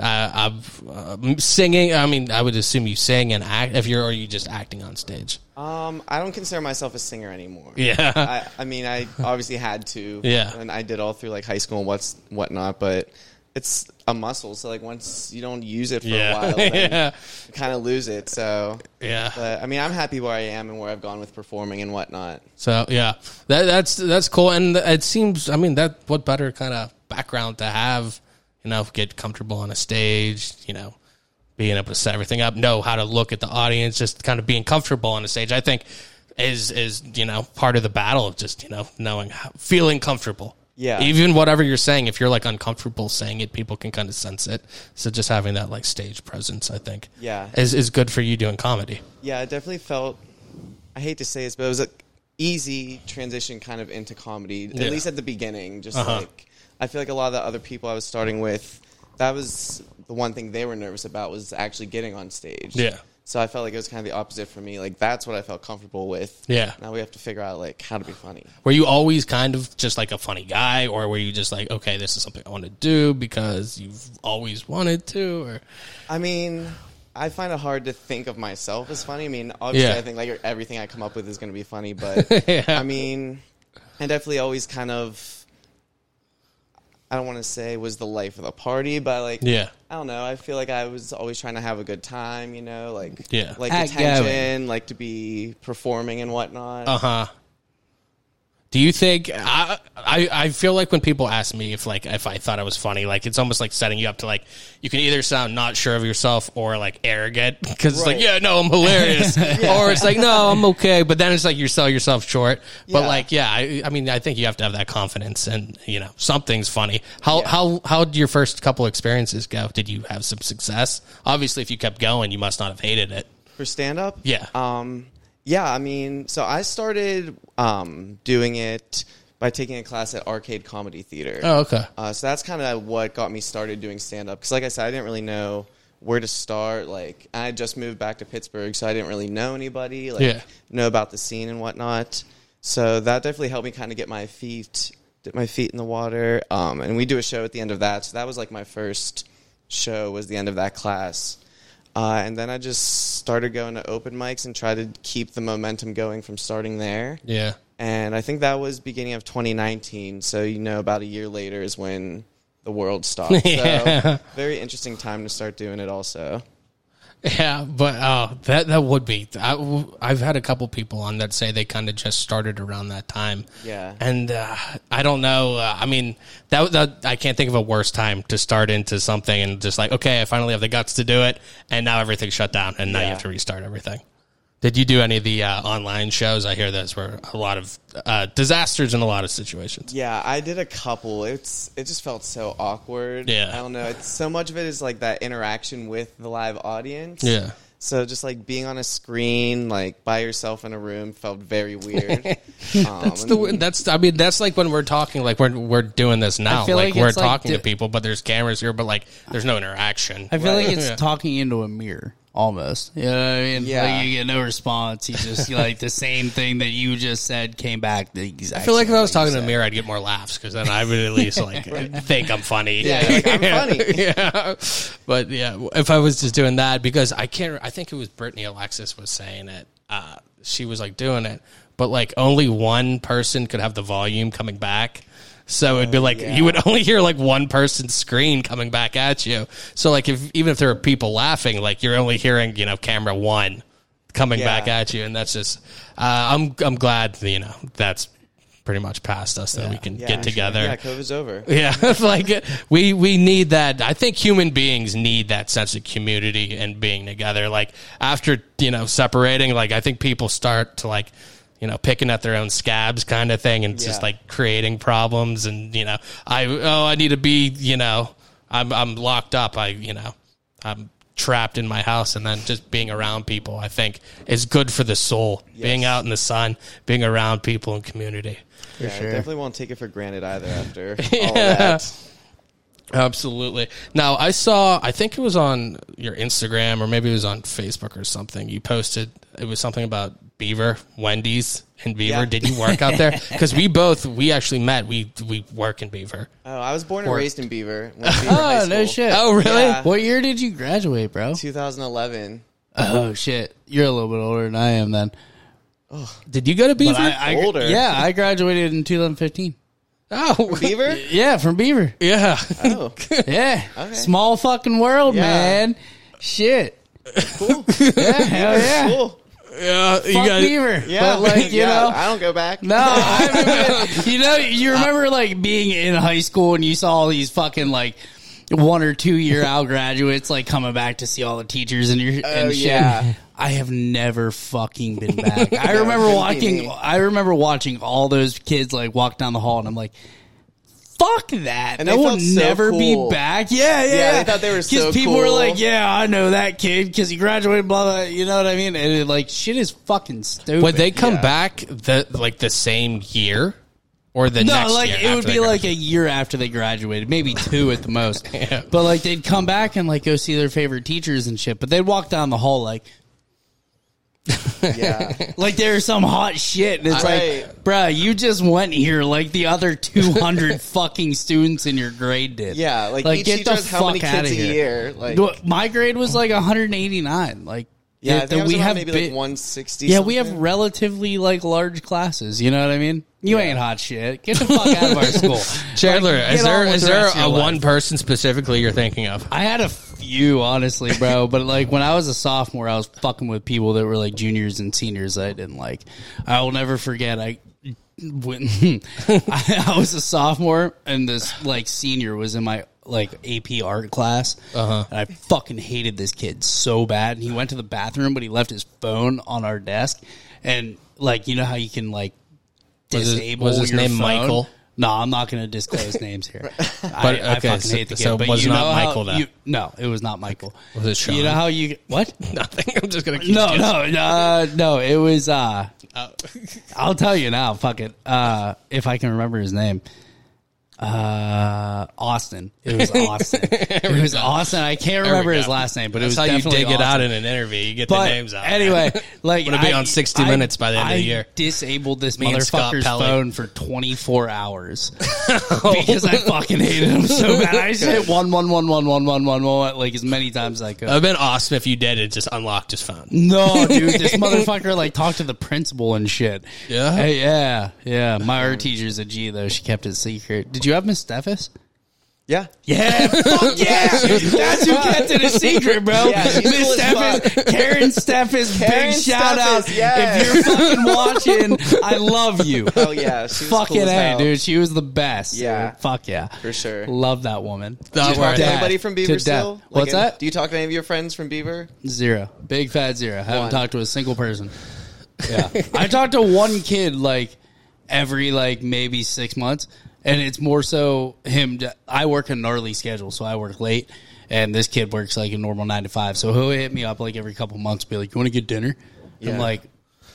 Speaker 2: Uh, I'm uh, singing. I mean, I would assume you sing and act. If you're, or are you just acting on stage?
Speaker 6: Um, I don't consider myself a singer anymore.
Speaker 2: Yeah.
Speaker 6: I, I mean, I obviously had to.
Speaker 2: Yeah.
Speaker 6: And I did all through like high school and what's whatnot, but it's a muscle. So like once you don't use it for
Speaker 2: Yeah.
Speaker 6: a while, then
Speaker 2: Yeah.
Speaker 6: you kind of lose it. So
Speaker 2: Yeah.
Speaker 6: But I mean, I'm happy where I am and where I've gone with performing and whatnot.
Speaker 2: So yeah, that, that's that's cool, and it seems. I mean, that what better kind of background to have? You know, get comfortable on a stage. You know, being able to set everything up, know how to look at the audience, just kind of being comfortable on a stage. I think is is you know part of the battle of just you know knowing how, feeling comfortable.
Speaker 6: Yeah.
Speaker 2: Even whatever you're saying, if you're like uncomfortable saying it, people can kind of sense it. So just having that like stage presence, I think,
Speaker 6: Yeah.
Speaker 2: is is good for you doing comedy.
Speaker 6: Yeah, I definitely felt. I hate to say this, but it was an easy transition kind of into comedy,
Speaker 2: Yeah. Uh-huh.
Speaker 6: at least at the beginning. Just like I feel like a lot of the other people I was starting with, that was the one thing they were nervous about was actually getting on stage.
Speaker 2: Yeah.
Speaker 6: So I felt like it was kind of the opposite for me. Like that's what I felt comfortable with.
Speaker 2: Yeah.
Speaker 6: Now we have to figure out like how to be funny.
Speaker 2: Were you always kind of just like a funny guy, or were you just like, okay, this is something I want to do because you've always wanted to? Or
Speaker 6: I mean, I find it hard to think of myself as funny. I mean, obviously,
Speaker 2: Yeah.
Speaker 6: I think like everything I come up with is going to be funny, but I mean, I definitely always kind of. I don't want to say was the life of the party, but like,
Speaker 2: Yeah.
Speaker 6: I don't know. I feel like I was always trying to have a good time, you know, like,
Speaker 2: Yeah.
Speaker 6: like
Speaker 3: Act
Speaker 6: attention, like to be performing and whatnot.
Speaker 2: uh huh. Do you think I, I? I feel like when people ask me if like if I thought I was funny, like it's almost like setting you up to like you can either sound not sure of yourself or like arrogant because it's like
Speaker 6: Right.
Speaker 2: yeah, no, I'm hilarious, or it's like no, I'm okay, but then it's like you sell yourself short. But
Speaker 6: Yeah.
Speaker 2: like yeah, I, I mean I think you have to have that confidence and you know something's funny. How how how did your first couple experiences go? Did you have some success? Obviously, if you kept going, you must not have hated it.
Speaker 6: for stand up?
Speaker 2: Yeah.
Speaker 6: Um yeah, I mean, so I started um doing it by taking a class at Arcade Comedy Theater.
Speaker 2: Oh, okay.
Speaker 6: Uh, so that's kind of what got me started doing stand up cuz like I said I didn't really know where to start like I had just moved back to Pittsburgh so I didn't really know anybody like
Speaker 2: Yeah.
Speaker 6: know about the scene and whatnot. So that definitely helped me kind of get my feet dip my feet in the water. Um, and we do a show at the end of that. So that was like my first show was the end of that class. Uh, and then I just started going to open mics and tried to keep the momentum going from starting there.
Speaker 2: Yeah.
Speaker 6: And I think that was beginning of 2019. So you know, about a year later is when the world stopped. So very interesting time to start doing it. Also,
Speaker 2: Yeah, but uh, that that would be. I, have had a couple people on that say they kind of just started around that time.
Speaker 6: Yeah.
Speaker 2: and uh, I don't know. Uh, I mean, that, that I can't think of a worse time to start into something and just like, okay, I finally have the guts to do it, and now everything's shut down, and now you
Speaker 6: Yeah.
Speaker 2: have to restart everything. Did you do any of the uh, online shows? I hear those were a lot of uh, disasters in a lot of situations.
Speaker 6: Yeah, I did a couple. It's it just felt so awkward.
Speaker 2: Yeah.
Speaker 6: I don't know. It's so much of it is like that interaction with the live audience.
Speaker 2: Yeah.
Speaker 6: So just like being on a screen, like by yourself in a room, felt very weird. um,
Speaker 2: That's the that's I mean that's like when we're talking like we're we're doing this now
Speaker 3: feel
Speaker 2: like,
Speaker 3: like
Speaker 2: we're
Speaker 3: it's like
Speaker 2: talking
Speaker 3: di-
Speaker 2: to people but there's cameras here but like there's no interaction.
Speaker 3: I feel like it's talking into a mirror almost. You know what I mean?
Speaker 6: Yeah.
Speaker 3: Like you get no response. You just like the same thing that you just said came back the exact
Speaker 2: I feel like if
Speaker 3: same
Speaker 2: I was
Speaker 3: thing you
Speaker 2: talking to a mirror, I'd get more laughs because then I would at least like think I'm funny.
Speaker 6: yeah, like, I'm funny.
Speaker 2: yeah. But yeah, if I was just doing that, because I can't, I think it was Brittany Alexis was saying it. Uh, she was like doing it, but like only one person could have the volume coming back. So
Speaker 6: Oh,
Speaker 2: it'd be like you would only hear like one person's screen coming back at you. So like if even if there are people laughing, like you're only hearing you know camera one coming
Speaker 6: Yeah.
Speaker 2: back at you, and that's just. Uh, I'm I'm glad you know that's pretty much past us that we can
Speaker 6: Yeah,
Speaker 2: get together.
Speaker 6: Yeah, COVID's over.
Speaker 2: Yeah, like we we need that. I think human beings need that sense of community and being together. Like after you know separating, like I think people start to like you know picking at their own scabs kind of thing, and it's just
Speaker 6: Yeah.
Speaker 2: like creating problems. And you know, I oh I need to be you know I'm I'm locked up. I you know I'm trapped in my house, and then just being around people, I think is good for the soul. Being out in the sun, being around people and community.
Speaker 6: Yeah, I definitely won't take it for granted either after all that.
Speaker 2: Absolutely. Now, I saw, I think it was on your Instagram or maybe it was on Facebook or something. You posted, it was something about Beaver, Wendy's in Beaver.
Speaker 6: Yeah.
Speaker 2: Did you work out there? Because we both, we actually met. We we work in Beaver.
Speaker 6: Oh, I was born and
Speaker 2: Or-
Speaker 6: raised in Beaver. Went to Beaver High
Speaker 3: Oh no
Speaker 6: School.
Speaker 3: shit!
Speaker 2: Oh, really?
Speaker 6: Yeah.
Speaker 3: What year did you graduate, bro?
Speaker 6: 2011.
Speaker 3: Oh shit! You're a little bit older than I am then.
Speaker 2: Did you go to Beaver?
Speaker 3: I, I,
Speaker 6: Older.
Speaker 3: Yeah, I graduated in 2015.
Speaker 2: oh,
Speaker 6: Beaver?
Speaker 3: Yeah, from Beaver.
Speaker 2: yeah.
Speaker 6: Oh,
Speaker 3: Yeah.
Speaker 6: Okay.
Speaker 3: Small fucking world,
Speaker 6: Yeah.
Speaker 3: man. Shit. Cool. Yeah, hell Oh, yeah.
Speaker 6: cool.
Speaker 2: yeah you
Speaker 3: Fuck
Speaker 2: guys-
Speaker 3: Beaver.
Speaker 6: Yeah,
Speaker 3: But like, you
Speaker 6: yeah,
Speaker 3: know.
Speaker 6: I don't go back.
Speaker 3: No, I remember, you know, you
Speaker 6: Uh,
Speaker 3: remember like being in high school and you saw all these fucking like one or two year out graduates like coming back to see all the teachers and your and shit.
Speaker 6: Oh, yeah.
Speaker 3: I have never fucking been back. I remember
Speaker 6: couldn't be
Speaker 3: walking.
Speaker 6: me.
Speaker 3: I remember watching all those kids like walk down the hall, and I'm like. Fuck that!
Speaker 6: And
Speaker 3: that
Speaker 6: they
Speaker 3: will
Speaker 6: felt so
Speaker 3: never
Speaker 6: cool.
Speaker 3: be back. Yeah, yeah.
Speaker 6: Yeah, they thought they were so
Speaker 3: people were
Speaker 6: cool.
Speaker 3: like, "Yeah, I know that kid because he graduated." Blah blah. You know what I mean? And it, like, shit is fucking stupid.
Speaker 2: Would they come back the like the same year or the
Speaker 3: No,
Speaker 2: next
Speaker 3: like
Speaker 2: year
Speaker 3: it would
Speaker 2: after they
Speaker 3: be like
Speaker 2: graduate?
Speaker 3: a year after they graduated, maybe two at the most. But like they'd come back and like go see their favorite teachers and shit. But they'd walk down the hall like
Speaker 6: Yeah.
Speaker 3: like there's some hot shit, and it's like,
Speaker 6: Right.
Speaker 3: bruh, you just went here like the other two hundred fucking students in your grade did.
Speaker 6: Yeah, like, each
Speaker 3: get
Speaker 6: teacher
Speaker 3: the
Speaker 6: has how many
Speaker 3: fuck outta
Speaker 6: kids a
Speaker 3: here.
Speaker 6: year. Like,
Speaker 3: Well, My grade was like 189. Like
Speaker 6: yeah, I
Speaker 3: that
Speaker 6: think I was
Speaker 3: we
Speaker 6: around
Speaker 3: have
Speaker 6: maybe
Speaker 3: big-
Speaker 6: like 160.
Speaker 3: Yeah, we have
Speaker 6: something.
Speaker 3: relatively like large classes. You know what I mean? You ain't hot shit. Get the fuck out of our school.
Speaker 2: Chandler,
Speaker 3: Like,
Speaker 2: is
Speaker 3: get
Speaker 2: there
Speaker 3: on with
Speaker 2: is
Speaker 3: the
Speaker 2: there
Speaker 3: rest of
Speaker 2: a
Speaker 3: your life.
Speaker 2: one person specifically you're thinking of?
Speaker 3: I had a few, honestly, bro. But like when I was a sophomore, I was fucking with people that were like juniors and seniors that I didn't like. I will never forget. I when I, I was a sophomore and this like senior was in my like AP art class, uh-huh. and I fucking hated this kid so bad. And he went to the bathroom, but he left his phone on our desk, and like you know how you can like
Speaker 2: Was his-
Speaker 3: disable
Speaker 2: was his
Speaker 3: your
Speaker 2: name
Speaker 3: phone?
Speaker 2: Michael?
Speaker 3: No, I'm not going to disclose names here. but
Speaker 2: But,
Speaker 3: I, I
Speaker 2: okay,
Speaker 3: fucking
Speaker 2: so-
Speaker 3: hate the kid.
Speaker 2: so it
Speaker 3: but
Speaker 2: was
Speaker 3: you
Speaker 2: not
Speaker 3: know how
Speaker 2: Michael, though?
Speaker 3: you- no, it was not Michael.
Speaker 2: Was it Sean?
Speaker 3: You know how you what?
Speaker 2: Nothing. I'm just gonna keep
Speaker 3: No, no, no, uh, no. It was. uh I'll tell you now. Fuck it. Uh, if I can remember his name, uh, Austin. It was Austin. it was Austin. I can't remember his
Speaker 2: go.
Speaker 3: last name, but
Speaker 2: That's
Speaker 3: it was
Speaker 2: how you
Speaker 3: definitely
Speaker 2: dig it out
Speaker 3: Austin.
Speaker 2: in an interview. You get
Speaker 3: But
Speaker 2: the names out.
Speaker 3: anyway, like
Speaker 2: Gonna be on 60 Minutes by the end of the
Speaker 3: I
Speaker 2: year.
Speaker 3: Disabled this
Speaker 2: Me and Scott
Speaker 3: motherfucker's
Speaker 2: Pelley.
Speaker 3: phone for 24 hours because I fucking hated him so bad. I just hit one one one one one one one one like as many times as I could.
Speaker 2: I've been awesome if you did it. Just unlocked his phone.
Speaker 3: No, dude, this motherfucker like talked to the principal and shit.
Speaker 2: Yeah?
Speaker 3: Hey, yeah, yeah. My art teacher's a G though. She kept it secret. Did you have Miss Steffes?
Speaker 6: Yeah.
Speaker 3: Yeah, fuck yeah. That's who kept it a secret, bro.
Speaker 6: Yeah, she's
Speaker 3: Miss
Speaker 6: cool as
Speaker 3: Steffes, Karen Steffes,
Speaker 6: Karen
Speaker 3: big shout out.
Speaker 6: Steffes, yes.
Speaker 3: If you're fucking watching, I love you.
Speaker 6: Hell Oh, yeah. She was
Speaker 3: Fucking
Speaker 6: cool as
Speaker 3: A,
Speaker 6: hell.
Speaker 3: dude. She was the best.
Speaker 6: Yeah.
Speaker 3: dude. Fuck yeah.
Speaker 6: For sure.
Speaker 3: Love that woman.
Speaker 2: Not
Speaker 6: Do you talk
Speaker 2: worth
Speaker 6: to
Speaker 2: it.
Speaker 6: anybody from Beaver
Speaker 3: To death.
Speaker 6: still? Like,
Speaker 3: What's
Speaker 6: any-
Speaker 3: that?
Speaker 6: Do you talk to any of your friends from Beaver?
Speaker 3: Zero. Big fat zero. Haven't
Speaker 6: One.
Speaker 3: talked to a single person. Yeah. I talked to one kid like every like maybe six months. And it's more so him. I work a gnarly schedule, so I work late. And this kid works like a normal nine to five. So he'll hit me up like every couple months, be like, You want to get dinner? I'm
Speaker 6: Yeah.
Speaker 3: like,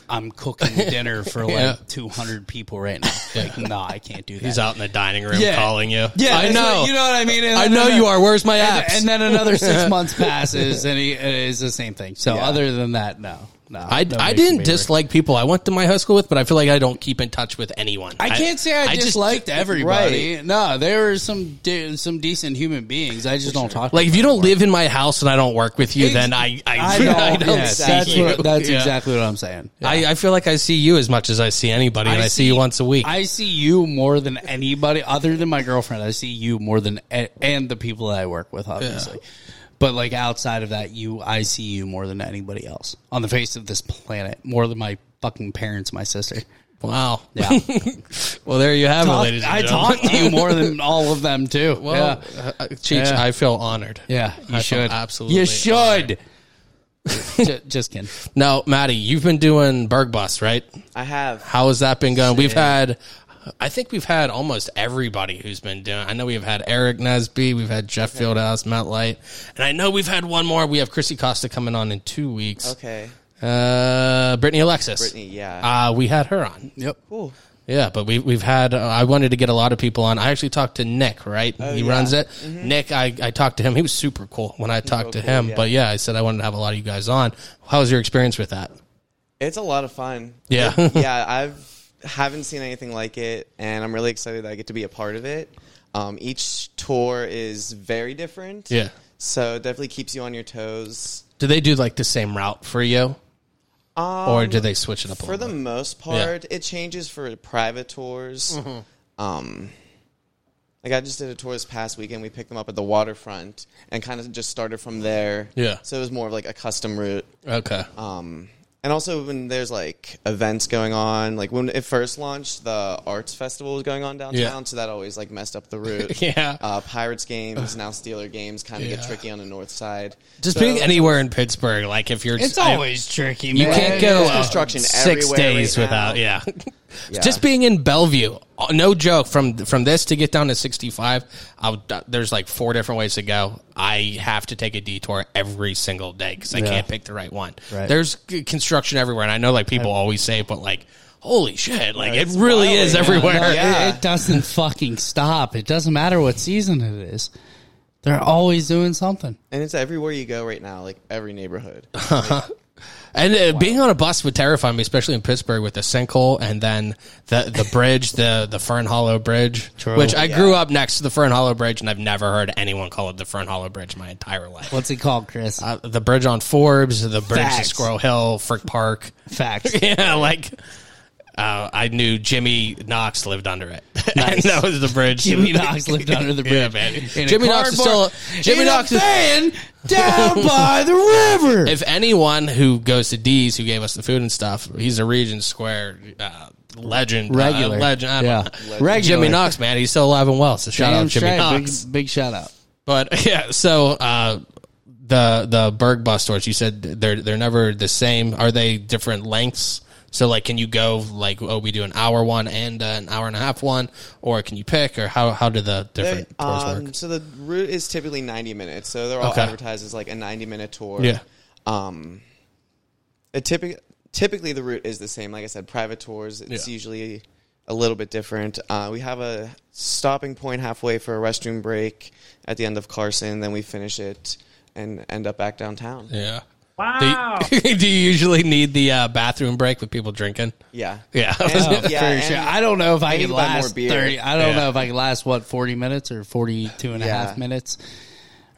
Speaker 3: I'm cooking dinner for like
Speaker 2: Yeah.
Speaker 3: 200 people right now. Like, nah, I can't do that.
Speaker 2: He's out in the dining room
Speaker 3: Yeah.
Speaker 2: calling you.
Speaker 3: Yeah,
Speaker 2: I
Speaker 3: that's
Speaker 2: know.
Speaker 3: what- you know what I mean? And
Speaker 2: I
Speaker 3: then-
Speaker 2: know you are. Where's my
Speaker 3: and,
Speaker 2: apps?
Speaker 3: and then another six months passes, and he, it is the same thing. So other than that, no, no.
Speaker 2: I,
Speaker 3: no
Speaker 2: I
Speaker 3: makes me
Speaker 2: didn't
Speaker 3: work.
Speaker 2: dislike people I went to my high school with, but I feel like I don't keep in touch with anyone.
Speaker 3: I can't say I,
Speaker 2: just-
Speaker 3: disliked everybody. No, there were some de- some decent human beings. I just don't talk.
Speaker 2: Like if you don't live in my house and I don't work with you,
Speaker 3: Ex-
Speaker 2: then I I,
Speaker 3: I don't.
Speaker 2: I don't
Speaker 3: yeah,
Speaker 2: see
Speaker 3: that's
Speaker 2: you.
Speaker 3: what, that's
Speaker 2: Yeah.
Speaker 3: exactly what I'm saying.
Speaker 2: I, I feel like I see you as much as I see anybody, and I see you once a week.
Speaker 3: I see you more than anybody other than my girlfriend. I see you more than and the people that I work with, obviously. But like outside of that, you, I see you more than anybody else on the face of this planet, more than my fucking parents, my sister.
Speaker 2: Wow. Yeah. well, there you have it, ladies. And
Speaker 3: I
Speaker 2: gentlemen.
Speaker 3: talked to you more than all of them too.
Speaker 2: Well,
Speaker 3: yeah.
Speaker 2: uh, uh, Cheech,
Speaker 3: Yeah.
Speaker 2: I feel honored.
Speaker 3: Yeah, you
Speaker 2: I feel
Speaker 3: should.
Speaker 2: absolutely
Speaker 3: You should. just, just kidding.
Speaker 2: Now, Maddie, you've been doing Berg Bus, right?
Speaker 6: I have.
Speaker 2: How has that been going? We've had, I think we've had almost everybody who's been doing. I know we've had Eric Nesby, we've had Jeff Fieldhouse, Matt Light, and I know we've had one more. We have Chrissy Costa coming on in two weeks.
Speaker 6: Okay.
Speaker 2: Uh, Brittany Alexis.
Speaker 6: Brittany, yeah.
Speaker 2: Uh, we had her on.
Speaker 3: Yep.
Speaker 6: cool.
Speaker 2: Yeah, but we, we've had, uh, I wanted to get a lot of people on. I actually talked to Nick, right? he runs it. Nick, I, I talked to him. He was Mm-hmm. super cool when I talked to him. But yeah, I said I wanted to have a lot of you guys on. How was your experience with that?
Speaker 6: It's a lot of fun.
Speaker 2: Yeah.
Speaker 6: It- yeah, I've haven't seen anything like it, and I'm really excited that I get to be a part of it. Um, each tour is very different.
Speaker 2: Yeah.
Speaker 6: So it definitely keeps you on your toes.
Speaker 2: Do they do like the same route for you? or do they switch it up a
Speaker 6: For the
Speaker 2: little bit?
Speaker 6: most part, it changes for private tours.
Speaker 2: Mm-hmm.
Speaker 6: Um, like I just did a tour this past weekend. We picked them up at the waterfront and kind of just started from there.
Speaker 2: Yeah.
Speaker 6: So it was more of like a custom route.
Speaker 2: Okay.
Speaker 6: Um, and also when there's like events going on, like when it first launched, the arts festival was going on downtown,
Speaker 2: Yeah.
Speaker 6: so that always like messed up the route.
Speaker 2: Yeah.
Speaker 6: Uh, Pirates games now Steeler games kind of
Speaker 2: Yeah.
Speaker 6: get tricky on the north side.
Speaker 2: Just
Speaker 6: So-
Speaker 2: being anywhere in Pittsburgh, like if you're,
Speaker 3: It's
Speaker 2: I-
Speaker 3: always tricky,
Speaker 2: you
Speaker 3: man.
Speaker 2: can't go
Speaker 6: There's
Speaker 2: uh,
Speaker 6: construction
Speaker 2: six
Speaker 6: everywhere
Speaker 2: days
Speaker 6: right now.
Speaker 2: without, yeah.
Speaker 6: Yeah.
Speaker 2: Just being in Bellevue, uh, no joke. From from this to get down to sixty five, uh, there's like four different ways to go. I have to take a detour every single day because I can't pick the right one.
Speaker 3: Right.
Speaker 2: There's c- construction everywhere, and I know like people always say, it, but like, holy shit, like it really is everywhere.
Speaker 3: No, Er, it-
Speaker 6: Yeah.
Speaker 3: it, doesn't fucking stop. It doesn't matter what season it is. They're always doing something.
Speaker 6: and it's everywhere you go right now, like every neighborhood.
Speaker 2: And uh, being on a bus would terrify me, especially in Pittsburgh with the sinkhole and then the the bridge, the the Fern Hollow Bridge,
Speaker 3: True.
Speaker 2: which I grew up next to the Fern Hollow Bridge, and I've never heard anyone call it the Fern Hollow Bridge my entire life.
Speaker 3: What's it called, Chris?
Speaker 2: Uh, the bridge on Forbes, the bridge to
Speaker 3: Facts.
Speaker 2: Squirrel Hill, Frick Park.
Speaker 3: Facts.
Speaker 2: yeah, like uh, I knew Jimmy Knox lived under it, and that was the bridge.
Speaker 3: Jimmy Knox lived under the bridge.
Speaker 2: Yeah, man.
Speaker 3: In a
Speaker 2: Jimmy Knox is still.
Speaker 3: cardboard-
Speaker 2: Jimmy
Speaker 3: in
Speaker 2: Knox
Speaker 3: a
Speaker 2: is
Speaker 3: van down by the river.
Speaker 2: if anyone who goes to D's who gave us the food and stuff, he's a Regent Square uh, legend, uh,
Speaker 3: Regular.
Speaker 2: legend. I don't
Speaker 3: Yeah.
Speaker 2: know.
Speaker 3: Regular.
Speaker 2: Jimmy Knox, man, he's still alive and well. So shout
Speaker 3: Damn
Speaker 2: out Jimmy
Speaker 3: straight.
Speaker 2: Knox.
Speaker 3: Big, big shout out.
Speaker 2: But yeah, so uh, the the Berg bus stores, you said they're they're never the same. Are they different lengths? So like, can you go like, oh, we do an hour one and uh, an hour and a half one, or can you pick, or how how do the different tours work?
Speaker 6: Um, so the route is typically 90 minutes. So they're all
Speaker 2: Okay.
Speaker 6: advertised as like a 90 minute tour.
Speaker 2: Yeah.
Speaker 6: Um, it typi- typically the route is the same. Like I said, private tours, it's
Speaker 2: Yeah.
Speaker 6: usually a little bit different. Uh, we have a stopping point halfway for a restroom break at the end of Carson. Then we finish it and end up back downtown. Yeah.
Speaker 2: Yeah. Wow. Do you, do you usually need the uh, bathroom break with people drinking?
Speaker 6: Yeah.
Speaker 2: Yeah.
Speaker 6: And- yeah,
Speaker 3: For
Speaker 6: and-
Speaker 3: sure. I don't know if I
Speaker 6: need
Speaker 3: can
Speaker 6: to buy more
Speaker 3: last
Speaker 6: beer.
Speaker 3: 30. I don't
Speaker 2: Yeah.
Speaker 3: know if I can last, what, 40 minutes or 42 and a half
Speaker 6: Yeah.
Speaker 3: minutes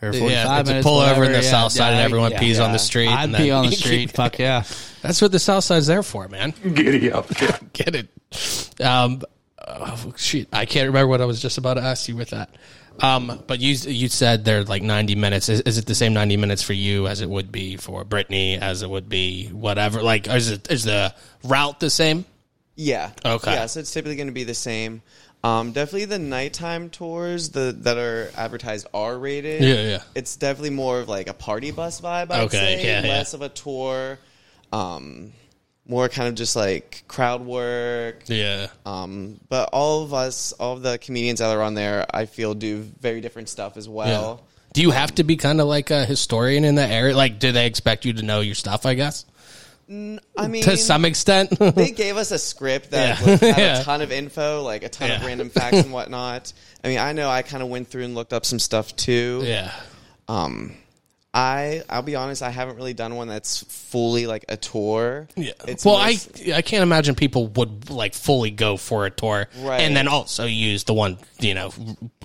Speaker 3: or 45
Speaker 2: Yeah, it's a
Speaker 3: minutes.
Speaker 2: pull over in the
Speaker 3: whatever. Yeah,
Speaker 2: south side and
Speaker 3: yeah,
Speaker 2: everyone
Speaker 3: yeah,
Speaker 2: pees on
Speaker 3: yeah.
Speaker 2: the street.
Speaker 3: I'd
Speaker 2: and
Speaker 3: pee
Speaker 2: then-
Speaker 3: on the street. Fuck yeah.
Speaker 2: That's what the south side's there for, man. Giddy up. Get it. Um, oh, shit. I can't remember what I was just about to ask you with that. Um, but you you said they're like 90 minutes. Is, is it the same 90 minutes for you as it would be for Brittany, as it would be whatever? Like, is, it, is the route the same?
Speaker 6: Yeah.
Speaker 2: Okay.
Speaker 6: Yeah, so it's typically going to be the same. Um, definitely the nighttime tours the, that are advertised R rated.
Speaker 2: Yeah, yeah.
Speaker 6: It's definitely more of like a party bus vibe. I'd
Speaker 2: Okay,
Speaker 6: say.
Speaker 2: yeah, yeah.
Speaker 6: Less of a tour. Um, more kind of just like crowd work.
Speaker 2: Yeah.
Speaker 6: Um, but all of us, all of the comedians that are on there, I feel do very different stuff as well.
Speaker 2: Do you have to be kind of like a historian in that area? Like, do they expect you to know your stuff, I guess?
Speaker 6: I mean,
Speaker 2: To some extent?
Speaker 6: they gave us a script that
Speaker 2: Yeah.
Speaker 6: like, had
Speaker 2: Yeah.
Speaker 6: a ton of info, like a ton of
Speaker 2: Yeah.
Speaker 6: random facts and whatnot. I mean, I know I kind of went through and looked up some stuff too.
Speaker 2: yeah.
Speaker 6: Um, I I'll be honest, I haven't really done one that's fully like a tour.
Speaker 2: Yeah.
Speaker 6: It's
Speaker 2: well,
Speaker 6: most-
Speaker 2: I I can't imagine people would like fully go for a tour
Speaker 6: Right.
Speaker 2: and then also use the one you know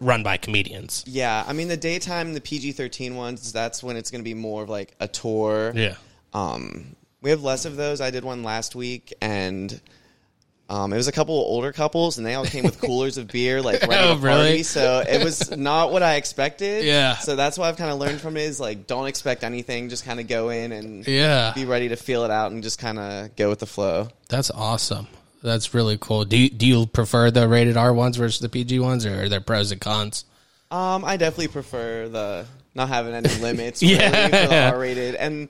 Speaker 2: run by comedians.
Speaker 6: yeah. I mean, the daytime, the PG thirteen ones, that's when it's going to be more of like a tour. Um, we have less of those. I did one last week, and um, it was a couple of older couples, and they all came with coolers of beer, like right
Speaker 2: Oh,
Speaker 6: at the party.
Speaker 2: really?
Speaker 6: So it was not what I expected.
Speaker 2: Yeah.
Speaker 6: So that's what I've kind of learned from it is like don't expect anything. Just kind of go in and
Speaker 2: Yeah.
Speaker 6: be ready to feel it out and just kind of go with the flow.
Speaker 2: that's awesome. That's really cool. Do you, do you prefer the rated R ones versus the PG ones, or are there pros and cons?
Speaker 6: Um, I definitely prefer the not having any limits. really, for the R-rated, and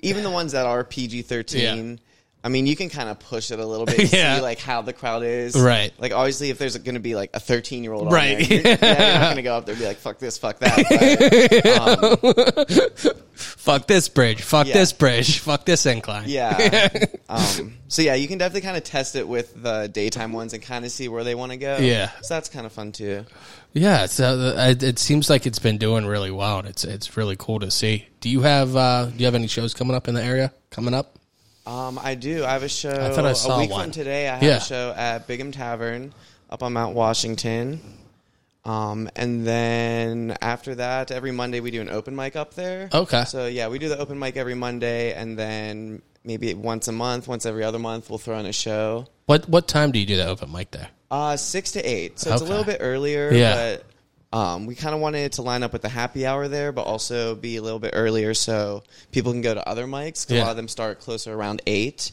Speaker 6: even the ones that are PG thirteen.
Speaker 2: Yeah.
Speaker 6: I mean, you can kind of push it a little bit, and
Speaker 2: Yeah.
Speaker 6: see like how the crowd is,
Speaker 2: Right.
Speaker 6: Like obviously, if there's going to be like a thirteen year old,
Speaker 2: Right.
Speaker 6: There, you're, yeah, you're not going to go up there and be like, "Fuck this, fuck that." But, um,
Speaker 2: Fuck this bridge. Fuck
Speaker 6: Yeah.
Speaker 2: this bridge. Fuck this incline.
Speaker 6: yeah. Um, so yeah, you can definitely kind of test it with the daytime ones and kind of see where they want to go.
Speaker 2: Yeah.
Speaker 6: So that's kind of fun too.
Speaker 2: Yeah, so the- it, it seems like it's been doing really well, and it's it's really cool to see. Do you have uh, do you have any shows coming up in the area coming up?
Speaker 6: Um, I do. I have a show.
Speaker 2: I thought I saw
Speaker 6: a week
Speaker 2: one.
Speaker 6: from today. I have
Speaker 2: Yeah.
Speaker 6: a show at Bigham Tavern up on Mount Washington. Um, and then after that, every Monday we do an open mic up there.
Speaker 2: Okay.
Speaker 6: So yeah, we do the open mic every Monday, and then maybe once a month, once every other month, we'll throw in a show.
Speaker 2: What what time do you do the open mic there?
Speaker 6: Uh, six to eight. So it's a
Speaker 2: Okay.
Speaker 6: little bit earlier,
Speaker 2: Yeah.
Speaker 6: but um, we kind of wanted it to line up with the happy hour there, but also be a little bit earlier so people can go to other mics. 'cause A
Speaker 2: Yeah.
Speaker 6: lot of them start closer around eight.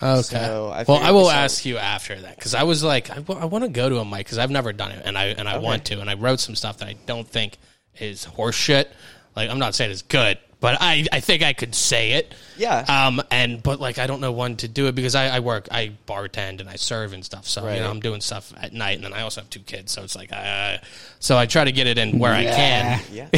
Speaker 2: Okay.
Speaker 6: So I
Speaker 2: well,
Speaker 6: figured
Speaker 2: I will
Speaker 6: we should-
Speaker 2: ask you after that because I was like, I want to go to a mic because I've never done it, and I and I want to, and I wrote some stuff that I don't think is horseshit. Like I'm not saying it's good, but I I think I could say it.
Speaker 6: Yeah.
Speaker 2: Um. And but like I don't know when to do it because I, I work, I bartend, and I serve and stuff. So you know I'm doing stuff at night, and then I also have two kids, so it's like uh, so I try to get it in where I can.
Speaker 6: Yeah.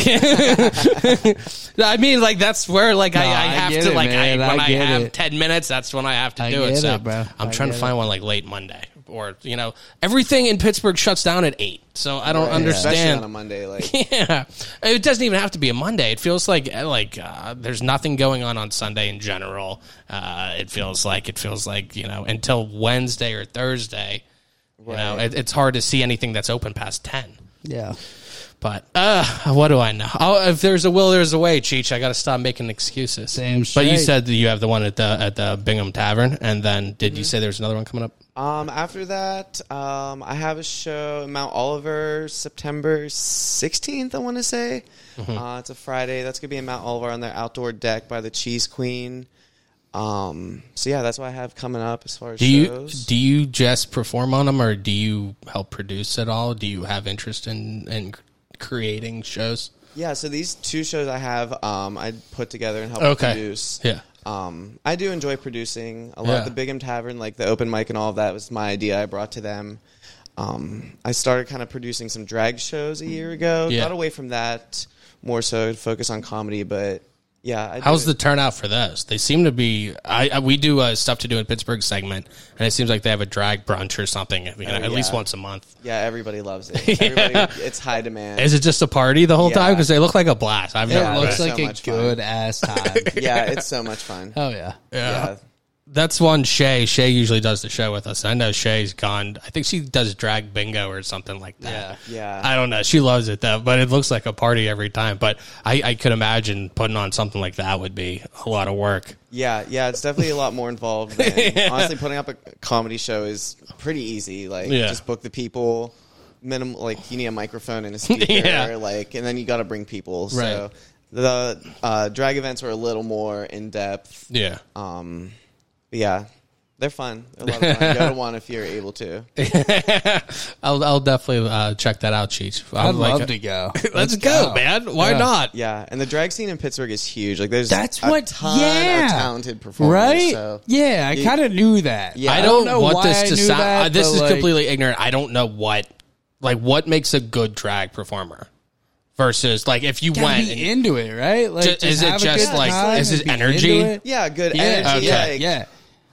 Speaker 2: I mean, like that's where like I, I
Speaker 3: No, I
Speaker 2: have
Speaker 3: get
Speaker 2: to
Speaker 3: it,
Speaker 2: like
Speaker 3: man.
Speaker 2: I,
Speaker 3: I
Speaker 2: when I,
Speaker 3: get
Speaker 2: have
Speaker 3: it.
Speaker 2: ten minutes, that's when I have to
Speaker 3: I
Speaker 2: do it.
Speaker 3: get
Speaker 2: So
Speaker 3: it, bro.
Speaker 2: I'm
Speaker 3: I
Speaker 2: trying to
Speaker 3: get
Speaker 2: find one like late Monday or you know everything in Pittsburgh shuts down at eight, so I don't
Speaker 6: Especially on a
Speaker 2: understand.
Speaker 6: Monday, like
Speaker 2: Yeah, it doesn't even have to be a Monday. It feels like like uh, there's nothing going on on Sunday in general. Uh, it feels like it feels like you know until Wednesday or Thursday. You know, it, it's hard to see anything that's open past ten.
Speaker 3: Yeah.
Speaker 2: But uh, what do I know? Oh, if there's a will, there's a way, Cheech. I got to stop making excuses.
Speaker 3: Damn
Speaker 2: But you
Speaker 3: straight.
Speaker 2: said that you have the one at the at the Bingham Tavern, and then did
Speaker 6: Mm-hmm.
Speaker 2: you say there's another one coming up?
Speaker 6: Um, after that, um, I have a show in Mount Oliver September 16th, I want to say.
Speaker 2: Mm-hmm.
Speaker 6: Uh, it's a Friday. That's going to be in Mount Oliver on their outdoor deck by the Cheese Queen. Um, so, yeah, that's what I have coming up as far as
Speaker 2: Do you
Speaker 6: shows.
Speaker 2: do you just perform on them, or do you help produce at all? Do you have interest in in creating shows?
Speaker 6: yeah, so these two shows I have, um, I put together and helped
Speaker 2: Okay.
Speaker 6: produce.
Speaker 2: Yeah.
Speaker 6: Um, I do enjoy producing. A lot
Speaker 2: Yeah.
Speaker 6: of the Bigham Tavern, like the open mic and all of that, was my idea I brought to them. Um, I started kind of producing some drag shows a year ago.
Speaker 2: Yeah.
Speaker 6: Got away from that more so to focus on comedy, but yeah. I
Speaker 2: How's
Speaker 6: do
Speaker 2: the turnout for those? They seem to be. I, I we do a stuff to do in Pittsburgh segment, and it seems like they have a drag brunch or something. you know, at least
Speaker 6: Oh, yeah.
Speaker 2: once a month.
Speaker 6: it. Yeah, everybody loves it. Everybody, It's high demand.
Speaker 2: Is it just a party the whole
Speaker 6: Yeah.
Speaker 2: time? Because they look like a blast. I've
Speaker 3: It
Speaker 2: never
Speaker 3: looks
Speaker 6: so
Speaker 3: like a
Speaker 6: much fun.
Speaker 3: good ass time.
Speaker 6: yeah, it's so much fun.
Speaker 3: oh yeah.
Speaker 6: yeah.
Speaker 2: Uh, That's one Shay. Shay usually does the show with us. I know Shay's gone. I think she does drag bingo or something like that.
Speaker 6: Yeah.
Speaker 2: I don't know. She loves it though, but it looks like a party every time. But I, I could imagine putting on something like that would be a lot of work.
Speaker 6: Yeah, yeah, it's definitely a lot more involved. Than, Honestly, putting up a comedy show is pretty easy. Like,
Speaker 2: Yeah.
Speaker 6: just book the people. Minim, like you need a microphone and a speaker,
Speaker 2: Yeah.
Speaker 6: like, and then you got to bring people.
Speaker 2: Right.
Speaker 6: So the uh, drag events are a little more in depth.
Speaker 2: Yeah.
Speaker 6: Um, yeah, they're fun. They're a lot of fun. Go to one if you're able to.
Speaker 2: I'll, I'll definitely uh, check that out, Cheech. uh,
Speaker 3: I'd love to go.
Speaker 2: Let's go, man. Why not?
Speaker 6: Yeah, and the drag scene in Pittsburgh is huge. Like, there's
Speaker 3: That's
Speaker 6: a
Speaker 3: what-
Speaker 6: ton
Speaker 3: yeah.
Speaker 6: of talented performers.
Speaker 3: Right?
Speaker 6: So.
Speaker 3: yeah, I
Speaker 6: You-
Speaker 3: kind of knew that.
Speaker 6: Yeah.
Speaker 2: I don't,
Speaker 3: I don't know
Speaker 2: want
Speaker 3: why
Speaker 2: this
Speaker 3: I
Speaker 2: to
Speaker 3: knew
Speaker 2: sound.
Speaker 3: that,
Speaker 2: uh, this
Speaker 3: but,
Speaker 2: is
Speaker 3: like-
Speaker 2: completely ignorant. I don't know what, like, what makes a good drag performer versus like if you
Speaker 3: Gotta
Speaker 2: went
Speaker 3: be
Speaker 2: and-
Speaker 3: into it, right? Like,
Speaker 2: Ju- is it
Speaker 3: have a
Speaker 2: just,
Speaker 3: good
Speaker 2: like,
Speaker 3: time
Speaker 2: is
Speaker 3: and
Speaker 2: it
Speaker 3: be into
Speaker 2: energy?
Speaker 3: it.
Speaker 6: Yeah, good
Speaker 3: Yeah,
Speaker 6: energy.
Speaker 2: okay,
Speaker 6: like,
Speaker 3: yeah.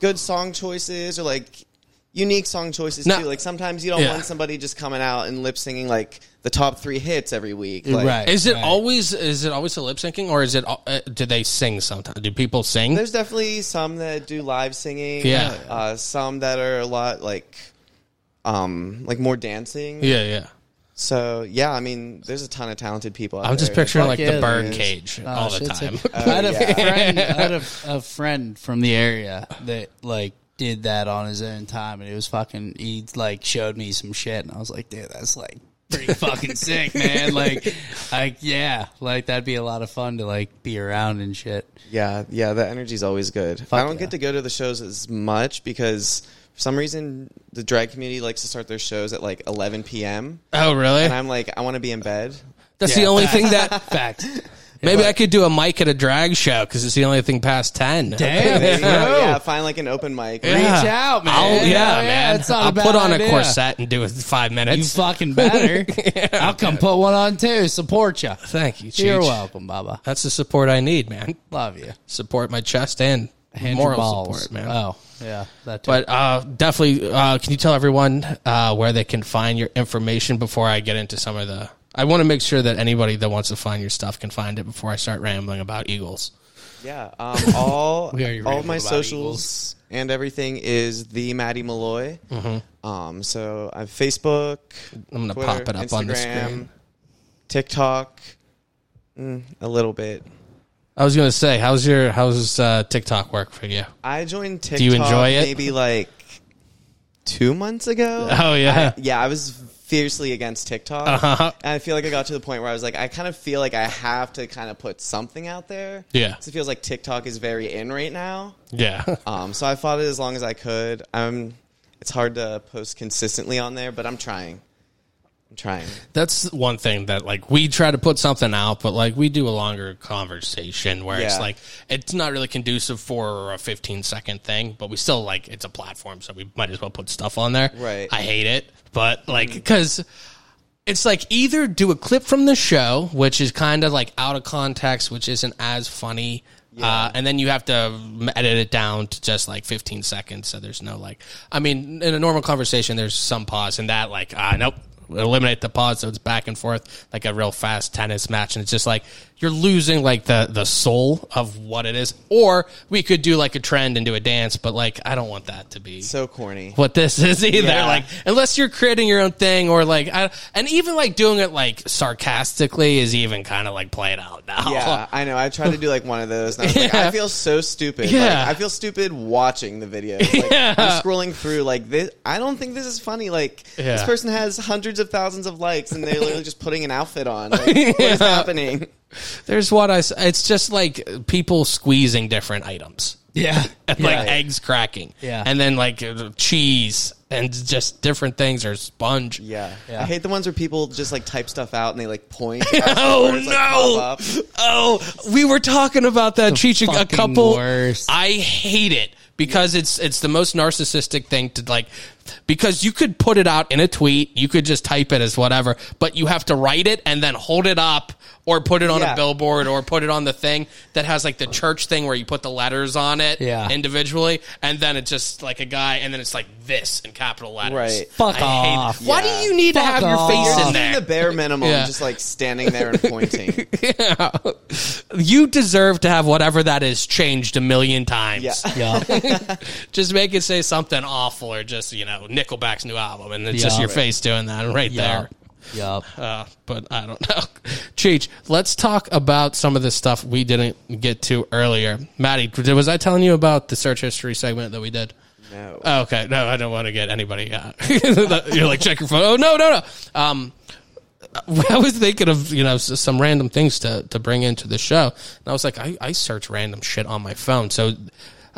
Speaker 6: good song choices or like unique song choices
Speaker 2: No.
Speaker 6: too. Like sometimes you don't
Speaker 2: Yeah.
Speaker 6: want somebody just coming out and lip singing like the top three hits every week. Like,
Speaker 3: Right.
Speaker 2: Is it always is it always a lip syncing or is it al- uh, do they sing sometimes? Do people sing?
Speaker 6: There's definitely some that do live singing.
Speaker 2: Yeah.
Speaker 6: Uh, some that are a lot like, um, like more dancing.
Speaker 2: yeah, yeah.
Speaker 6: So yeah, I mean, there's a ton of talented people. Out
Speaker 2: I'm just
Speaker 6: there.
Speaker 2: picturing like
Speaker 3: yeah,
Speaker 2: the
Speaker 3: there
Speaker 2: bird
Speaker 3: is.
Speaker 2: cage
Speaker 3: Oh,
Speaker 2: all the
Speaker 3: shit's
Speaker 2: time.
Speaker 3: A, I had a
Speaker 6: yeah.
Speaker 3: friend, I had a, a friend from the area that like did that on his own time, and it was fucking. He like showed me some shit, and I was like, dude, that's like pretty fucking sick, man. Like, like yeah, like that'd be a lot of fun to like be around and shit.
Speaker 6: Yeah, yeah, the energy's always good. I don't get to go to the shows as much because For some reason, the drag community likes to start their shows at like 11 p.m.
Speaker 2: Oh, really?
Speaker 6: And I'm like, I want to be in bed.
Speaker 2: That's the Yeah,
Speaker 7: only
Speaker 2: fact.
Speaker 7: thing that-
Speaker 2: fact. Maybe I could do a mic at a drag show because it's the only thing past ten.
Speaker 3: Damn,
Speaker 6: Maybe, you know,
Speaker 3: bro.
Speaker 6: yeah, find like an open mic.
Speaker 2: Yeah.
Speaker 3: Reach out, man.
Speaker 2: I'll, yeah,
Speaker 3: Yeah,
Speaker 2: man.
Speaker 3: it's not a
Speaker 2: I'll
Speaker 3: bad
Speaker 2: put on
Speaker 3: idea.
Speaker 2: a corset and do it in five minutes.
Speaker 3: You fucking better. I'll come put one on too. Support you.
Speaker 2: Thank you.
Speaker 3: You're
Speaker 2: Cheech.
Speaker 3: welcome, Baba.
Speaker 2: That's the support I need, man.
Speaker 3: Love you.
Speaker 2: Support my chest and
Speaker 3: Hand your
Speaker 2: moral
Speaker 3: balls.
Speaker 2: support, man.
Speaker 3: Oh, yeah. That too.
Speaker 2: But uh, definitely, uh, can you tell everyone uh, where they can find your information before I get into some of the? I want to make sure that anybody that wants to find your stuff can find it before I start rambling about Eagles.
Speaker 6: Yeah, um, all
Speaker 2: We already
Speaker 6: all
Speaker 2: rambled
Speaker 6: of my
Speaker 2: about
Speaker 6: socials
Speaker 2: Eagles.
Speaker 6: and everything is the Maddie Malloy. Um, so I have Facebook.
Speaker 2: Mm-hmm. I'm gonna
Speaker 6: Twitter,
Speaker 2: pop it up on the
Speaker 6: Instagram,
Speaker 2: screen.
Speaker 6: TikTok, mm, a little bit.
Speaker 2: I was gonna say, how's your how's uh, TikTok work for you?
Speaker 6: I joined TikTok.
Speaker 2: you enjoy it?
Speaker 6: Maybe like two months ago.
Speaker 2: Oh yeah,
Speaker 6: yeah, I was fiercely against TikTok, and I feel like I got to the point where I was like, I kind of feel like I have to kind of put something out there.
Speaker 2: Yeah.
Speaker 6: so it feels like TikTok is very in right now.
Speaker 2: yeah.
Speaker 6: Um, so I fought it as long as I could. Um, it's hard to post consistently on there, but I'm trying. I'm trying.
Speaker 2: That's one thing that like we try to put something out, but like we do a longer conversation where it's
Speaker 6: Yeah.
Speaker 2: like it's not really conducive for a 15 second thing, but we still like it's a platform, so we might as well put stuff on there.
Speaker 6: Right.
Speaker 2: I hate it, but like because it's like either do a clip from the show, which is kind of like out of context, which isn't as funny. Uh, and then you have to edit it down to just like 15 seconds. So there's no like, I mean, in a normal conversation, there's some pause and that like, ah, nope, eliminate the pause. So it's back and forth like a real fast tennis match. And it's just like, you're losing like the, the soul of what it is. Or we could do like a trend and do a dance, but like, I don't want that to be
Speaker 6: So corny.
Speaker 2: what this is either.
Speaker 6: Yeah.
Speaker 2: Like, unless you're creating your own thing or like, I, and even like doing it like sarcastically is even kind of like played out now.
Speaker 6: Yeah, I know. I tried to do like one of those. And I was like,
Speaker 2: Yeah.
Speaker 6: I feel so stupid.
Speaker 2: Yeah.
Speaker 6: Like, I feel stupid watching the video. Like, I'm scrolling through like this. I don't think this is funny. Like this
Speaker 2: Yeah.
Speaker 6: person has hundreds of thousands of likes, and they're literally just putting an outfit on. Like, What is happening?
Speaker 2: There's what I, s- it's just like people squeezing different items.
Speaker 3: yeah.
Speaker 2: And, like eggs cracking.
Speaker 3: Yeah.
Speaker 2: And then like uh, cheese and just different things or sponge.
Speaker 6: Yeah.
Speaker 3: Yeah.
Speaker 6: I hate the ones where people just like type stuff out and they like point. at
Speaker 2: Oh
Speaker 6: words, like, pop up.
Speaker 2: no! Oh, we were talking about that teaching a
Speaker 3: fucking
Speaker 2: couple.
Speaker 3: worst.
Speaker 2: I hate it because it's it's the most narcissistic thing to like because you could put it out in a tweet, you could just type it as whatever, but you have to write it and then hold it up or put it on
Speaker 6: Yeah.
Speaker 2: a billboard or put it on the thing that has like the church thing where you put the letters on it
Speaker 3: Yeah.
Speaker 2: individually and then it's just like a guy and then it's like this in capital letters.
Speaker 6: Right.
Speaker 3: Fuck
Speaker 2: I hate-
Speaker 3: off.
Speaker 2: Why
Speaker 6: Yeah.
Speaker 2: do you need to
Speaker 3: Fuck
Speaker 2: have your face in
Speaker 3: off.
Speaker 6: Even
Speaker 2: there?
Speaker 6: the bare minimum,
Speaker 2: Yeah.
Speaker 6: just like standing there and pointing.
Speaker 2: Yeah. You deserve to have whatever that is changed a million times.
Speaker 6: Yeah.
Speaker 3: Yeah.
Speaker 2: Just make it say something awful or just, you know, Nickelback's new album and it's
Speaker 3: Yeah.
Speaker 2: just your face doing that right
Speaker 3: Yeah.
Speaker 2: there.
Speaker 3: Yup.
Speaker 2: Uh, but I don't know. Cheech, let's talk about some of the stuff we didn't get to earlier. Maddie, was I telling you about the search history segment that we did?
Speaker 6: No.
Speaker 2: Oh, okay. No, I don't want to get anybody. Uh, you're like, check your phone. Oh, no, no, no. Um, I was thinking of, you know, s- some random things to, to bring into the show. And I was like, I, I search random shit on my phone. So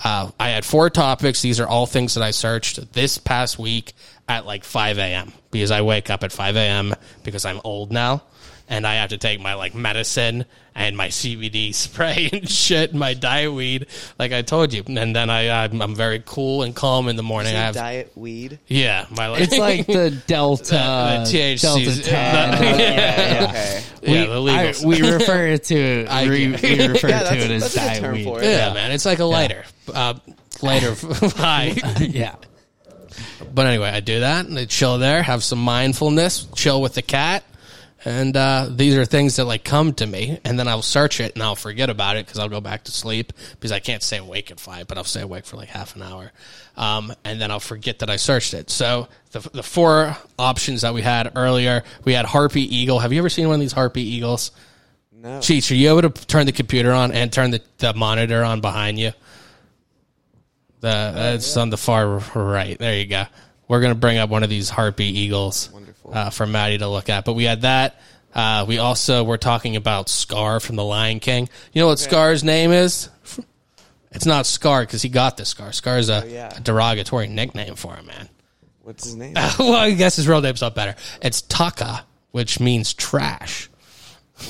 Speaker 2: uh, I had four topics. These are all things that I searched this past week at like 5 a.m. because I wake up at 5 a.m. because I'm old now. And I have to take my like medicine and my CBD spray and shit, my diet weed, like I told you. And then I, I'm, I'm very cool and calm in the morning. I have,
Speaker 6: diet weed.
Speaker 2: yeah, my like,
Speaker 3: It's like the Delta.
Speaker 2: The THC 's-
Speaker 3: Delta 10.
Speaker 2: the-
Speaker 3: Yeah,
Speaker 6: Yeah,
Speaker 3: yeah.
Speaker 6: okay.
Speaker 2: yeah, the legal
Speaker 3: We, I, we refer to it.
Speaker 2: I
Speaker 3: we,
Speaker 2: get-
Speaker 3: we refer
Speaker 6: Yeah,
Speaker 3: to
Speaker 6: that's,
Speaker 3: it as
Speaker 6: that's a good
Speaker 3: diet
Speaker 6: term
Speaker 3: weed.
Speaker 6: for it.
Speaker 2: Yeah, man, it's like a lighter, uh, lighter high.
Speaker 3: Yeah.
Speaker 2: but anyway, I do that and I chill there, have some mindfulness, chill with the cat, and uh, these are things that like come to me, and then I'll search it and I'll forget about it because I'll go back to sleep because I can't stay awake at five, but I'll stay awake for like half an hour, um, and then I'll forget that I searched it. So the the four options that we had earlier, we had harpy eagle. Have you ever seen one of these harpy eagles?
Speaker 6: No.
Speaker 2: Cheats, are you able to turn the computer on and turn the, the monitor on behind you? The uh, it's on the far right. There you go. We're gonna bring up one of these harpy eagles uh, for Maddie to look at. But we had that. Uh, we also were talking about Scar from The Lion King. You know what Scar's name is? It's not Scar because he got this scar. Scar is a,
Speaker 6: yeah.
Speaker 2: a derogatory nickname for him, man.
Speaker 6: What's his name?
Speaker 2: well, I guess his real name's not better. It's Taka, which means trash.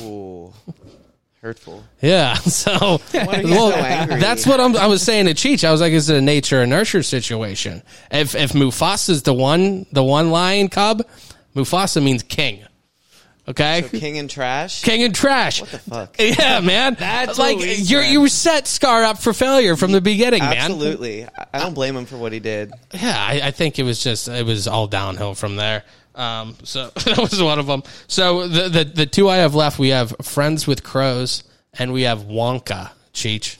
Speaker 6: Ooh, hurtful.
Speaker 2: Yeah, so
Speaker 6: are you
Speaker 2: well,
Speaker 6: so angry?
Speaker 2: that's what I'm, I was saying to Cheech. I was like, "Is it a nature and nurture situation? If if Mufasa's the one, the one lion cub, Mufasa means king. Okay,
Speaker 6: So King and Trash.
Speaker 2: king and trash.
Speaker 6: What the fuck?
Speaker 2: Yeah, man. That's like
Speaker 3: what we
Speaker 2: you you set Scar up for failure from the beginning, man.
Speaker 6: Absolutely. I- I don't blame him for what he did.
Speaker 2: Yeah, I, I think it was just it was all downhill from there. Um, so that was one of them. So the, the the two I have left, we have Friends with Crows and we have Wonka. Cheech,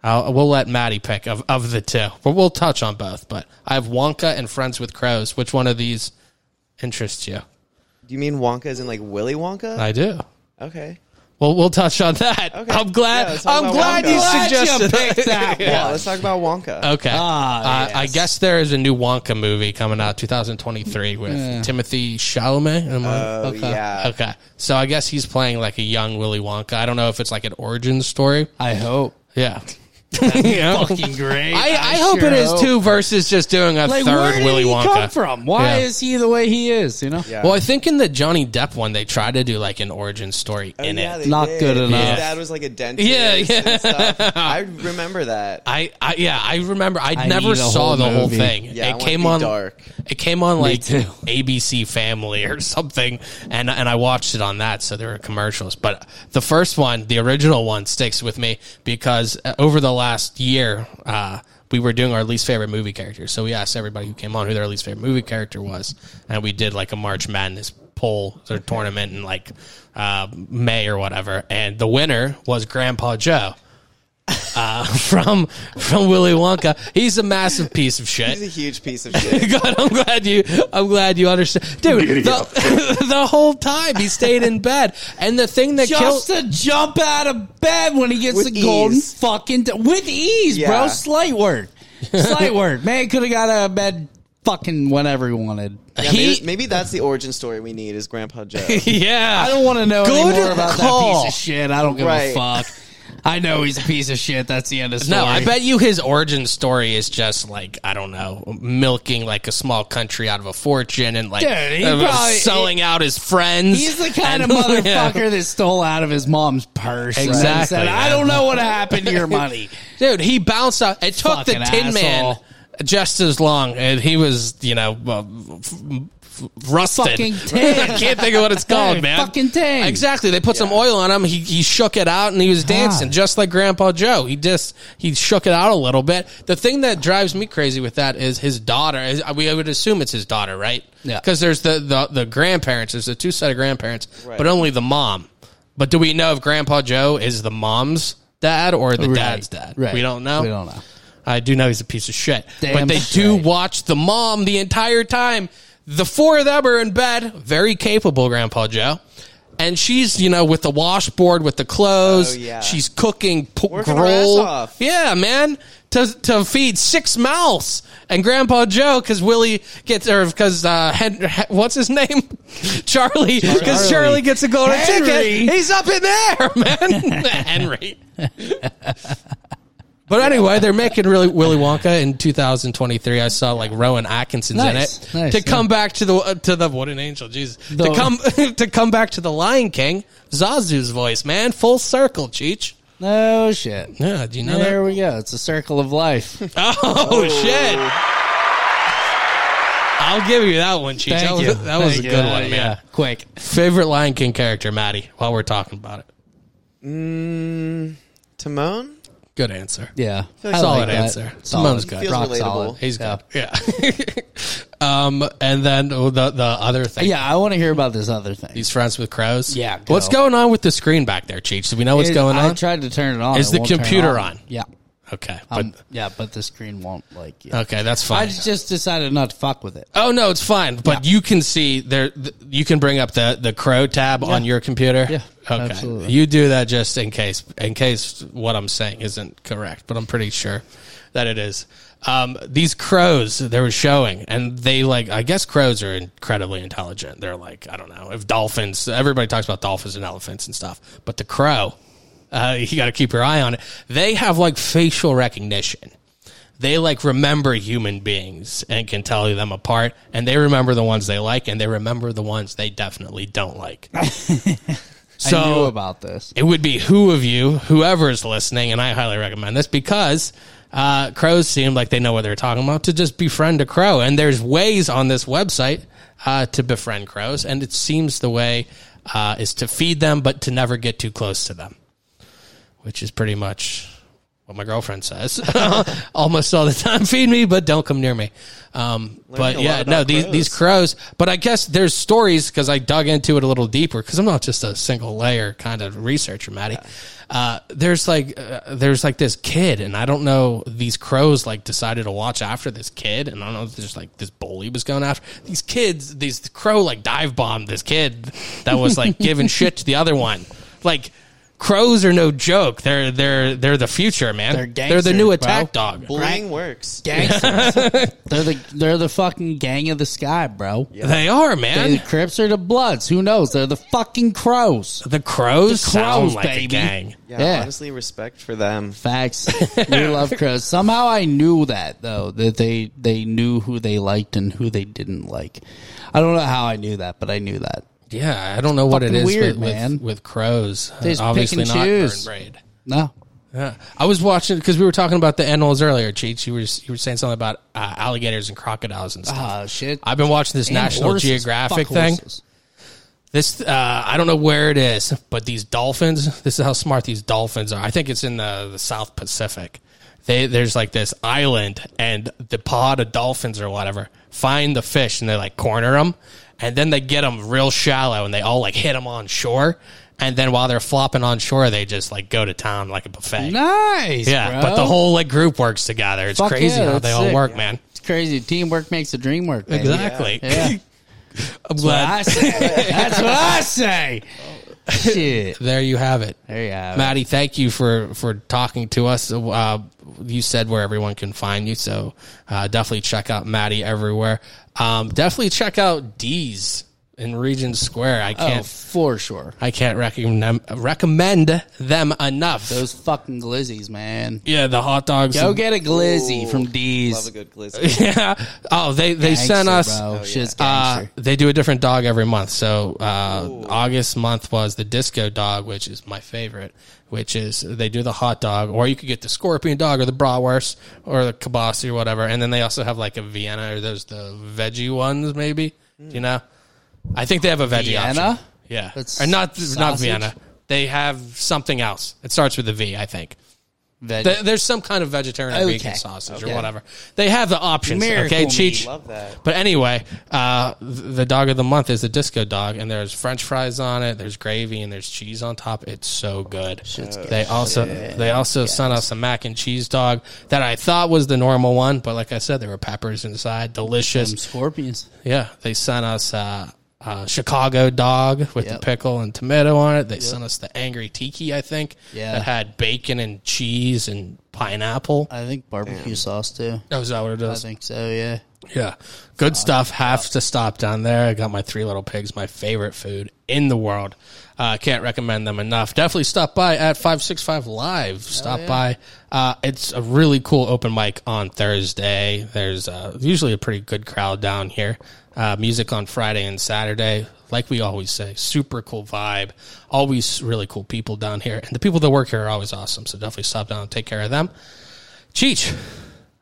Speaker 2: I'll, we'll let Maddie pick of of the two, but we'll touch on both. But I have Wonka and Friends with Crows. Which one of these interests you?
Speaker 6: Do you mean Wonka as in like Willy Wonka?
Speaker 2: I do.
Speaker 6: Okay.
Speaker 2: Well, we'll touch on that.
Speaker 6: Okay.
Speaker 2: I'm glad.
Speaker 6: Yeah, let's talk
Speaker 2: I'm
Speaker 6: about
Speaker 2: glad
Speaker 6: Wonka.
Speaker 2: you
Speaker 6: Glad
Speaker 3: you
Speaker 2: suggested
Speaker 3: picked that
Speaker 2: Yeah.
Speaker 6: Yeah, let's talk about Wonka.
Speaker 2: Okay.
Speaker 3: Ah,
Speaker 2: Uh, I guess there is a new Wonka movie coming out 2023 with Timothy Chalamet. Am I-
Speaker 6: Oh,
Speaker 2: okay.
Speaker 6: yeah.
Speaker 2: Okay. So I guess he's playing like a young Willy Wonka. I don't know if it's like an origin story.
Speaker 3: I hope.
Speaker 2: Yeah. Yeah.
Speaker 3: Fucking great.
Speaker 2: I, I hope it is too versus just doing a
Speaker 3: Like,
Speaker 2: third
Speaker 3: where did
Speaker 2: Willy
Speaker 3: he
Speaker 2: Wonka.
Speaker 3: come from? Why
Speaker 2: Yeah.
Speaker 3: is he the way he is? You know,
Speaker 6: Yeah.
Speaker 2: Well, I think in the Johnny Depp one, they tried to do like an origin story
Speaker 6: Oh,
Speaker 2: in it.
Speaker 6: they
Speaker 3: Not good
Speaker 6: His
Speaker 3: enough.
Speaker 6: dad was like a dentist.
Speaker 2: Yeah, yeah.
Speaker 6: and stuff. I remember that.
Speaker 2: I, I yeah, I remember. I,
Speaker 3: I
Speaker 2: never
Speaker 3: need a
Speaker 2: saw
Speaker 3: whole
Speaker 2: the whole
Speaker 3: movie.
Speaker 2: thing.
Speaker 6: Yeah, I
Speaker 2: it
Speaker 6: wanna
Speaker 2: came
Speaker 6: be
Speaker 2: on
Speaker 6: dark.
Speaker 2: It came on like
Speaker 3: too.
Speaker 2: ABC Family or something, and and I watched it on that. So there were commercials, but the first one, the original one, sticks with me because uh, over the last year, uh, we were doing our least favorite movie characters. So we asked everybody who came on who their least favorite movie character was, and we did like a March Madness poll or tournament in like uh, May or whatever, and the winner was Grandpa Joe from from Willy Wonka. He's a massive piece of
Speaker 6: He's a
Speaker 2: shit.
Speaker 6: huge piece of shit.
Speaker 2: God, I'm glad you. I'm glad you understand, dude. The, the whole time he stayed in bed, and the thing that
Speaker 3: just
Speaker 2: killed
Speaker 3: to jump out of bed when he gets
Speaker 6: With
Speaker 3: the golden
Speaker 6: ease.
Speaker 3: fucking d- with ease,
Speaker 6: Yeah.
Speaker 3: bro. Slight word, slight word. Man could have got out of bed fucking whenever he wanted.
Speaker 6: Yeah,
Speaker 2: he.
Speaker 6: maybe, maybe that's the origin story we need is Grandpa Joe.
Speaker 2: yeah,
Speaker 3: I don't want to know
Speaker 2: Good
Speaker 3: anymore about
Speaker 2: call.
Speaker 3: that piece of shit. I don't give a
Speaker 6: Right.
Speaker 3: fuck. I know he's a piece of shit. That's the end of story.
Speaker 2: No, I bet you his origin story is just like I don't know, milking like a small country out of a fortune and like
Speaker 3: Dude, he
Speaker 2: uh,
Speaker 3: probably-
Speaker 2: selling out his friends.
Speaker 3: He's the kind of
Speaker 2: And- Yeah.
Speaker 3: motherfucker that stole out of his mom's purse. and
Speaker 2: Exactly,
Speaker 3: said, I
Speaker 2: man.
Speaker 3: don't know what happened to your money.
Speaker 2: Dude, he bounced out. It took the Tin
Speaker 3: Fucking
Speaker 2: Man
Speaker 3: asshole.
Speaker 2: just as long, and he was, you know, well, f- f- rusted.
Speaker 3: Fucking Tin.
Speaker 2: I can't think of what it's called,
Speaker 3: Hey,
Speaker 2: man.
Speaker 3: fucking Tin.
Speaker 2: Exactly. They put some oil on him. He he shook it out, and he was dancing just like Grandpa Joe. He just he shook it out a little bit. The thing that drives me crazy with that is his daughter. is- We I would assume it's his daughter, right?
Speaker 3: Yeah.
Speaker 2: Because there's the, the the grandparents. There's the two set of grandparents,
Speaker 6: Right.
Speaker 2: but only the mom. But do we know if Grandpa Joe is the mom's dad or the
Speaker 3: Right,
Speaker 2: dad's dad?
Speaker 3: right.
Speaker 2: We don't know.
Speaker 3: We don't know.
Speaker 2: I do know he's a piece of shit. but
Speaker 3: Damn
Speaker 2: they do
Speaker 3: straight.
Speaker 2: watch the mom the entire time. The four of them are in bed, very capable, Grandpa Joe. And she's, you know, with the washboard, with the clothes.
Speaker 6: Oh, yeah.
Speaker 2: She's cooking po-
Speaker 6: Working her
Speaker 2: gruel.
Speaker 6: ass off.
Speaker 2: Yeah, man. To, to feed six mouths. And Grandpa Joe, because Willie gets, or because, uh, Hen- Hen- what's his name? Charlie. Because Charlie gets a golden
Speaker 3: Henry.
Speaker 2: ticket. He's up in there, man. Henry. But anyway, they're making really Willy Wonka in 2023. I saw like Rowan Atkinson's
Speaker 3: Nice,
Speaker 2: in it
Speaker 3: nice,
Speaker 2: to
Speaker 3: yeah.
Speaker 2: come back to the uh, to the what an angel, Jesus to
Speaker 3: The-
Speaker 2: come to come back to the Lion King. Zazu's voice, man, full circle, Cheech.
Speaker 3: No shit.
Speaker 2: Yeah, do you know
Speaker 3: There we go. It's a circle of life.
Speaker 2: that? Oh, shit! I'll give you that one, Cheech. that was, That was a
Speaker 3: Thank you.
Speaker 2: good
Speaker 3: Uh,
Speaker 2: one, man.
Speaker 3: yeah. Quick.
Speaker 2: Favorite Lion King character, Maddie. While we're talking about it,
Speaker 6: Mm, Timon?
Speaker 2: good answer.
Speaker 3: Yeah.
Speaker 2: like solid answer. Simone's good.
Speaker 6: Feels
Speaker 3: Rock
Speaker 6: relatable.
Speaker 3: solid.
Speaker 2: He's
Speaker 3: Yeah.
Speaker 2: good. Yeah. um, and then oh, the the other thing.
Speaker 3: Yeah, I want to hear about this other thing.
Speaker 2: He's friends with crows.
Speaker 3: Yeah, go.
Speaker 2: What's going on with the screen back there, Cheech? Do we know what's
Speaker 3: It-
Speaker 2: going
Speaker 3: I
Speaker 2: on?
Speaker 3: tried to turn it on.
Speaker 2: Is
Speaker 3: It
Speaker 2: the
Speaker 3: won't turn
Speaker 2: computer on?
Speaker 3: Yeah.
Speaker 2: okay. But,
Speaker 3: Um, yeah, but the screen won't like. Yeah.
Speaker 2: okay, that's
Speaker 3: I
Speaker 2: fine.
Speaker 3: just decided not to fuck with it.
Speaker 2: oh no, it's fine. But you can see there. th- You can bring up the the crow tab on your computer.
Speaker 3: Yeah,
Speaker 2: Okay.
Speaker 3: absolutely.
Speaker 2: You do that just in case in case what I'm saying isn't correct, but I'm pretty sure that it is. Um, these crows they were showing, and they like I guess crows are incredibly intelligent. They're like I don't know if dolphins. Everybody talks about dolphins and elephants and stuff, but the crow Uh, you got to keep your eye on it. They have like facial recognition. They like remember human beings and can tell them apart, and they remember the ones they like, and they remember the ones they definitely don't like. so
Speaker 3: I knew about this.
Speaker 2: it would be who of you, whoever is listening, and I highly recommend this because uh, crows seem like they know what they're talking about to just befriend a crow. And there's ways on this website uh, to befriend crows, and it seems the way uh, is to feed them, but to never get too close to them, which is pretty much what my girlfriend says almost all the time. Feed me, but don't come near me. Um, but
Speaker 6: a lot
Speaker 2: yeah,
Speaker 6: about
Speaker 2: no, these,
Speaker 6: crows.
Speaker 2: these crows. But I guess there's stories because I dug into it a little deeper because I'm not just a single layer kind of researcher, Maddie. Uh, there's like uh, there's like this kid, and I don't know. These crows like decided to watch after this kid, and I don't know if there's like this bully was going after these kids. These the crow like dive bombed this kid that was like giving shit to the other one, like. Crows are no joke. They're they're they're the future, man. They're,
Speaker 3: They're
Speaker 2: the new
Speaker 3: gangsters, bro.
Speaker 2: attack dog.
Speaker 6: Bullying works.
Speaker 3: Gangsters. they're the they're the fucking gang of the sky, bro.
Speaker 2: They are,
Speaker 3: They're
Speaker 2: man.
Speaker 3: the Crips or the Bloods. Who knows? They're the fucking crows.
Speaker 2: The crows,
Speaker 3: The
Speaker 2: sound
Speaker 3: crows,
Speaker 2: like a
Speaker 3: baby.
Speaker 2: gang.
Speaker 6: Yeah,
Speaker 3: Yeah.
Speaker 6: honestly, respect for them.
Speaker 3: Facts. we love crows. Somehow I knew that though that they they knew who they liked and who they didn't like. I don't know how I knew that, but I knew that.
Speaker 2: Yeah, I don't know what it
Speaker 3: fucking
Speaker 2: is
Speaker 3: weird,
Speaker 2: with,
Speaker 3: man.
Speaker 2: with with crows. Uh,
Speaker 3: They just pick
Speaker 2: Obviously
Speaker 3: and
Speaker 2: not
Speaker 3: choose.
Speaker 2: burn braid.
Speaker 3: No,
Speaker 2: Yeah. I was watching because we were talking about the animals earlier, Cheech. You were you were saying something about uh, alligators and crocodiles and stuff.
Speaker 3: Ah, shit.
Speaker 2: I've been watching this
Speaker 3: And
Speaker 2: National
Speaker 3: horses.
Speaker 2: Geographic
Speaker 3: Fuck
Speaker 2: thing.
Speaker 3: horses.
Speaker 2: This uh, I don't know where it is, but these dolphins. This is how smart these dolphins are. I think it's in the, the South Pacific. They, there's like this island, and the pod of dolphins or whatever find the fish, and they like corner them, and then they get them real shallow, and they all like hit them on shore, and then while they're flopping on shore, they just like go to town like a buffet.
Speaker 3: Nice.
Speaker 2: yeah,
Speaker 3: bro.
Speaker 2: but the whole like group works together. It's
Speaker 3: Fuck
Speaker 2: crazy
Speaker 3: yeah,
Speaker 2: how
Speaker 3: that's
Speaker 2: they all
Speaker 3: sick.
Speaker 2: work, man.
Speaker 3: It's crazy. Teamwork makes the dream work. baby.
Speaker 2: Exactly.
Speaker 3: Yeah.
Speaker 2: I'm
Speaker 3: That's what
Speaker 2: glad.
Speaker 3: I say. That's what I say. Shit.
Speaker 2: there you have it.
Speaker 3: There you have it.
Speaker 2: Maddie, thank you for for talking to us. Uh, you said where everyone can find you, so uh, definitely check out Maddie everywhere. Um, definitely check out D's in Regent Square. I
Speaker 3: Oh,
Speaker 2: can't
Speaker 3: for sure.
Speaker 2: I can't recommend recommend them enough.
Speaker 3: Those fucking glizzies, man.
Speaker 2: yeah, the hot dogs.
Speaker 3: Go get a glizzy from
Speaker 6: Love a
Speaker 3: D's.
Speaker 6: good glizzy.
Speaker 2: yeah. Oh, they they
Speaker 3: Gangster,
Speaker 2: sent us.
Speaker 3: Bro. Oh, Shit's
Speaker 2: Uh,
Speaker 3: gangster.
Speaker 2: they do a different dog every month. So uh, August month was the disco dog, which is my favorite. Which is they do the hot dog, or you could get the scorpion dog, or the bratwurst, or the kibasi, or whatever. And then they also have like a Vienna, or those the veggie ones, maybe. Do You know, I think they have a veggie
Speaker 3: Vienna?
Speaker 2: option. Yeah,
Speaker 3: That's
Speaker 2: or not not
Speaker 3: sausage?
Speaker 2: Vienna. They have something else. It starts with a V, I think.
Speaker 3: Veg-
Speaker 2: There- There's some kind of vegetarian or
Speaker 3: Okay.
Speaker 2: vegan sausage
Speaker 3: Okay.
Speaker 2: or whatever. They have the options.
Speaker 3: Miracle
Speaker 2: okay,
Speaker 3: meat.
Speaker 2: Cheech.
Speaker 6: Love that.
Speaker 2: But anyway, uh, th- the dog of the month is the disco dog, and there's French fries on it, there's gravy, and there's cheese on top. It's so good. they also they also sent us a mac and cheese dog that I thought was the normal one, but like I said, there were peppers inside,
Speaker 3: Some
Speaker 2: delicious.
Speaker 3: scorpions.
Speaker 2: Yeah, they sent us. Uh, uh, Chicago dog with the
Speaker 3: Yep.
Speaker 2: pickle and tomato on it. They sent us the angry tiki, I think,
Speaker 3: Yeah.
Speaker 2: that had bacon and cheese and pineapple.
Speaker 3: I think barbecue sauce too.
Speaker 2: Oh, is that what it
Speaker 3: I
Speaker 2: is?
Speaker 3: think so. Yeah.
Speaker 2: Yeah. Good stuff. Have to stop down there. I got my three little pigs, my favorite food in the world. Uh, can't recommend them enough. Definitely stop by at 565 Live. Stop by. Uh, it's a really cool open mic on Thursday. There's uh, usually a pretty good crowd down here. Uh, music on Friday and Saturday. Like we always say, super cool vibe. Always really cool people down here. And the people that work here are always awesome. So definitely stop down and take care of them. Cheech,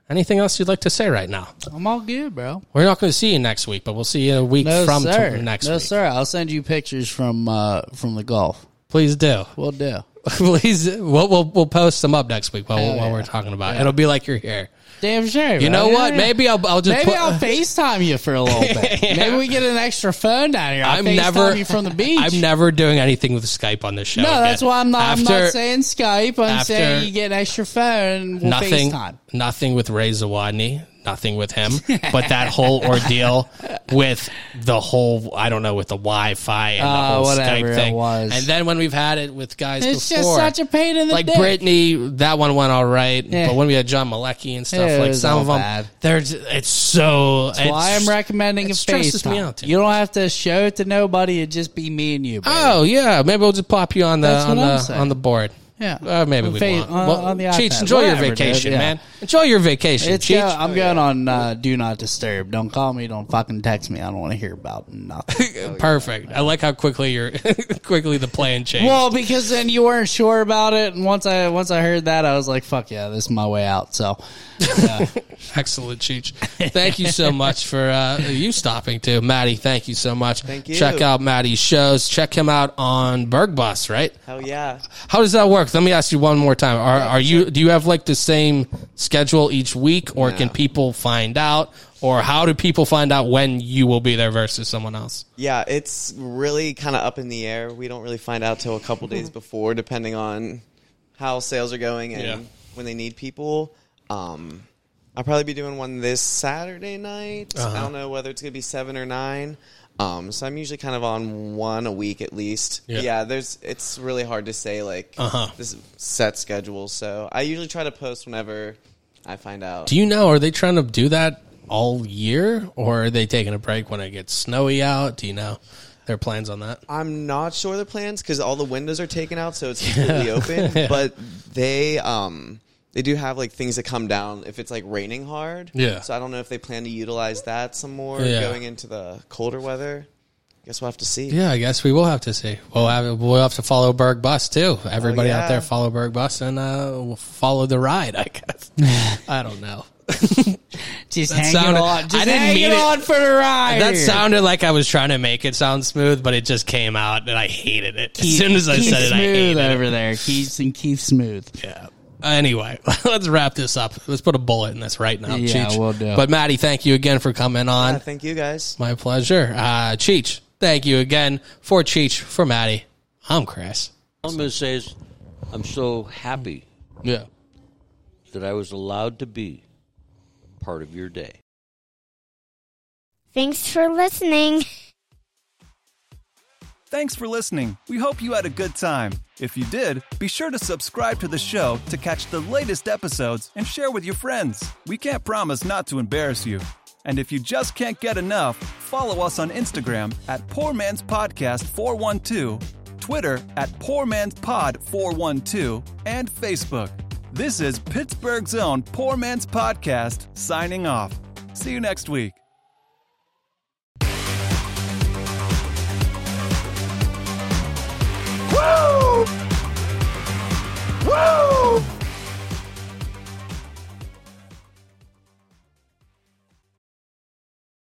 Speaker 2: anything else you'd like to say right now?
Speaker 3: I'm all good, bro.
Speaker 2: We're not going to see you next week, but we'll see you a week
Speaker 3: No
Speaker 2: from t-
Speaker 3: sir.
Speaker 2: next
Speaker 3: no
Speaker 2: week.
Speaker 3: sir. I'll send you pictures from uh, from the golf.
Speaker 2: Please do.
Speaker 3: We'll do.
Speaker 2: Please, we'll, we'll, we'll post them up next week while, while we're talking about it. It'll be like you're here.
Speaker 3: Damn sure.
Speaker 2: You know what? Maybe I'll, I'll just
Speaker 3: Maybe
Speaker 2: put-
Speaker 3: I'll FaceTime you for a little bit. Maybe we get an extra phone down here. I'll
Speaker 2: I'm
Speaker 3: FaceTime
Speaker 2: never
Speaker 3: you from the beach.
Speaker 2: I'm never doing anything with Skype on this show.
Speaker 3: No,
Speaker 2: again.
Speaker 3: that's why I'm not. I'm
Speaker 2: After
Speaker 3: not saying Skype. I'm
Speaker 2: after-
Speaker 3: saying you get an extra phone. We'll
Speaker 2: nothing.
Speaker 3: FaceTime.
Speaker 2: Nothing with Ray Zawadney. Nothing with him. but that whole ordeal with the whole I don't know with the Wi-Fi and the
Speaker 3: Oh,
Speaker 2: whole
Speaker 3: whatever
Speaker 2: Skype
Speaker 3: it
Speaker 2: thing.
Speaker 3: was.
Speaker 2: And then when we've had it with guys,
Speaker 3: It's
Speaker 2: before,
Speaker 3: just such a pain in the
Speaker 2: like
Speaker 3: dick.
Speaker 2: Britney, that one went all right.
Speaker 3: Yeah.
Speaker 2: But when we had John Malecki and stuff,
Speaker 3: Yeah, it
Speaker 2: like
Speaker 3: was
Speaker 2: some
Speaker 3: all
Speaker 2: of them,
Speaker 3: bad.
Speaker 2: they're j- it's so. That's
Speaker 3: Why I'm recommending a
Speaker 2: it stresses
Speaker 3: FaceTime.
Speaker 2: me out too
Speaker 3: you don't have to show it to nobody. It just be me and you. Baby.
Speaker 2: Oh yeah, maybe we'll just pop you on the
Speaker 3: That's
Speaker 2: on
Speaker 3: what I'm
Speaker 2: the
Speaker 3: saying.
Speaker 2: on the board.
Speaker 3: Yeah.
Speaker 2: Uh, maybe we
Speaker 3: Fa-
Speaker 2: want.
Speaker 3: on-
Speaker 2: well,
Speaker 3: on the
Speaker 2: Cheech,
Speaker 3: iPad.
Speaker 2: enjoy your
Speaker 3: Whatever, dude,
Speaker 2: vacation,
Speaker 3: yeah.
Speaker 2: man. Enjoy your vacation,
Speaker 3: It's,
Speaker 2: Cheech. Oh,
Speaker 3: uh, I'm going on uh, do not disturb. Don't call me. Don't fucking text me. I don't want to hear about nothing.
Speaker 2: Perfect. I like how quickly you're quickly the plan changed.
Speaker 3: well, because then you weren't sure about it, and once I once I heard that, I was like, "Fuck yeah, this is my way out." So
Speaker 2: Excellent, Cheech. Thank you so much for uh, you stopping too, Maddie. Thank you so much.
Speaker 6: Thank you.
Speaker 2: Check out Maddie's shows. Check him out on Berg Bus. Right?
Speaker 6: Hell yeah.
Speaker 2: How does that work? Let me ask you one more time. Are are you do you have like the same schedule each week, or can people find out, or how do people find out when you will be there versus someone else?
Speaker 6: Yeah, it's really kind of up in the air. We don't really find out till a couple days before, depending on how sales are going and
Speaker 2: Yeah.
Speaker 6: when they need people. Um, I'll probably be doing one this Saturday night. I
Speaker 2: Uh-huh.
Speaker 6: don't know whether it's going to be seven or nine. Um, so I'm usually kind of on one a week at least.
Speaker 2: Yeah.
Speaker 6: Yeah, there's it's really hard to say like
Speaker 2: Uh-huh.
Speaker 6: this set schedule. So I usually try to post whenever I find out.
Speaker 2: Do you know? Are they trying to do that all year, or are they taking a break when it gets snowy out? Do you know their plans on that?
Speaker 6: I'm not sure the plans because all the windows are taken out, so it's completely open. But they um they do have like things that come down if it's like raining hard.
Speaker 2: Yeah.
Speaker 6: So I don't know if they plan to utilize that some more
Speaker 2: Yeah.
Speaker 6: going into the colder weather. Guess we'll have to see.
Speaker 2: Yeah, I guess we will have to see. We'll have we'll have to follow Berg Bus too. Everybody
Speaker 6: Oh,
Speaker 2: out
Speaker 6: yeah.
Speaker 2: there, follow Berg Bus and uh, we'll follow the ride. I guess. I don't know.
Speaker 3: just
Speaker 2: That
Speaker 3: hang
Speaker 2: sounded-
Speaker 3: it on. Just
Speaker 2: I didn't
Speaker 3: hang
Speaker 2: mean
Speaker 3: it
Speaker 2: it.
Speaker 3: on for the ride.
Speaker 2: That sounded like I was trying to make it sound smooth, but it just came out and I hated it. As soon as I
Speaker 3: Keith
Speaker 2: said it, I hated
Speaker 3: smooth
Speaker 2: it.
Speaker 3: over there. Keith and Keith smooth.
Speaker 2: Yeah. Anyway, let's wrap this up. Let's put a bullet in this right now,
Speaker 3: Yeah,
Speaker 2: Cheech.
Speaker 3: we'll do.
Speaker 2: But Maddie, thank you again for coming on.
Speaker 6: Yeah, thank you guys.
Speaker 2: My pleasure. Uh, Cheech, thank you again for Cheech, for Maddie. I'm Chris.
Speaker 7: All I'm going to say is, I'm so happy
Speaker 2: Yeah.
Speaker 7: that I was allowed to be part of your day.
Speaker 8: Thanks for listening.
Speaker 9: Thanks for listening. We hope you had a good time. If you did, be sure to subscribe to the show to catch the latest episodes and share with your friends. We can't promise not to embarrass you. And if you just can't get enough, follow us on Instagram at Poor Man's Podcast 412, Twitter at Poor Man's Pod 412, and Facebook. This is Pittsburgh's own Poor Man's Podcast signing off. See you next week.